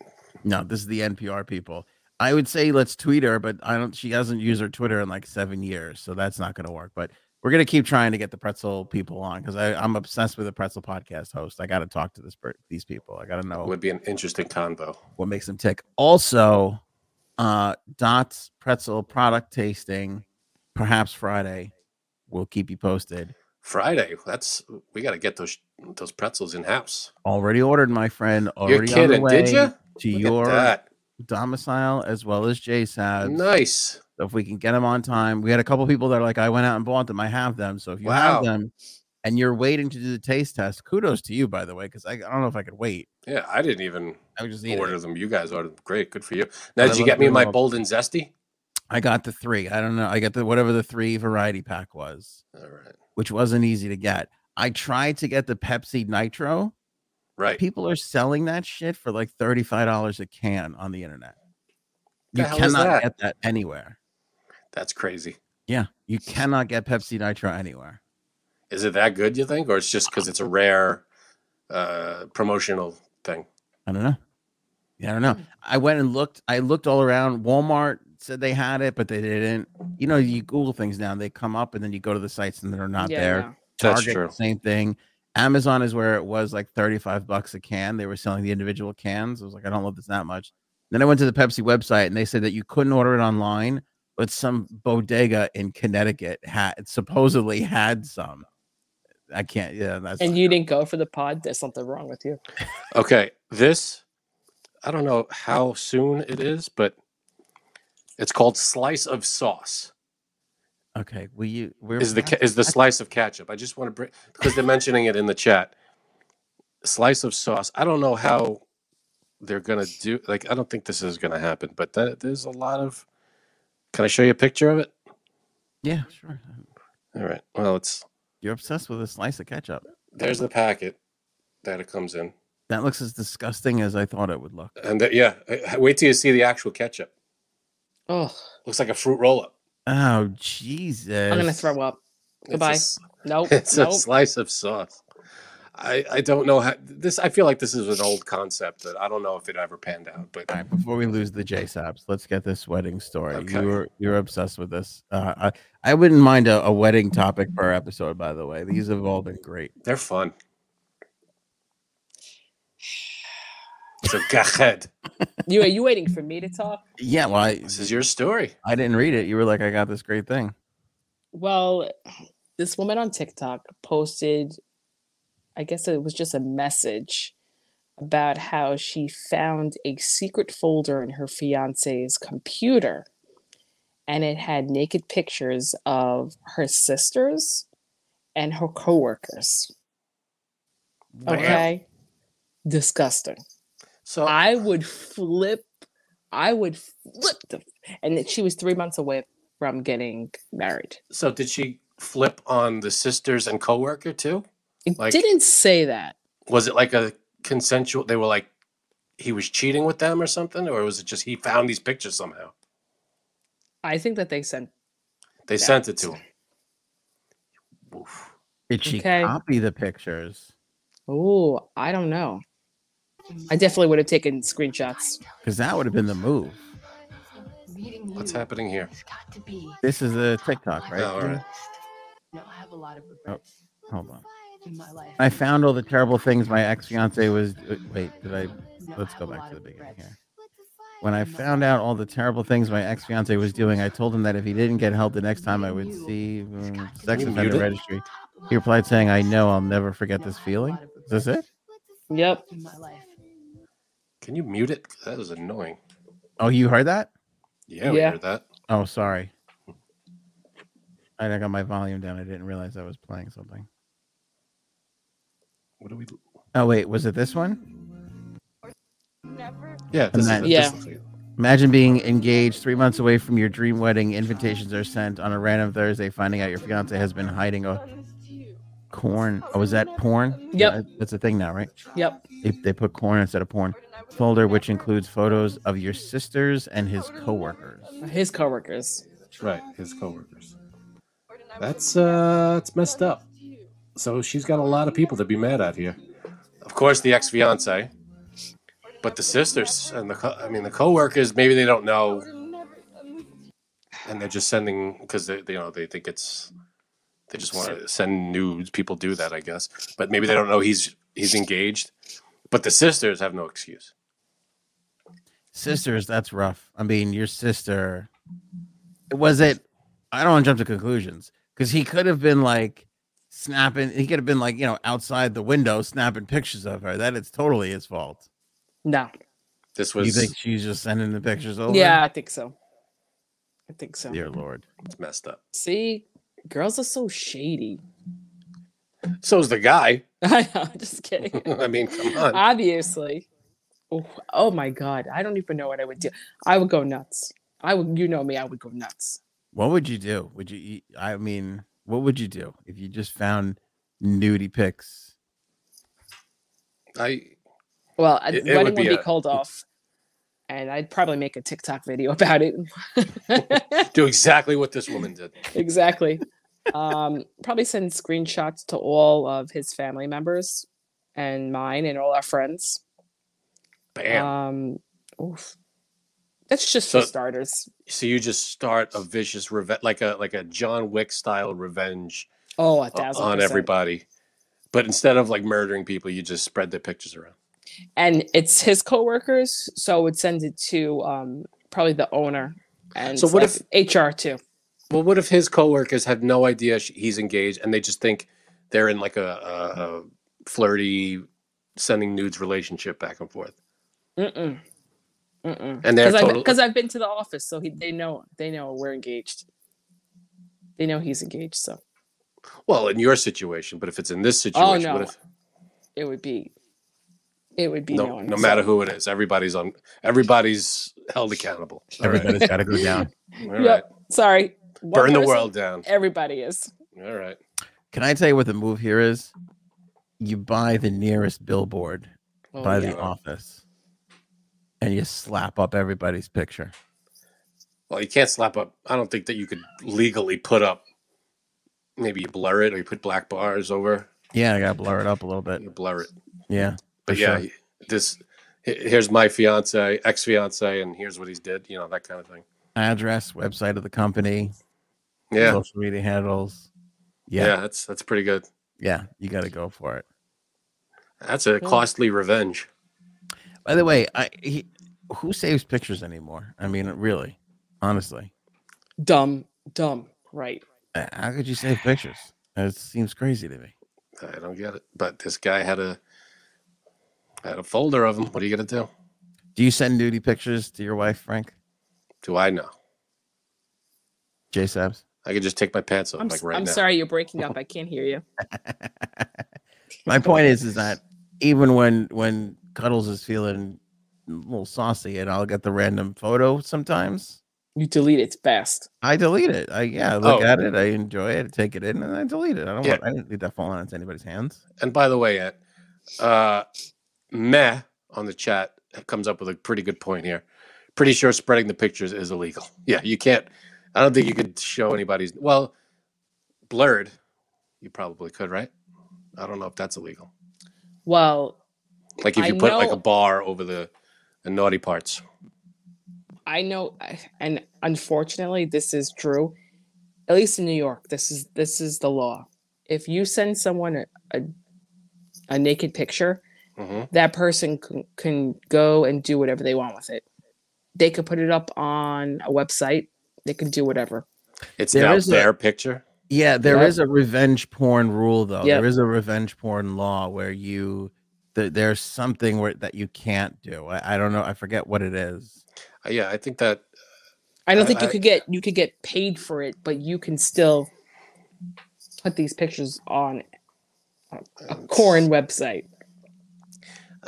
Speaker 1: No, this is the NPR people. I would say let's tweet her, but I don't. She hasn't used her Twitter in like seven years, so that's not going to work. But we're going to keep trying to get the pretzel people on because I'm obsessed with the pretzel podcast host. I got to talk to this per- these people. I got to know.
Speaker 2: Would be an interesting convo.
Speaker 1: what makes them tick. Also, uh, Dots pretzel product tasting, perhaps Friday. We'll keep you posted.
Speaker 2: Friday. That's we got to get those those pretzels in house.
Speaker 1: Already ordered, my friend.
Speaker 2: You're
Speaker 1: Already on the
Speaker 2: kidding?
Speaker 1: way
Speaker 2: Did you?
Speaker 1: to
Speaker 2: Look at
Speaker 1: your
Speaker 2: that.
Speaker 1: domicile as well as JSABs.
Speaker 2: Nice.
Speaker 1: So if we can get them on time, we had a couple people that are like, I went out and bought them. I have them. So if you have
Speaker 2: Wow.
Speaker 1: them and you're waiting to do the taste test, kudos to you, by the way, because I, I don't know if I could wait.
Speaker 2: Yeah, I didn't even
Speaker 1: I would just eat
Speaker 2: order
Speaker 1: it.
Speaker 2: them. You guys ordered them. Great, good for you. Now,
Speaker 1: I
Speaker 2: did you
Speaker 1: love
Speaker 2: get me
Speaker 1: them
Speaker 2: my
Speaker 1: all.
Speaker 2: bold and zesty?
Speaker 1: I got the three. I don't know. I got the whatever the three variety pack was.
Speaker 2: All right,
Speaker 1: which wasn't easy to get. I tried to get the Pepsi Nitro.
Speaker 2: right.
Speaker 1: People are selling that shit for like $35 a can on the internet.
Speaker 2: The
Speaker 1: you
Speaker 2: hell is
Speaker 1: cannot
Speaker 2: that?
Speaker 1: get that anywhere.
Speaker 2: That's crazy.
Speaker 1: Yeah, you cannot get Pepsi Nitro anywhere.
Speaker 2: Is it that good? You think, or it's just because it's a rare uh, promotional thing?
Speaker 1: I don't know. Yeah, I don't
Speaker 4: Hmm.
Speaker 1: know. I went and looked. I looked all around. Walmart said they had it, but they didn't. You know, you Google things now, they come up, and then you go to the sites and they're not
Speaker 4: Yeah,
Speaker 1: there.
Speaker 4: no.
Speaker 2: That's
Speaker 1: Target,
Speaker 2: true.
Speaker 1: same thing. Amazon is where it was like 35 bucks a can. They were selling the individual cans. I was like, I don't love this that much. Then I went to the Pepsi website and they said that you couldn't order it online, but some bodega in Connecticut had supposedly had some. I can't, yeah, that's
Speaker 4: And you didn't go for the pod? There's something wrong with you.
Speaker 2: Okay, this. I don't know how soon it is, but it's called slice of sauce.
Speaker 1: okay. Will you, where
Speaker 2: Is the
Speaker 1: how-
Speaker 2: ca- is the slice of ketchup? I just want to bring because they're mentioning it in the chat. Slice of sauce. I don't know how they're gonna do. Like, I don't think this is gonna happen. But that, there's a lot of. Can I show you a picture of it?
Speaker 1: yeah, sure.
Speaker 2: All right. Well, it's
Speaker 1: You're obsessed with a slice of ketchup.
Speaker 2: there's the packet that it comes in,
Speaker 1: That looks as disgusting as I thought it would look.
Speaker 2: and that yeah. I- I- Wait till you see the actual ketchup.
Speaker 4: Oh,
Speaker 2: Looks like a fruit roll up.
Speaker 1: Oh, Jesus.
Speaker 4: I'm going to throw up. Goodbye.
Speaker 2: It's, a, s-
Speaker 4: Nope.
Speaker 2: it's a
Speaker 4: nope.
Speaker 2: slice of sauce. I, I don't know how this. I feel like this is an old concept that I don't know if it ever panned out. But
Speaker 1: All right, before we lose the J Sobs, let's get this wedding story.
Speaker 2: Okay.
Speaker 1: You're you're obsessed with this. Uh, I, I wouldn't mind a, a wedding topic per episode, by the way. These have all been great.
Speaker 2: they're fun. So go ahead.
Speaker 3: You are you waiting for me to talk?
Speaker 1: Yeah, well, I,
Speaker 2: This is your story.
Speaker 1: I didn't read it. You were like, I got this great thing.
Speaker 3: Well, this woman on TikTok posted, I guess it was just a message about how she found a secret folder in her fiance's computer and it had naked pictures of her sisters and her coworkers. Okay. Disgusting.
Speaker 2: So
Speaker 3: I would flip. I would flip the. And that she was three months away from getting married.
Speaker 2: so did she flip on the sisters and coworker too?
Speaker 3: It
Speaker 2: Like-
Speaker 3: didn't say that.
Speaker 2: Was it like a consensual? They were like he was cheating with them or something, or was it just he found these pictures somehow?
Speaker 3: I think that they sent.
Speaker 2: They
Speaker 3: Yeah.
Speaker 2: sent it to him. Oof.
Speaker 1: Did she
Speaker 3: Okay.
Speaker 1: copy the pictures?
Speaker 3: Oh, I don't know. I definitely would have taken screenshots.
Speaker 1: Because that would have been the move.
Speaker 2: What's happening here?
Speaker 1: This is a TikTok, right?
Speaker 2: Oh, all right.
Speaker 6: No, I have a lot of
Speaker 1: regrets Hold on.
Speaker 6: in my life.
Speaker 1: I found all the terrible things my ex fiance was. uh, Wait, did I? Let's go back to the beginning here. When I found out all the terrible things my ex fiance was doing, I told him that if he didn't get help the next time I would see um, sex
Speaker 2: You
Speaker 1: offender
Speaker 2: muted?
Speaker 1: registry. He replied, saying, I know I'll never forget this feeling. Is this it?
Speaker 3: Yep.
Speaker 6: in my life.
Speaker 2: Can you mute it? That was annoying.
Speaker 1: Oh, you heard that?
Speaker 2: Yeah, we
Speaker 3: Yeah.
Speaker 2: heard that.
Speaker 1: Oh, sorry. I got my volume down. I didn't realize I was playing something.
Speaker 2: What do we?
Speaker 1: Oh, wait, was it this one?
Speaker 2: Yeah, this is
Speaker 1: that-
Speaker 2: it.
Speaker 3: Yeah.
Speaker 2: This is it.
Speaker 1: Imagine being engaged three months away from your dream wedding. Invitations are sent on a random Thursday, finding out your fiance has been hiding a corn. Oh, is that porn?
Speaker 3: Yep.
Speaker 1: Yeah, That's a thing now, right?
Speaker 3: Yep.
Speaker 1: They, they put corn instead of porn. Folder, which includes photos of your sisters and his coworkers.
Speaker 3: His coworkers.
Speaker 2: Right, his coworkers. That's uh, it's messed up. So she's got a lot of people to be mad at here. Of course, the ex-fiance, but the sisters and the co- I mean the coworkers. Maybe they don't know, and they're just sending because they, they you know they think it's they just want to send nudes. People do that, I guess, but maybe they don't know he's he's engaged. But the sisters have no excuse.
Speaker 1: Sisters, that's rough. I mean, your sister. Was it? I don't want to jump to conclusions because he could have been like snapping. He could have been like, you know, outside the window snapping pictures of her. That it's totally his fault.
Speaker 3: No.
Speaker 2: This
Speaker 1: You
Speaker 2: was
Speaker 1: think she's just sending the pictures
Speaker 2: Oh,
Speaker 1: over?
Speaker 3: Yeah, I think so. I think so.
Speaker 1: Dear Lord.
Speaker 2: messed up.
Speaker 3: See, girls are so shady.
Speaker 2: So's the guy.
Speaker 3: I know. Just kidding.
Speaker 2: I mean, come on.
Speaker 3: Obviously. Oh, oh my God. I don't even know what I would do. I would go nuts. I would, you know me, I would go nuts.
Speaker 1: What would you do? Would you? eat- I mean, what would you do if you just found nudie pics?
Speaker 2: I
Speaker 3: Well, I-
Speaker 2: It-
Speaker 3: the
Speaker 2: it
Speaker 3: wedding
Speaker 2: would
Speaker 3: would
Speaker 2: be
Speaker 3: be,
Speaker 2: a-
Speaker 3: called off. And I'd probably make a TikTok video about it.
Speaker 2: do exactly what this woman did.
Speaker 3: exactly. Um, probably send screenshots to all of his family members and mine and all our friends.
Speaker 2: Bam.
Speaker 3: Um, oof. That's just for
Speaker 2: So-
Speaker 3: starters.
Speaker 2: so you just start a vicious revenge, like a like a John Wick style revenge
Speaker 3: Oh, a
Speaker 2: o-
Speaker 3: thousand
Speaker 2: on
Speaker 3: percent.
Speaker 2: everybody. But instead of like murdering people, you just spread their pictures around.
Speaker 3: and it's his coworkers, so I would send it to um, probably the owner and
Speaker 2: So
Speaker 3: so
Speaker 2: what
Speaker 3: what if HR too.
Speaker 2: Well, what if his coworkers have no idea sh- he's engaged, and they just think they're in like a, a, a flirty, sending nudes relationship back and forth,
Speaker 3: Mm-mm. Mm-mm.
Speaker 2: and they're
Speaker 3: Because
Speaker 2: total.
Speaker 3: I've, been to the office, so he, they know they know we're engaged. They know he's engaged, so
Speaker 2: well, in your situation, but if it's in this situation,
Speaker 3: Oh, no.
Speaker 2: what if,
Speaker 3: it would be it would be
Speaker 2: no,
Speaker 3: known.
Speaker 2: no
Speaker 3: so-
Speaker 2: matter who it is, everybody's on. Everybody's held accountable. All right.
Speaker 1: Everybody's got to go down.
Speaker 2: All right.
Speaker 3: Yep. Sorry. One
Speaker 2: Burn the
Speaker 3: person, e
Speaker 2: world down.
Speaker 3: Everybody is.
Speaker 2: All right.
Speaker 1: Can I tell you what the move here is? You buy the nearest billboard
Speaker 3: Oh,
Speaker 1: by
Speaker 3: yeah.
Speaker 1: the office, and you slap up everybody's picture.
Speaker 2: Well, you can't slap up. I don't think that you could legally put up. Maybe you blur it or you put black bars over.
Speaker 1: Yeah, I gotta blur it up a little bit.
Speaker 2: You blur it.
Speaker 1: Yeah,
Speaker 2: But
Speaker 1: for
Speaker 2: yeah,
Speaker 1: sure.
Speaker 2: this he- here's my fiance, ex fiance, and here's what he's did. You know that kind of thing.
Speaker 1: address, website of the company,
Speaker 2: Yeah,
Speaker 1: social media handles.
Speaker 2: yeah,
Speaker 1: Yeah,
Speaker 2: that's that's pretty good.
Speaker 1: yeah, you gotta go for it.
Speaker 2: That's a costly revenge.
Speaker 1: By the way, I he, who saves pictures anymore? I mean, really, honestly,
Speaker 3: Dumb, dumb, right?
Speaker 1: Uh, how could you save pictures? It seems crazy to me.
Speaker 2: I don't get it. But this guy had a had a folder of them. What are you gonna do?
Speaker 1: Do you send nudie pictures to your wife, Frank?
Speaker 2: Do I know?
Speaker 1: J Sabs?
Speaker 2: I could just take my pants off
Speaker 3: I'm,
Speaker 2: like
Speaker 3: s-
Speaker 2: right
Speaker 3: I'm
Speaker 2: now.
Speaker 3: sorry, you're breaking up. I can't hear you.
Speaker 1: My point is, is that even when when Cuddles is feeling a little saucy, and I'll get the random photo sometimes,
Speaker 3: You delete it fast.
Speaker 1: I delete it. I yeah, I look
Speaker 2: Oh.
Speaker 1: at it, I enjoy it, I take it in, and I delete it. I don't
Speaker 2: Yeah.
Speaker 1: want I didn't leave that falling into anybody's hands.
Speaker 2: And by the way, Ant, uh, meh on the chat comes up with a pretty good point here. Pretty sure spreading the pictures is illegal. Yeah, you can't. I don't think you could show anybody's. Well, blurred, you probably could, right? I don't know if that's illegal.
Speaker 3: Well,
Speaker 2: Like if
Speaker 3: I
Speaker 2: you put like
Speaker 3: know-
Speaker 2: a bar over the, the naughty parts.
Speaker 3: I know, I- and unfortunately, this is true. At least in New York, this is this is the law. If you send someone a a, a naked picture,
Speaker 2: hmm
Speaker 3: that person can, can go and do whatever they want with it. They could put it up on a website. They can do whatever.
Speaker 2: It's
Speaker 1: There
Speaker 2: now
Speaker 1: is a-
Speaker 2: their picture.
Speaker 1: Yeah, there is
Speaker 3: Yep.
Speaker 1: a revenge porn rule though.
Speaker 3: Yep.
Speaker 1: There is a revenge porn law where you th- there's something where that you can't do. I, I don't know. I forget what it is.
Speaker 2: Uh, Yeah, I think that.
Speaker 3: I
Speaker 2: I-
Speaker 3: don't think you
Speaker 2: I-
Speaker 3: could get you could get paid for it, but you can still put these pictures on a corn website.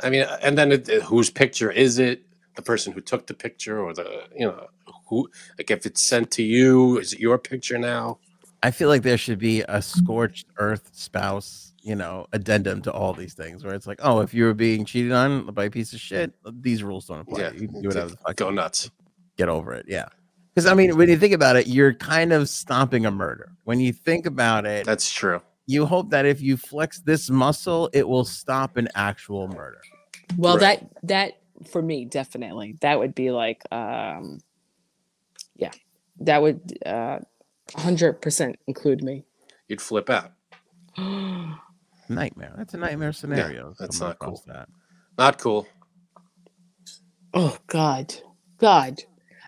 Speaker 2: I mean, and then it, whose picture is it? The person who took the picture, or the you know who? Like if it's sent to you, is it your picture now?
Speaker 1: I feel like there should be a scorched earth spouse, you know, addendum to all these things where it's like, oh, if you were being cheated on by a piece of shit, these rules don't apply.
Speaker 2: Yeah,
Speaker 1: you can do whatever the fuck.
Speaker 2: Go
Speaker 1: you-
Speaker 2: nuts.
Speaker 1: Get over it. Yeah. Because I mean, when you think about it, you're kind of stopping a murder. When you think about it,
Speaker 2: That's true.
Speaker 1: you hope that if you flex this muscle, it will stop an actual murder.
Speaker 3: Well,
Speaker 2: Right.
Speaker 3: that that for me definitely that would be like, um, yeah, that would uh, hundred percent include me.
Speaker 2: You'd flip out.
Speaker 3: Oh,
Speaker 1: Nightmare. That's a nightmare scenario.
Speaker 2: that's
Speaker 1: coming
Speaker 2: not cool.
Speaker 1: across That.
Speaker 2: Not cool.
Speaker 3: Oh God, God,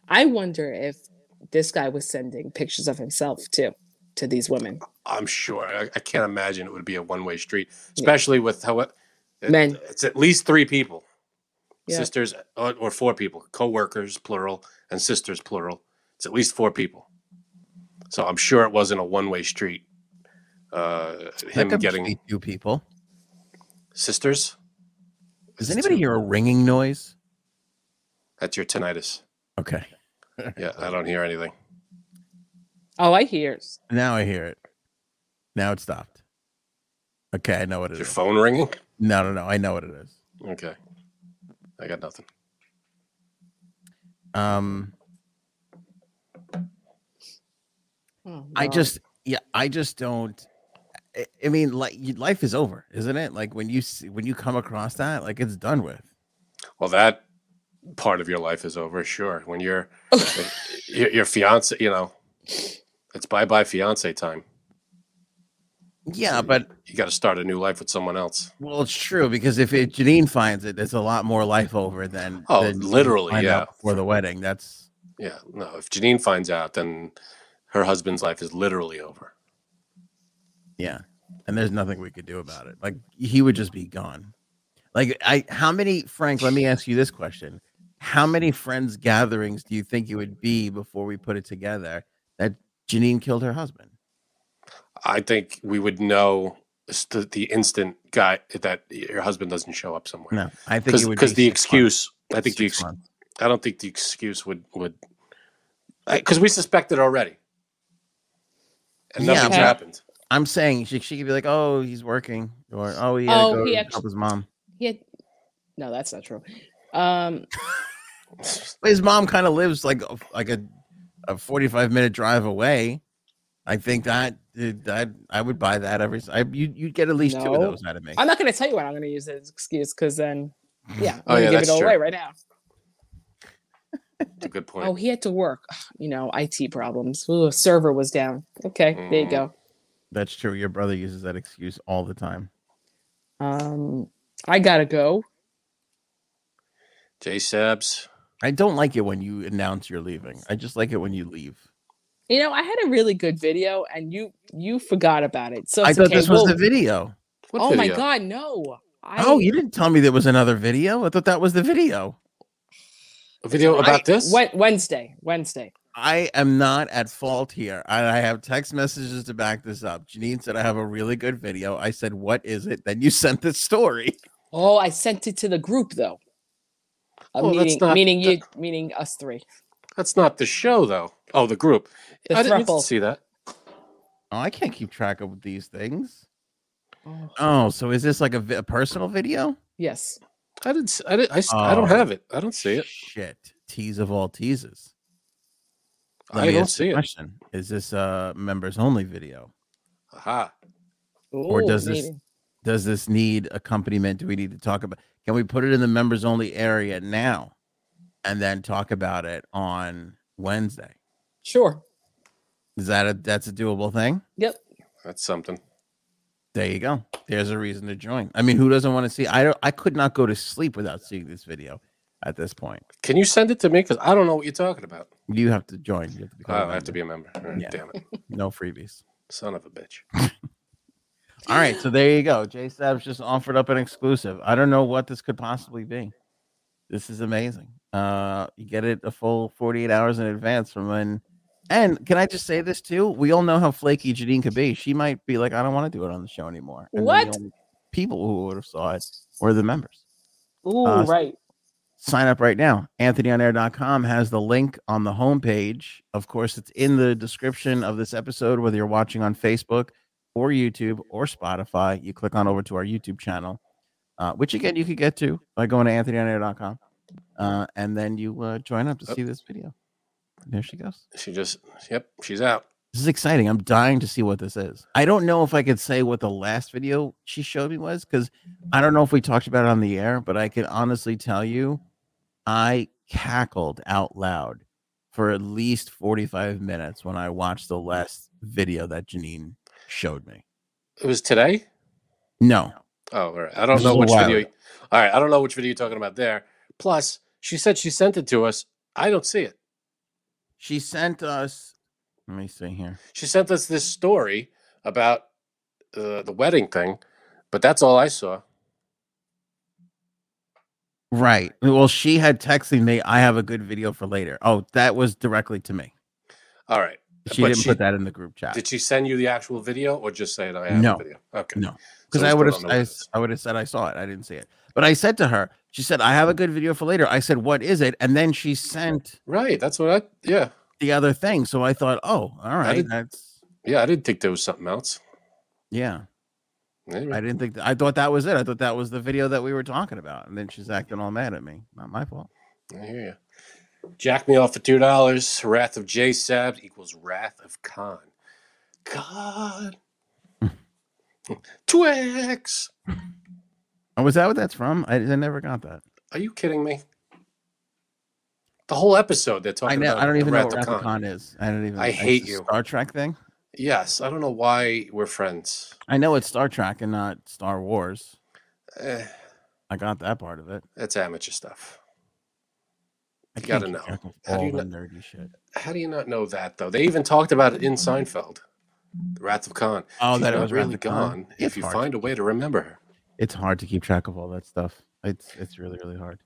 Speaker 3: I wonder if this guy was sending pictures of himself too to these women.
Speaker 2: I'm sure. I, I can't imagine it would be a one way street, especially with how it,
Speaker 3: Men.
Speaker 2: It's at least three people,
Speaker 3: Yeah.
Speaker 2: sisters or, or four people, co-workers plural and sisters plural. It's at least four people. So I'm sure it wasn't a one way street. Uh,
Speaker 1: That
Speaker 2: him
Speaker 1: could
Speaker 2: getting
Speaker 1: be two people.
Speaker 2: sisters.
Speaker 1: Does
Speaker 2: It's
Speaker 1: anybody
Speaker 2: two.
Speaker 1: hear a ringing noise?
Speaker 2: That's your tinnitus.
Speaker 1: Okay.
Speaker 2: Yeah, I don't hear anything.
Speaker 3: Oh, I hear.
Speaker 1: Now I hear it. Now it stopped. Okay, I know what
Speaker 2: Is
Speaker 1: it
Speaker 2: your
Speaker 1: is.
Speaker 2: phone ringing?
Speaker 1: No, no, no. I know what it is.
Speaker 2: Okay, I got nothing.
Speaker 1: Um,
Speaker 3: Oh,
Speaker 1: I
Speaker 3: God.
Speaker 1: just, yeah, I just don't. I- I mean, like you- life is over, isn't it? Like when you see, when you come across that, like it's done with.
Speaker 2: Well, that part of your life is over. Sure, when you're your, your fiance, you know, it's bye bye fiance time.
Speaker 1: Yeah, but
Speaker 2: You got to start a new life with someone else.
Speaker 1: well, it's true because if it, Janine finds it, there's a lot more life over than
Speaker 2: Oh,
Speaker 1: than you
Speaker 2: literally,
Speaker 1: find out
Speaker 2: yeah.
Speaker 1: before the wedding. That's
Speaker 2: Yeah, no. If Janine finds out, then her husband's life is literally over.
Speaker 1: Yeah. And there's nothing we could do about it. Like he would just be gone. Like I how many Frank, let me ask you this question. How many friends gatherings do you think it would be before we put it together that Janine killed her husband?
Speaker 2: I think we would know st- the instant guy that your husband doesn't show up somewhere.
Speaker 1: No, I think
Speaker 2: because
Speaker 1: it would be
Speaker 2: the
Speaker 1: six months.
Speaker 2: excuse. I think the
Speaker 1: Six
Speaker 2: ex-
Speaker 1: months.
Speaker 2: I don't think the excuse would would because we suspected already, and
Speaker 1: Yeah,
Speaker 2: nothing's
Speaker 3: but-
Speaker 2: happened.
Speaker 1: I'm saying she, she could be like, Oh, he's working, or oh he had
Speaker 3: Oh,
Speaker 1: to go
Speaker 3: he
Speaker 1: help
Speaker 3: actu-
Speaker 1: his mom.
Speaker 3: He had- no, that's not true. Um,
Speaker 1: But his mom kind of lives like a- like a, a 45 minute drive away. I think that I I would buy that every. I, you you'd get at least two of
Speaker 4: No.
Speaker 1: those out of me.
Speaker 4: I'm not going to tell you what I'm going to use as an excuse because then, yeah, I'm
Speaker 2: Oh,
Speaker 4: going to
Speaker 2: yeah,
Speaker 4: give
Speaker 2: that's
Speaker 4: it all
Speaker 2: true.
Speaker 4: away right now.
Speaker 2: That's a good point.
Speaker 4: Oh, he had to work. You know, IT problems. Ooh, server was down. Okay, there you
Speaker 2: Mm.
Speaker 4: go.
Speaker 1: That's true. Your brother uses that excuse all the time.
Speaker 2: Mm.
Speaker 4: Um, I gotta go.
Speaker 2: J Sebs.
Speaker 1: I don't like it when you announce you're leaving. I just like it when you leave.
Speaker 4: You know, I had a really good video, and you you forgot about it. So
Speaker 1: I
Speaker 4: it's
Speaker 1: thought
Speaker 4: okay.
Speaker 1: this was
Speaker 4: Well,
Speaker 1: the video.
Speaker 2: What
Speaker 4: oh my
Speaker 2: video?
Speaker 4: god, no! I,
Speaker 1: oh, you didn't tell me there was another video. I thought that was the video.
Speaker 2: A video about this?
Speaker 4: Wed- Wednesday, Wednesday.
Speaker 1: I am not at fault here. I, I have text messages to back this up. Janine said I have a really good video. I said, "What is it?" Then you sent the story.
Speaker 4: Oh, I sent it to the group though. Uh,
Speaker 2: Well, that's
Speaker 4: meaning,
Speaker 2: not-
Speaker 4: meaning you, meaning us three.
Speaker 2: That's not the show, though. Oh, the group.
Speaker 4: The
Speaker 2: I didn't
Speaker 4: thruple.
Speaker 2: see that.
Speaker 1: Oh, I can't keep track of these things.
Speaker 4: Oh,
Speaker 1: Oh, so is this like a, vi- a personal video?
Speaker 4: yes.
Speaker 2: I didn't. s- I didn't. I, s- I don't
Speaker 1: Oh.
Speaker 2: have it. I don't see it.
Speaker 1: Shit, tease of all teases. Let
Speaker 2: I
Speaker 1: me
Speaker 2: don't
Speaker 1: ask the
Speaker 2: see it.
Speaker 1: Question: Is this a members only video?
Speaker 2: Aha.
Speaker 1: Or
Speaker 4: Ooh,
Speaker 1: does this-
Speaker 4: maybe.
Speaker 1: Does this need accompaniment? Do we need to talk about? Can we put it in the members only area now, and then talk about it on Wednesday?
Speaker 4: Sure.
Speaker 1: Is that a that's a doable thing?
Speaker 4: Yep.
Speaker 2: That's something.
Speaker 1: There you go. There's a reason to join. I mean, who doesn't want to see? I don't. I could not go to sleep without seeing this video. At this point,
Speaker 2: Can you send it to me? Because I don't know what you're talking about.
Speaker 1: you have to join. You have to become a
Speaker 2: Oh, I have to be
Speaker 1: member.
Speaker 2: a member. All right,
Speaker 1: Yeah.
Speaker 2: Damn it.
Speaker 1: no freebies.
Speaker 2: Son of a bitch.
Speaker 1: All right, so there you go. J Stabs just offered up an exclusive. I don't know what this could possibly be. This is amazing. Uh, you get it a full 48 hours in advance from when. And can I just say this too? We all know how flaky Janine could be. She might be like, I don't want to do it on the show anymore. then the
Speaker 4: What?
Speaker 1: only people who would have saw it were the members.
Speaker 3: Ooh,
Speaker 1: Uh,
Speaker 3: right.
Speaker 1: sign up right now. AnthonyOnAir.com has the link on the homepage. Of course, it's in the description of this episode, whether you're watching on Facebook or YouTube or Spotify. You click on over to our YouTube channel, uh, which again, you could get to by going to AnthonyOnAir.com. Uh, and then you uh, join up to
Speaker 2: Oh.
Speaker 1: see this video. There she goes.
Speaker 2: She just. Yep. She's out.
Speaker 1: This is exciting. I'm dying to see what this is. I don't know if I could say what the last video she showed me was because
Speaker 2: Mm-hmm.
Speaker 1: I don't know if we talked about it on the air, but I can honestly tell you I cackled out loud for at least 45 minutes when I watched the last video that Janine showed me.
Speaker 2: It was today.
Speaker 1: No,
Speaker 2: Oh, all right. I
Speaker 1: This
Speaker 2: don't
Speaker 1: is
Speaker 2: know
Speaker 1: a
Speaker 2: which
Speaker 1: while
Speaker 2: video.
Speaker 1: ago.
Speaker 2: All right. I don't know which video you're talking about there. Plus, she said she sent it to us. I don't see it.
Speaker 1: she sent us. Let me see here.
Speaker 2: She sent us this story about uh, the wedding thing, but that's all I saw.
Speaker 1: Right. Well, she had texted me, I have a good video for later. Oh, that was directly to me.
Speaker 2: All right.
Speaker 1: She
Speaker 2: But
Speaker 1: didn't
Speaker 2: she-
Speaker 1: put that in the group chat.
Speaker 2: Did she send you the actual video or just say, I have
Speaker 1: No.
Speaker 2: a video? Okay.
Speaker 1: No.
Speaker 2: So
Speaker 1: because
Speaker 2: we
Speaker 1: I
Speaker 2: still
Speaker 1: would have
Speaker 2: don't know
Speaker 1: I,
Speaker 2: what it
Speaker 1: s-
Speaker 2: is.
Speaker 1: I would have said I saw it. I didn't see it, but I said to her, she said I have a good video for later. I said what is it, and then she sent
Speaker 2: Right. That's what I, yeah.
Speaker 1: the other thing. So I thought, oh, all right,
Speaker 2: did-
Speaker 1: that's
Speaker 2: Yeah. I didn't think there was something else.
Speaker 1: yeah.
Speaker 2: Anyway,
Speaker 1: I didn't think th- I thought that was it. I thought that was the video that we were talking about, and then
Speaker 2: Mm-hmm.
Speaker 1: she's acting all mad at me. Not my fault.
Speaker 2: I, hear you. Jack me off for $2. Wrath of J Sabs equals Wrath of Khan. God.
Speaker 1: Hmm.
Speaker 2: Twix.
Speaker 1: Oh, was that what that's from? I, I never got that.
Speaker 2: Are you kidding me? The whole episode they're
Speaker 1: I
Speaker 2: talking
Speaker 1: know.
Speaker 2: about.
Speaker 1: I don't even know
Speaker 2: Wrath
Speaker 1: what
Speaker 2: of Khan.
Speaker 1: Rathacon is. I don't even.
Speaker 2: I
Speaker 1: it's
Speaker 2: hate
Speaker 1: a
Speaker 2: you.
Speaker 1: Star Trek thing.
Speaker 2: Yes. I don't know why we're friends.
Speaker 1: I know it's Star Trek and not Star Wars.
Speaker 2: Eh,
Speaker 1: I got that part of it.
Speaker 2: that's amateur stuff.
Speaker 1: I
Speaker 2: You
Speaker 1: can't
Speaker 2: gotta
Speaker 1: keep
Speaker 2: know.
Speaker 1: track of
Speaker 2: How do
Speaker 1: all
Speaker 2: you
Speaker 1: the
Speaker 2: kn-
Speaker 1: nerdy shit.
Speaker 2: How do you not know that though? They even talked about it in Seinfeld, The Wrath of Khan.
Speaker 1: Mm-hmm. Oh,
Speaker 2: She's
Speaker 1: that it
Speaker 2: not
Speaker 1: was Wrath
Speaker 2: really
Speaker 1: of Khan?
Speaker 2: gone. If
Speaker 1: It's
Speaker 2: you
Speaker 1: hard
Speaker 2: find a way to remember her.
Speaker 1: it's hard to keep track of all that stuff. It's it's really really hard.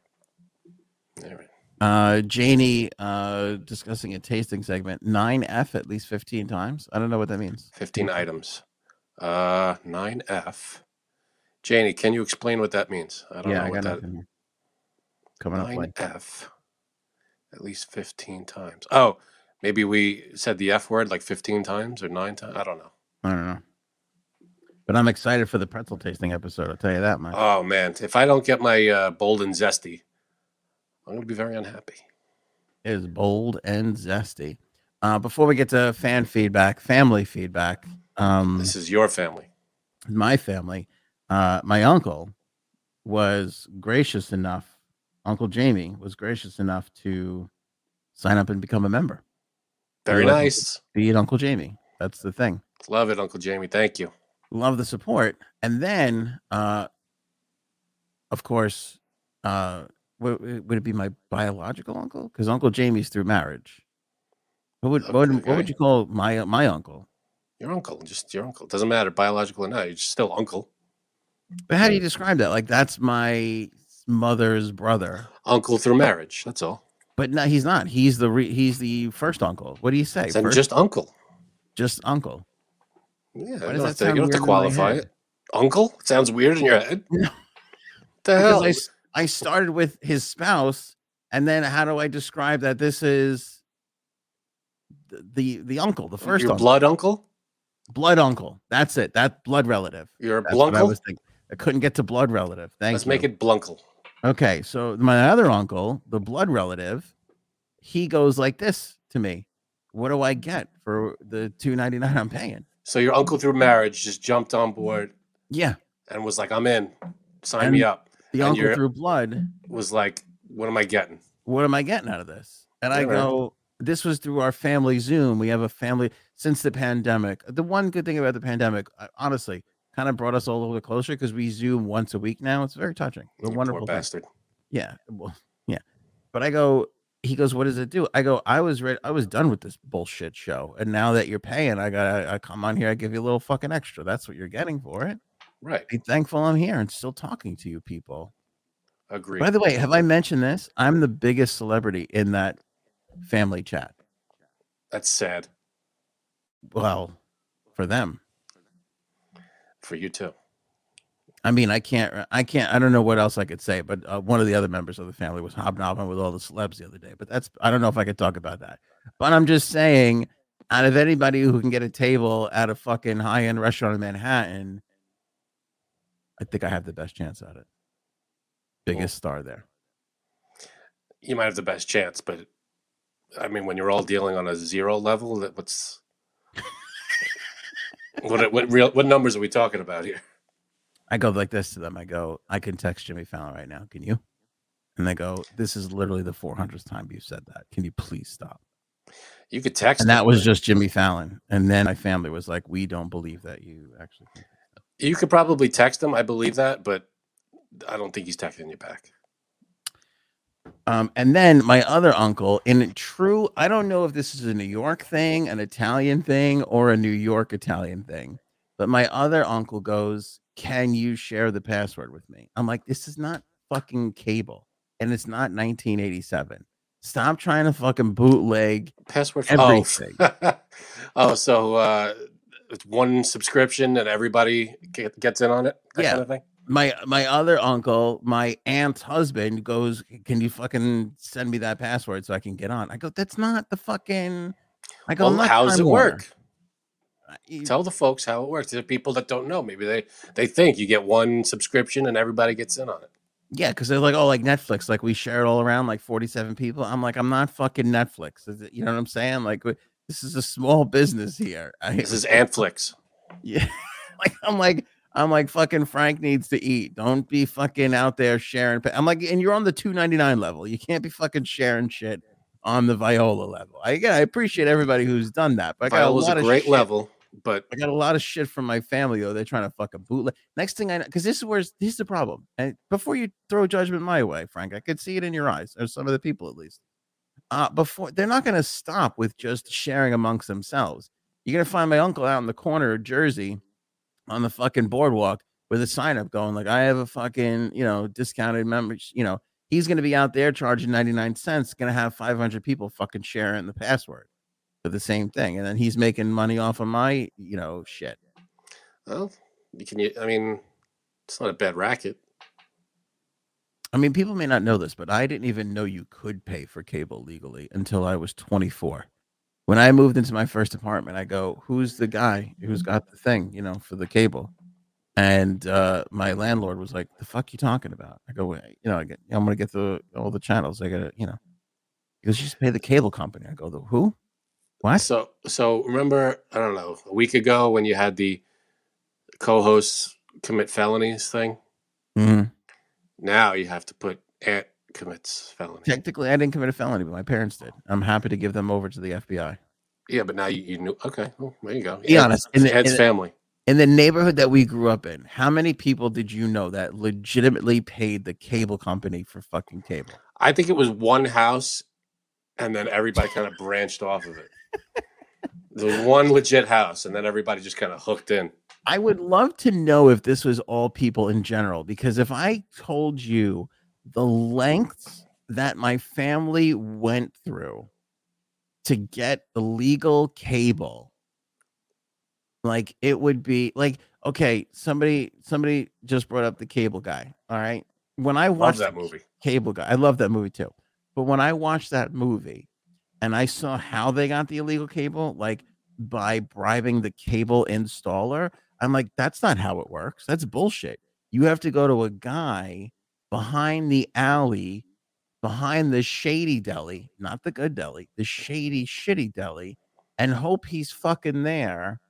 Speaker 2: All right.
Speaker 1: Uh, Janie uh, discussing a tasting segment nine F at least fifteen times. I don't know what that means.
Speaker 2: Fifteen items. Uh, nine F. Janie, can you explain what that means? I don't
Speaker 1: yeah,
Speaker 2: know
Speaker 1: I
Speaker 2: what
Speaker 1: got
Speaker 2: that.
Speaker 1: nothing here. Coming up
Speaker 2: Nine
Speaker 1: like
Speaker 2: F. At least fifteen times. Oh, maybe we said the F word like fifteen times or nine times. I don't know.
Speaker 1: I don't know, but I'm excited for the pretzel tasting episode. I'll tell you that much.
Speaker 2: Oh man, if I don't get my uh, bold and zesty, I'm gonna be very unhappy.
Speaker 1: It is bold and zesty. Uh, before we get to fan feedback, family feedback, um,
Speaker 2: This is your family.
Speaker 1: my family, uh, my uncle was gracious enough, Uncle Jamie was gracious enough to sign up and become a member.
Speaker 2: Very
Speaker 1: You're welcome.
Speaker 2: nice.
Speaker 1: Be it Uncle Jamie. That's the thing.
Speaker 2: Love it, Uncle Jamie. Thank you.
Speaker 1: love the support and then uh of course uh would, would it be my biological uncle because uncle jamie's through marriage what would, what, would, what would
Speaker 2: Okay.
Speaker 1: you call my my uncle
Speaker 2: Your uncle, just your uncle. Doesn't matter, biological or not. You're still uncle.
Speaker 1: but how do you describe that like that's my mother's brother
Speaker 2: Uncle through marriage. That's all.
Speaker 1: but no he's not he's the re, he's the first uncle what do you say
Speaker 2: Then
Speaker 1: first, just,
Speaker 2: just uncle.
Speaker 1: uncle
Speaker 2: Yeah, you
Speaker 1: Why does
Speaker 2: don't
Speaker 1: that
Speaker 2: have to, you
Speaker 1: sound
Speaker 2: don't
Speaker 1: weird
Speaker 2: have to
Speaker 1: in my
Speaker 2: qualify
Speaker 1: head?
Speaker 2: it. Uncle It sounds weird in your head.
Speaker 1: No.
Speaker 2: What the
Speaker 1: because
Speaker 2: hell?
Speaker 1: I, s- I started with his spouse and then how do i describe that this is the the, the uncle the first
Speaker 2: your
Speaker 1: uncle
Speaker 2: blood uncle?
Speaker 1: blood uncle. That's it. That blood relative.
Speaker 2: You're a
Speaker 1: That's what I
Speaker 2: blunkle?
Speaker 1: was thinking. I couldn't get to blood relative. Thank
Speaker 2: Let's
Speaker 1: you.
Speaker 2: make it blunkle.
Speaker 1: okay. So my other uncle, the blood relative, he goes like this to me. What do I get for the two ninety nine I'm paying?
Speaker 2: So your uncle through marriage just jumped on board
Speaker 1: Yeah,
Speaker 2: and was like, I'm in. Sign me
Speaker 1: And-
Speaker 2: up.
Speaker 1: the
Speaker 2: And
Speaker 1: uncle
Speaker 2: you're-
Speaker 1: through blood.
Speaker 2: Was like, what am I getting?
Speaker 1: What am I getting out of this? And I
Speaker 2: Alright.
Speaker 1: go, this was through our family Zoom. We have a family since the pandemic. The one good thing about the pandemic, uh, honestly, kind of brought us all a little closer because we Zoom once a week now. It's very touching.
Speaker 2: You
Speaker 1: A wonderful
Speaker 2: poor
Speaker 1: thing.
Speaker 2: bastard.
Speaker 1: Yeah. Well, yeah. But I go, he goes, what does it do? I go, I was ready. I was done with this bullshit show. And now that you're paying, I got to I come on here. I give you a little fucking extra. That's what you're getting for it.
Speaker 2: Right.
Speaker 1: Be thankful I'm here and still talking to you people.
Speaker 2: Agree.
Speaker 1: By the way, have I mentioned this? I'm the biggest celebrity in that family chat.
Speaker 2: That's sad
Speaker 1: Well, for them.
Speaker 2: for you too.
Speaker 1: I mean, I can't, uh, I can't, I don't know what else I could say, but uh, one of the other members of the family was hobnobbing with all the celebs the other day. But that's, I don't know if I could talk about that. But I'm just saying, out of anybody who can get a table at a fucking high end restaurant in Manhattan, I think I have the best chance at it. Biggest star there.
Speaker 2: You might have the best chance, but I mean, when you're all dealing on a zero level, that what's what what real what numbers are we talking about here?
Speaker 1: I go like this to them. I go, I can text Jimmy Fallon right now. Can you? And they go, This is literally the 400th time you've said that. Can you please stop?
Speaker 2: You could text
Speaker 1: And that
Speaker 2: them,
Speaker 1: was
Speaker 2: but
Speaker 1: just Jimmy Fallon. And then my family was like, We don't believe that you actually. think that."
Speaker 2: you could probably text him. I believe that, but I don't think he's texting you back.
Speaker 1: Um, and then my other uncle, in true, I don't know if this is a New York thing, an Italian thing, or a New York Italian thing, but my other uncle goes, Can you share the password with me? I'm like, This is not fucking cable and it's not 1987. Stop trying to fucking bootleg.
Speaker 2: Password for oh.
Speaker 1: Everything.
Speaker 2: oh, so uh, it's one subscription and everybody get, gets in on it. That
Speaker 1: Yeah.
Speaker 2: kind of thing.
Speaker 1: My my other uncle, my aunt's husband goes, Can you fucking send me that password so I can get on? I go, That's not the fucking. I go,
Speaker 2: Well,
Speaker 1: "I'm not
Speaker 2: how's
Speaker 1: Time
Speaker 2: it
Speaker 1: Warner."
Speaker 2: work?
Speaker 1: I-
Speaker 2: Tell the folks how it works. There are people that don't know. Maybe they they think you get one subscription and everybody gets in on it.
Speaker 1: Yeah, because they're like, oh, like Netflix, like we share it all around, like 47 people. I'm like, I'm not fucking Netflix. Is it- You know what I'm saying? Like, w- this is a small business here. I,
Speaker 2: This is Antflix.
Speaker 1: yeah, like I'm like, I'm like, fucking Frank needs to eat. Don't be fucking out there sharing. pa- I'm like, and you're on the 299 level. You can't be fucking sharing shit on the Viola level. I, again, I appreciate everybody who's done that, but I got a
Speaker 2: Viola's
Speaker 1: lot
Speaker 2: a
Speaker 1: of
Speaker 2: great
Speaker 1: shit.
Speaker 2: level, but
Speaker 1: I got a lot of shit from my family though. They're trying to fucking bootleg. Next thing I know, because this is where's this is the problem. And before you throw judgment my way, Frank, I could see it in your eyes, or some of the people at least. Uh, before they're not going to stop with just sharing amongst themselves. You're going to find my uncle out in the corner of Jersey on the fucking boardwalk with a sign up going like, "I have a fucking you know discounted members." You know, he's going to be out there charging 99 cents, going to have 500 people fucking sharing the password for the same thing, and then he's making money off of my you know shit.
Speaker 2: well, you can you I mean, it's not a bad racket.
Speaker 1: I mean, people may not know this, but I didn't even know you could pay for cable legally until I was 24. When I moved into my first apartment, I go, "Who's the guy who's got the thing, you know, for the cable?" And uh, my landlord was like, "The fuck you talking about?" I go, "Well, "You know, I get, I'm gonna get the all the channels. I gotta, you know." He goes, "You just pay the cable company." I go, "The who?" What?
Speaker 2: So so remember, I don't know, a week ago when you had the co-hosts commit felonies thing.
Speaker 1: Mhm.
Speaker 2: Now you have to put aunt commits felony.
Speaker 1: Technically, I didn't commit a felony, but my parents did. I'm happy to give them over to the FBI.
Speaker 2: Yeah, but now you, you knew. Okay, well, there you go.
Speaker 1: Be
Speaker 2: Aunt-
Speaker 1: honest, in the-
Speaker 2: aunt's
Speaker 1: in the-
Speaker 2: family.
Speaker 1: In the neighborhood that we grew up in, how many people did you know that legitimately paid the cable company for fucking cable?
Speaker 2: I think it was one house, and then everybody kind of branched off of it. The one legit house, and then everybody just kind of hooked in.
Speaker 1: I would love to know if this was all people in general, because if I told you the lengths that my family went through to get illegal cable, like it would be like, okay, somebody somebody just brought up the cable guy. All right. When I
Speaker 2: Love
Speaker 1: watched
Speaker 2: that
Speaker 1: the
Speaker 2: movie.
Speaker 1: Cable Guy. I love that movie too. But when I watched that movie and I saw how they got the illegal cable, like by bribing the cable installer, I'm like, that's not how it works. That's bullshit. You have to go to a guy behind the alley, behind the shady deli, not the good deli, the shady, shitty deli, and hope he's fucking there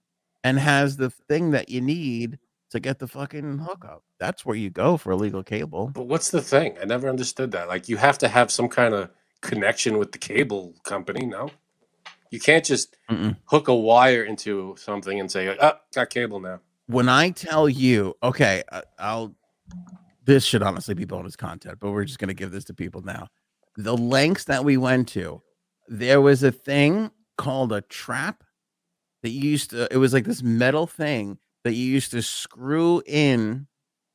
Speaker 1: and has the thing that you need to get the fucking hookup. That's where you go for illegal cable.
Speaker 2: But what's the thing? I never understood that. Like, you have to have some kind of connection with the cable company. No, you can't just
Speaker 1: Mm-mm.
Speaker 2: hook a wire into something and say, "Oh, got cable now."
Speaker 1: when I tell you, okay, I, I'll this should honestly be bonus content, but we're just gonna give this to people now. The lengths that we went to, there was a thing called a trap that you used to. It was like this metal thing that you used to screw in.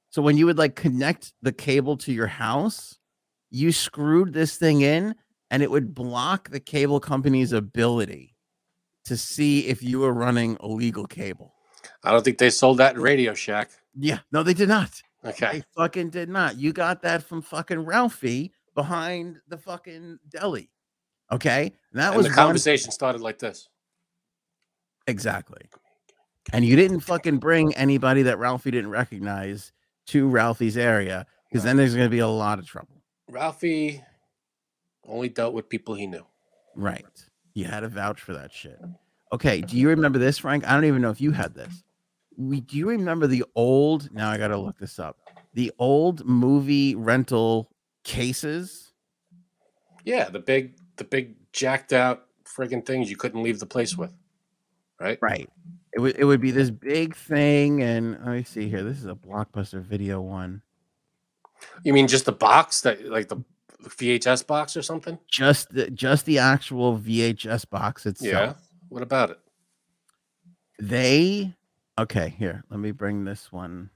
Speaker 1: So when you would like connect the cable to your house, you screwed this thing in, and it would block the cable company's ability to see if you were running illegal cable.
Speaker 2: I don't think they sold that in Radio Shack.
Speaker 1: Yeah, no, they did not.
Speaker 2: Okay,
Speaker 1: I fucking did not. You got that from fucking Ralphie behind the fucking deli. Okay. And that
Speaker 2: and
Speaker 1: was
Speaker 2: the
Speaker 1: one-
Speaker 2: conversation started like this.
Speaker 1: exactly. And you didn't fucking bring anybody that Ralphie didn't recognize to Ralphie's area because then there's going to be a lot of trouble.
Speaker 2: Ralphie only dealt with people he knew.
Speaker 1: Right. You had to vouch for that shit. Okay. Do you remember this, Frank? I don't even know if you had this. We, do you remember the old? Now I got to look this up. The old movie rental cases.
Speaker 2: Yeah, the big, the big jacked out friggin' things you couldn't leave the place with.
Speaker 1: Right. It would it would be this big thing, and let me see here. This is a blockbuster video one.
Speaker 2: You mean just the box that, like the VHS box or something?
Speaker 1: Just the just the actual VHS box
Speaker 2: Yeah.
Speaker 1: itself.
Speaker 2: What about it?
Speaker 1: They okay, here. Let me bring this one.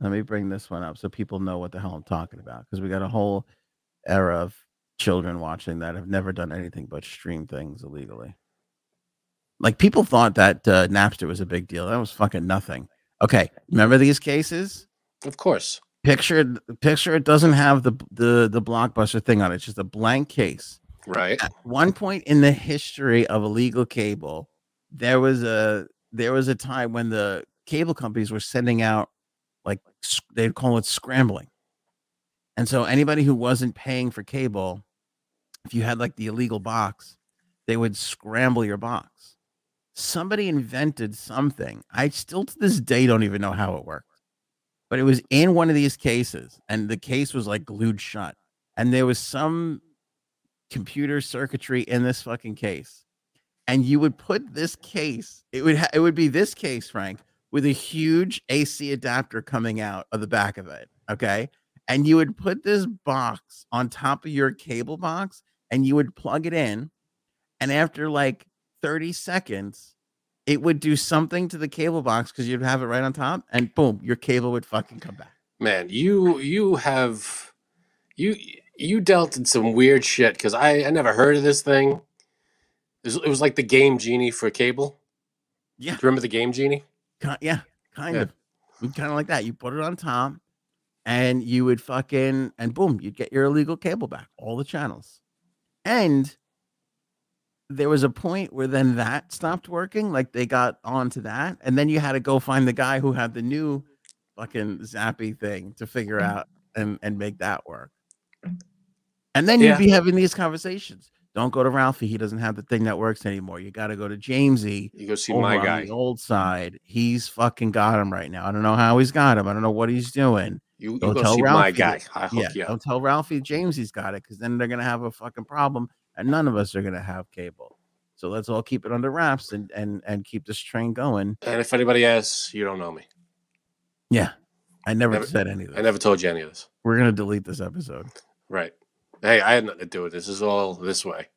Speaker 1: Let me bring this one up so people know what the hell I'm talking about. Because we got a whole era of children watching that have never done anything but stream things illegally. Like people thought that uh, Napster was a big deal. That was fucking nothing. Okay, remember these cases?
Speaker 2: Of course.
Speaker 1: picture picture it doesn't have the the the blockbuster thing on it it's just a blank case
Speaker 2: Right.
Speaker 1: at one point in the history of illegal cable there was a there was a time when the cable companies were sending out like s- they'd call it scrambling and so anybody who wasn't paying for cable if you had like the illegal box they would scramble your box somebody invented something i still to this day don't even know how it worked but it was in one of these cases and the case was like glued shut and there was some computer circuitry in this fucking case and you would put this case it would ha- it would be this case frank with a huge ac adapter coming out of the back of it okay and you would put this box on top of your cable box and you would plug it in and after like 30 seconds it would do something to the cable box because you'd have it right on top and boom your cable would fucking come back
Speaker 2: Man, you you have you you dealt in some weird shit because I I never heard of this thing. It was, it was like the Game Genie for cable.
Speaker 1: Yeah.
Speaker 2: Do you remember the Game Genie?
Speaker 1: Ki- yeah, kind
Speaker 2: Yeah.
Speaker 1: of. Kind of like that. You put it on top and you would fucking, and boom, you'd get your illegal cable back, all the channels. And there was a point where then that stopped working. Like they got onto that. And then you had to go find the guy who had the new fucking zappy thing to
Speaker 2: Mm.
Speaker 1: figure out and, and make that work. And then
Speaker 2: Yeah.
Speaker 1: you'd be having these conversations. Don't go to Ralphie. He doesn't have the thing that works anymore. You got to go to Jamesy.
Speaker 2: You go see
Speaker 1: over
Speaker 2: my
Speaker 1: on
Speaker 2: guy.
Speaker 1: Oh, the old side. He's fucking got him right now. I don't know how he's got him. I don't know what he's doing.
Speaker 2: You, you
Speaker 1: Don't
Speaker 2: go
Speaker 1: tell
Speaker 2: see my
Speaker 1: Ralphie
Speaker 2: guy. I hook
Speaker 1: yeah,
Speaker 2: you up.
Speaker 1: don't tell Ralphie James he's got it because then they're gonna have a fucking problem, and none of us are gonna have cable. So let's all keep it under wraps and and and keep this train going.
Speaker 2: And if anybody asks, you don't know me.
Speaker 1: Yeah, I never,
Speaker 2: Never-
Speaker 1: said any of
Speaker 2: I
Speaker 1: that.
Speaker 2: never told you any of this.
Speaker 1: We're gonna delete this episode.
Speaker 2: Right. Hey, I had nothing to do with this. This is all this way.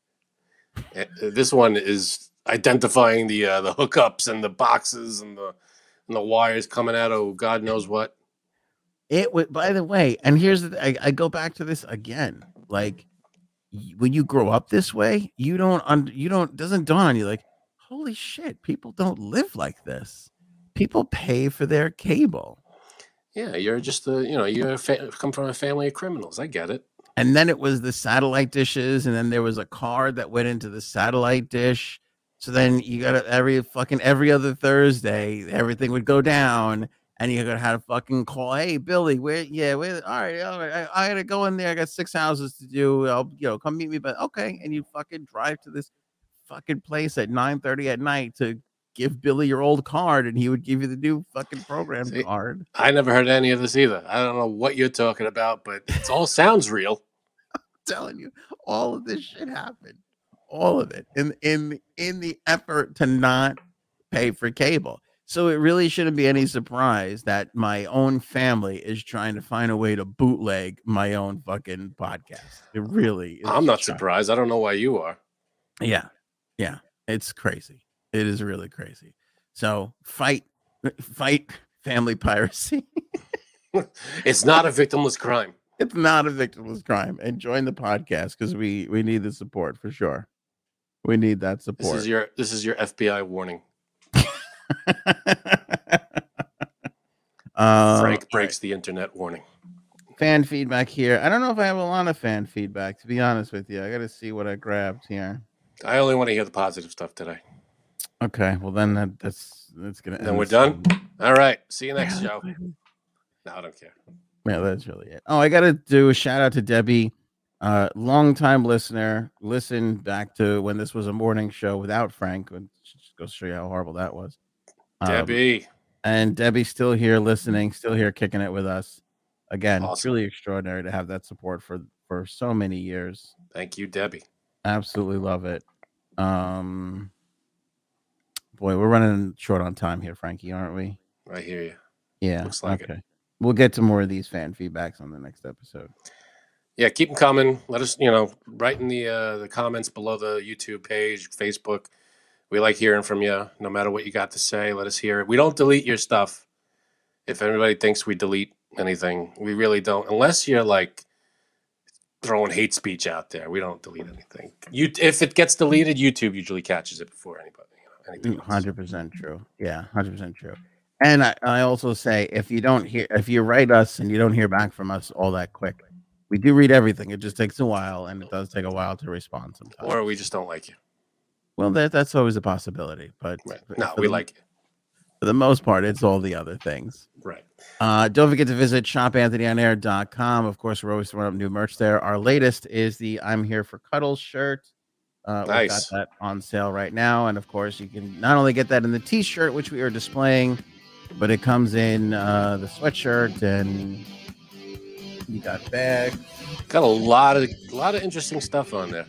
Speaker 2: Uh, This one is identifying the uh, the hookups and the boxes and the and the wires coming out of God knows what.
Speaker 1: It would. By the way, and here's the, I, I go back to this again. Like y- when you grow up this way, you don't un, you don't doesn't dawn on you like, holy shit, people don't live like this. People pay for their cable.
Speaker 2: Yeah, you're just a you know you're a fa- come from a family of criminals. I get it.
Speaker 1: and then it was the satellite dishes, and then there was a card that went into the satellite dish. So then you got to every fucking every other Thursday, everything would go down, and you gotta have to fucking call, hey Billy, where? Yeah, where? All right, all right, I, I gotta go in there. I got six houses to do. I'll, you know, come meet me. But okay, and you fucking drive to this fucking place at nine thirty at night to give Billy your old card, and he would give you the new fucking program
Speaker 2: See,
Speaker 1: card.
Speaker 2: I never heard any of this either. I don't know what you're talking about, but it all sounds real.
Speaker 1: telling you, all of this shit happened. All of it. In in in the effort to not pay for cable. So it really shouldn't be any surprise that my own family is trying to find a way to bootleg my own fucking podcast. It really is.
Speaker 2: I'm not
Speaker 1: shocking.
Speaker 2: surprised. I don't know why you are.
Speaker 1: Yeah. Yeah. It's crazy. It is really crazy. So fight fight family piracy.
Speaker 2: It's not a victimless crime.
Speaker 1: it's not a victimless crime. And join the podcast because we we need the support for sure. We need that
Speaker 2: This
Speaker 1: support.
Speaker 2: is your this is your FBI warning.
Speaker 1: uh,
Speaker 2: Frank breaks the internet warning.
Speaker 1: fan feedback here. I don't know if I have a lot of fan feedback. To be honest with you, I got to see what I grabbed here.
Speaker 2: I only want to hear the positive stuff today.
Speaker 1: Okay, well then that, that's that's gonna.
Speaker 2: Then
Speaker 1: end
Speaker 2: we're
Speaker 1: this
Speaker 2: done.
Speaker 1: thing.
Speaker 2: All right. See you next show. No, I don't care.
Speaker 1: Yeah, that's really it. Oh, I got to do a shout out to Debbie, uh, longtime listener. Listen back to when this was a morning show without Frank. and Just goes to show you how horrible that was. Um,
Speaker 2: Debbie.
Speaker 1: and Debbie's still here listening, still here kicking it with us. Again, it's
Speaker 2: Awesome.
Speaker 1: really extraordinary to have that support for for so many years.
Speaker 2: Thank you, Debbie.
Speaker 1: Absolutely love it. Um, boy, we're running short on time here, Frankie, aren't we?
Speaker 2: I hear you.
Speaker 1: Yeah.
Speaker 2: Looks like it.
Speaker 1: okay. We'll get to more of these fan feedbacks on the next episode.
Speaker 2: Yeah, keep them coming. Let us, you know, write in the uh, the comments below the YouTube page, Facebook. We like hearing from you, no matter what you got to say. Let us hear it. We don't delete your stuff. If anybody thinks we delete anything, we really don't. Unless you're like throwing hate speech out there, we don't delete anything. You, if it gets deleted, YouTube usually catches it before anybody. You know, anything else.
Speaker 1: Mm, Hundred percent true. Yeah, hundred percent true. And I, I also say if you don't hear if you write us and you don't hear back from us all that quick, we do read everything. It just takes a while, and it does take a while to respond sometimes.
Speaker 2: Or we just don't like you.
Speaker 1: Well, that that's always a possibility, but
Speaker 2: Right.
Speaker 1: for-
Speaker 2: No,
Speaker 1: for
Speaker 2: we
Speaker 1: the-
Speaker 2: like you.
Speaker 1: for the most part, it's all the other things.
Speaker 2: Right.
Speaker 1: Uh, don't forget to visit shopanthonyonair.com. Of course, we're always throwing up new merch there. Our latest is the I'm Here for Cuddles shirt. Uh, We've got
Speaker 2: Nice.
Speaker 1: that on sale right now. And of course, you can not only get that in the t shirt, which we are displaying, but it comes in uh, the sweatshirt and you got bags.
Speaker 2: Got a lot of a lot of interesting stuff on there.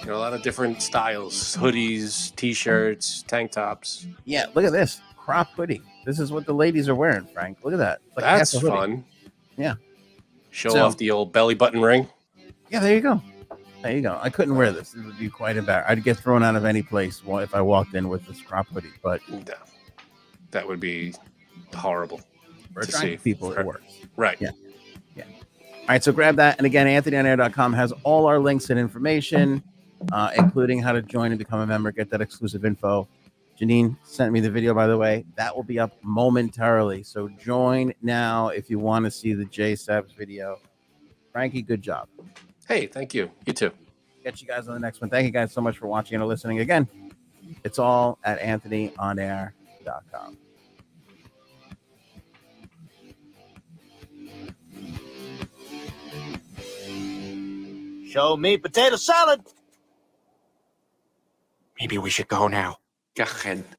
Speaker 2: You know, a lot of different styles: hoodies, t-shirts, tank tops.
Speaker 1: Yeah, look at this crop hoodie. This is what the ladies are wearing, Frank. Look at that. It's like half
Speaker 2: That's
Speaker 1: a hoodie.
Speaker 2: fun.
Speaker 1: Yeah.
Speaker 2: Show
Speaker 1: So-
Speaker 2: off the old belly button ring.
Speaker 1: Yeah, there you go. There you go. I couldn't wear this. It would be quite embarrassing. I'd get thrown out of any place wa- if I walked in with this crop hoodie. But
Speaker 2: No, that would be horrible.
Speaker 1: we're
Speaker 2: To
Speaker 1: trying
Speaker 2: see.
Speaker 1: to people
Speaker 2: Sure.
Speaker 1: it works.
Speaker 2: Right.
Speaker 1: Yeah. All right, so grab that. And again, anthonyonair.com has all our links and information, uh, including how to join and become a member, get that exclusive info. Janine sent me the video, by the way. That will be up momentarily. So join now if you want to see the J Saps video. Frankie, good job.
Speaker 2: Hey, thank you. You too.
Speaker 1: catch you guys on the next one. Thank you guys so much for watching and listening again. It's all at anthonyonair.com.
Speaker 7: Show me potato salad.
Speaker 8: Maybe we should go now.
Speaker 7: Go ahead.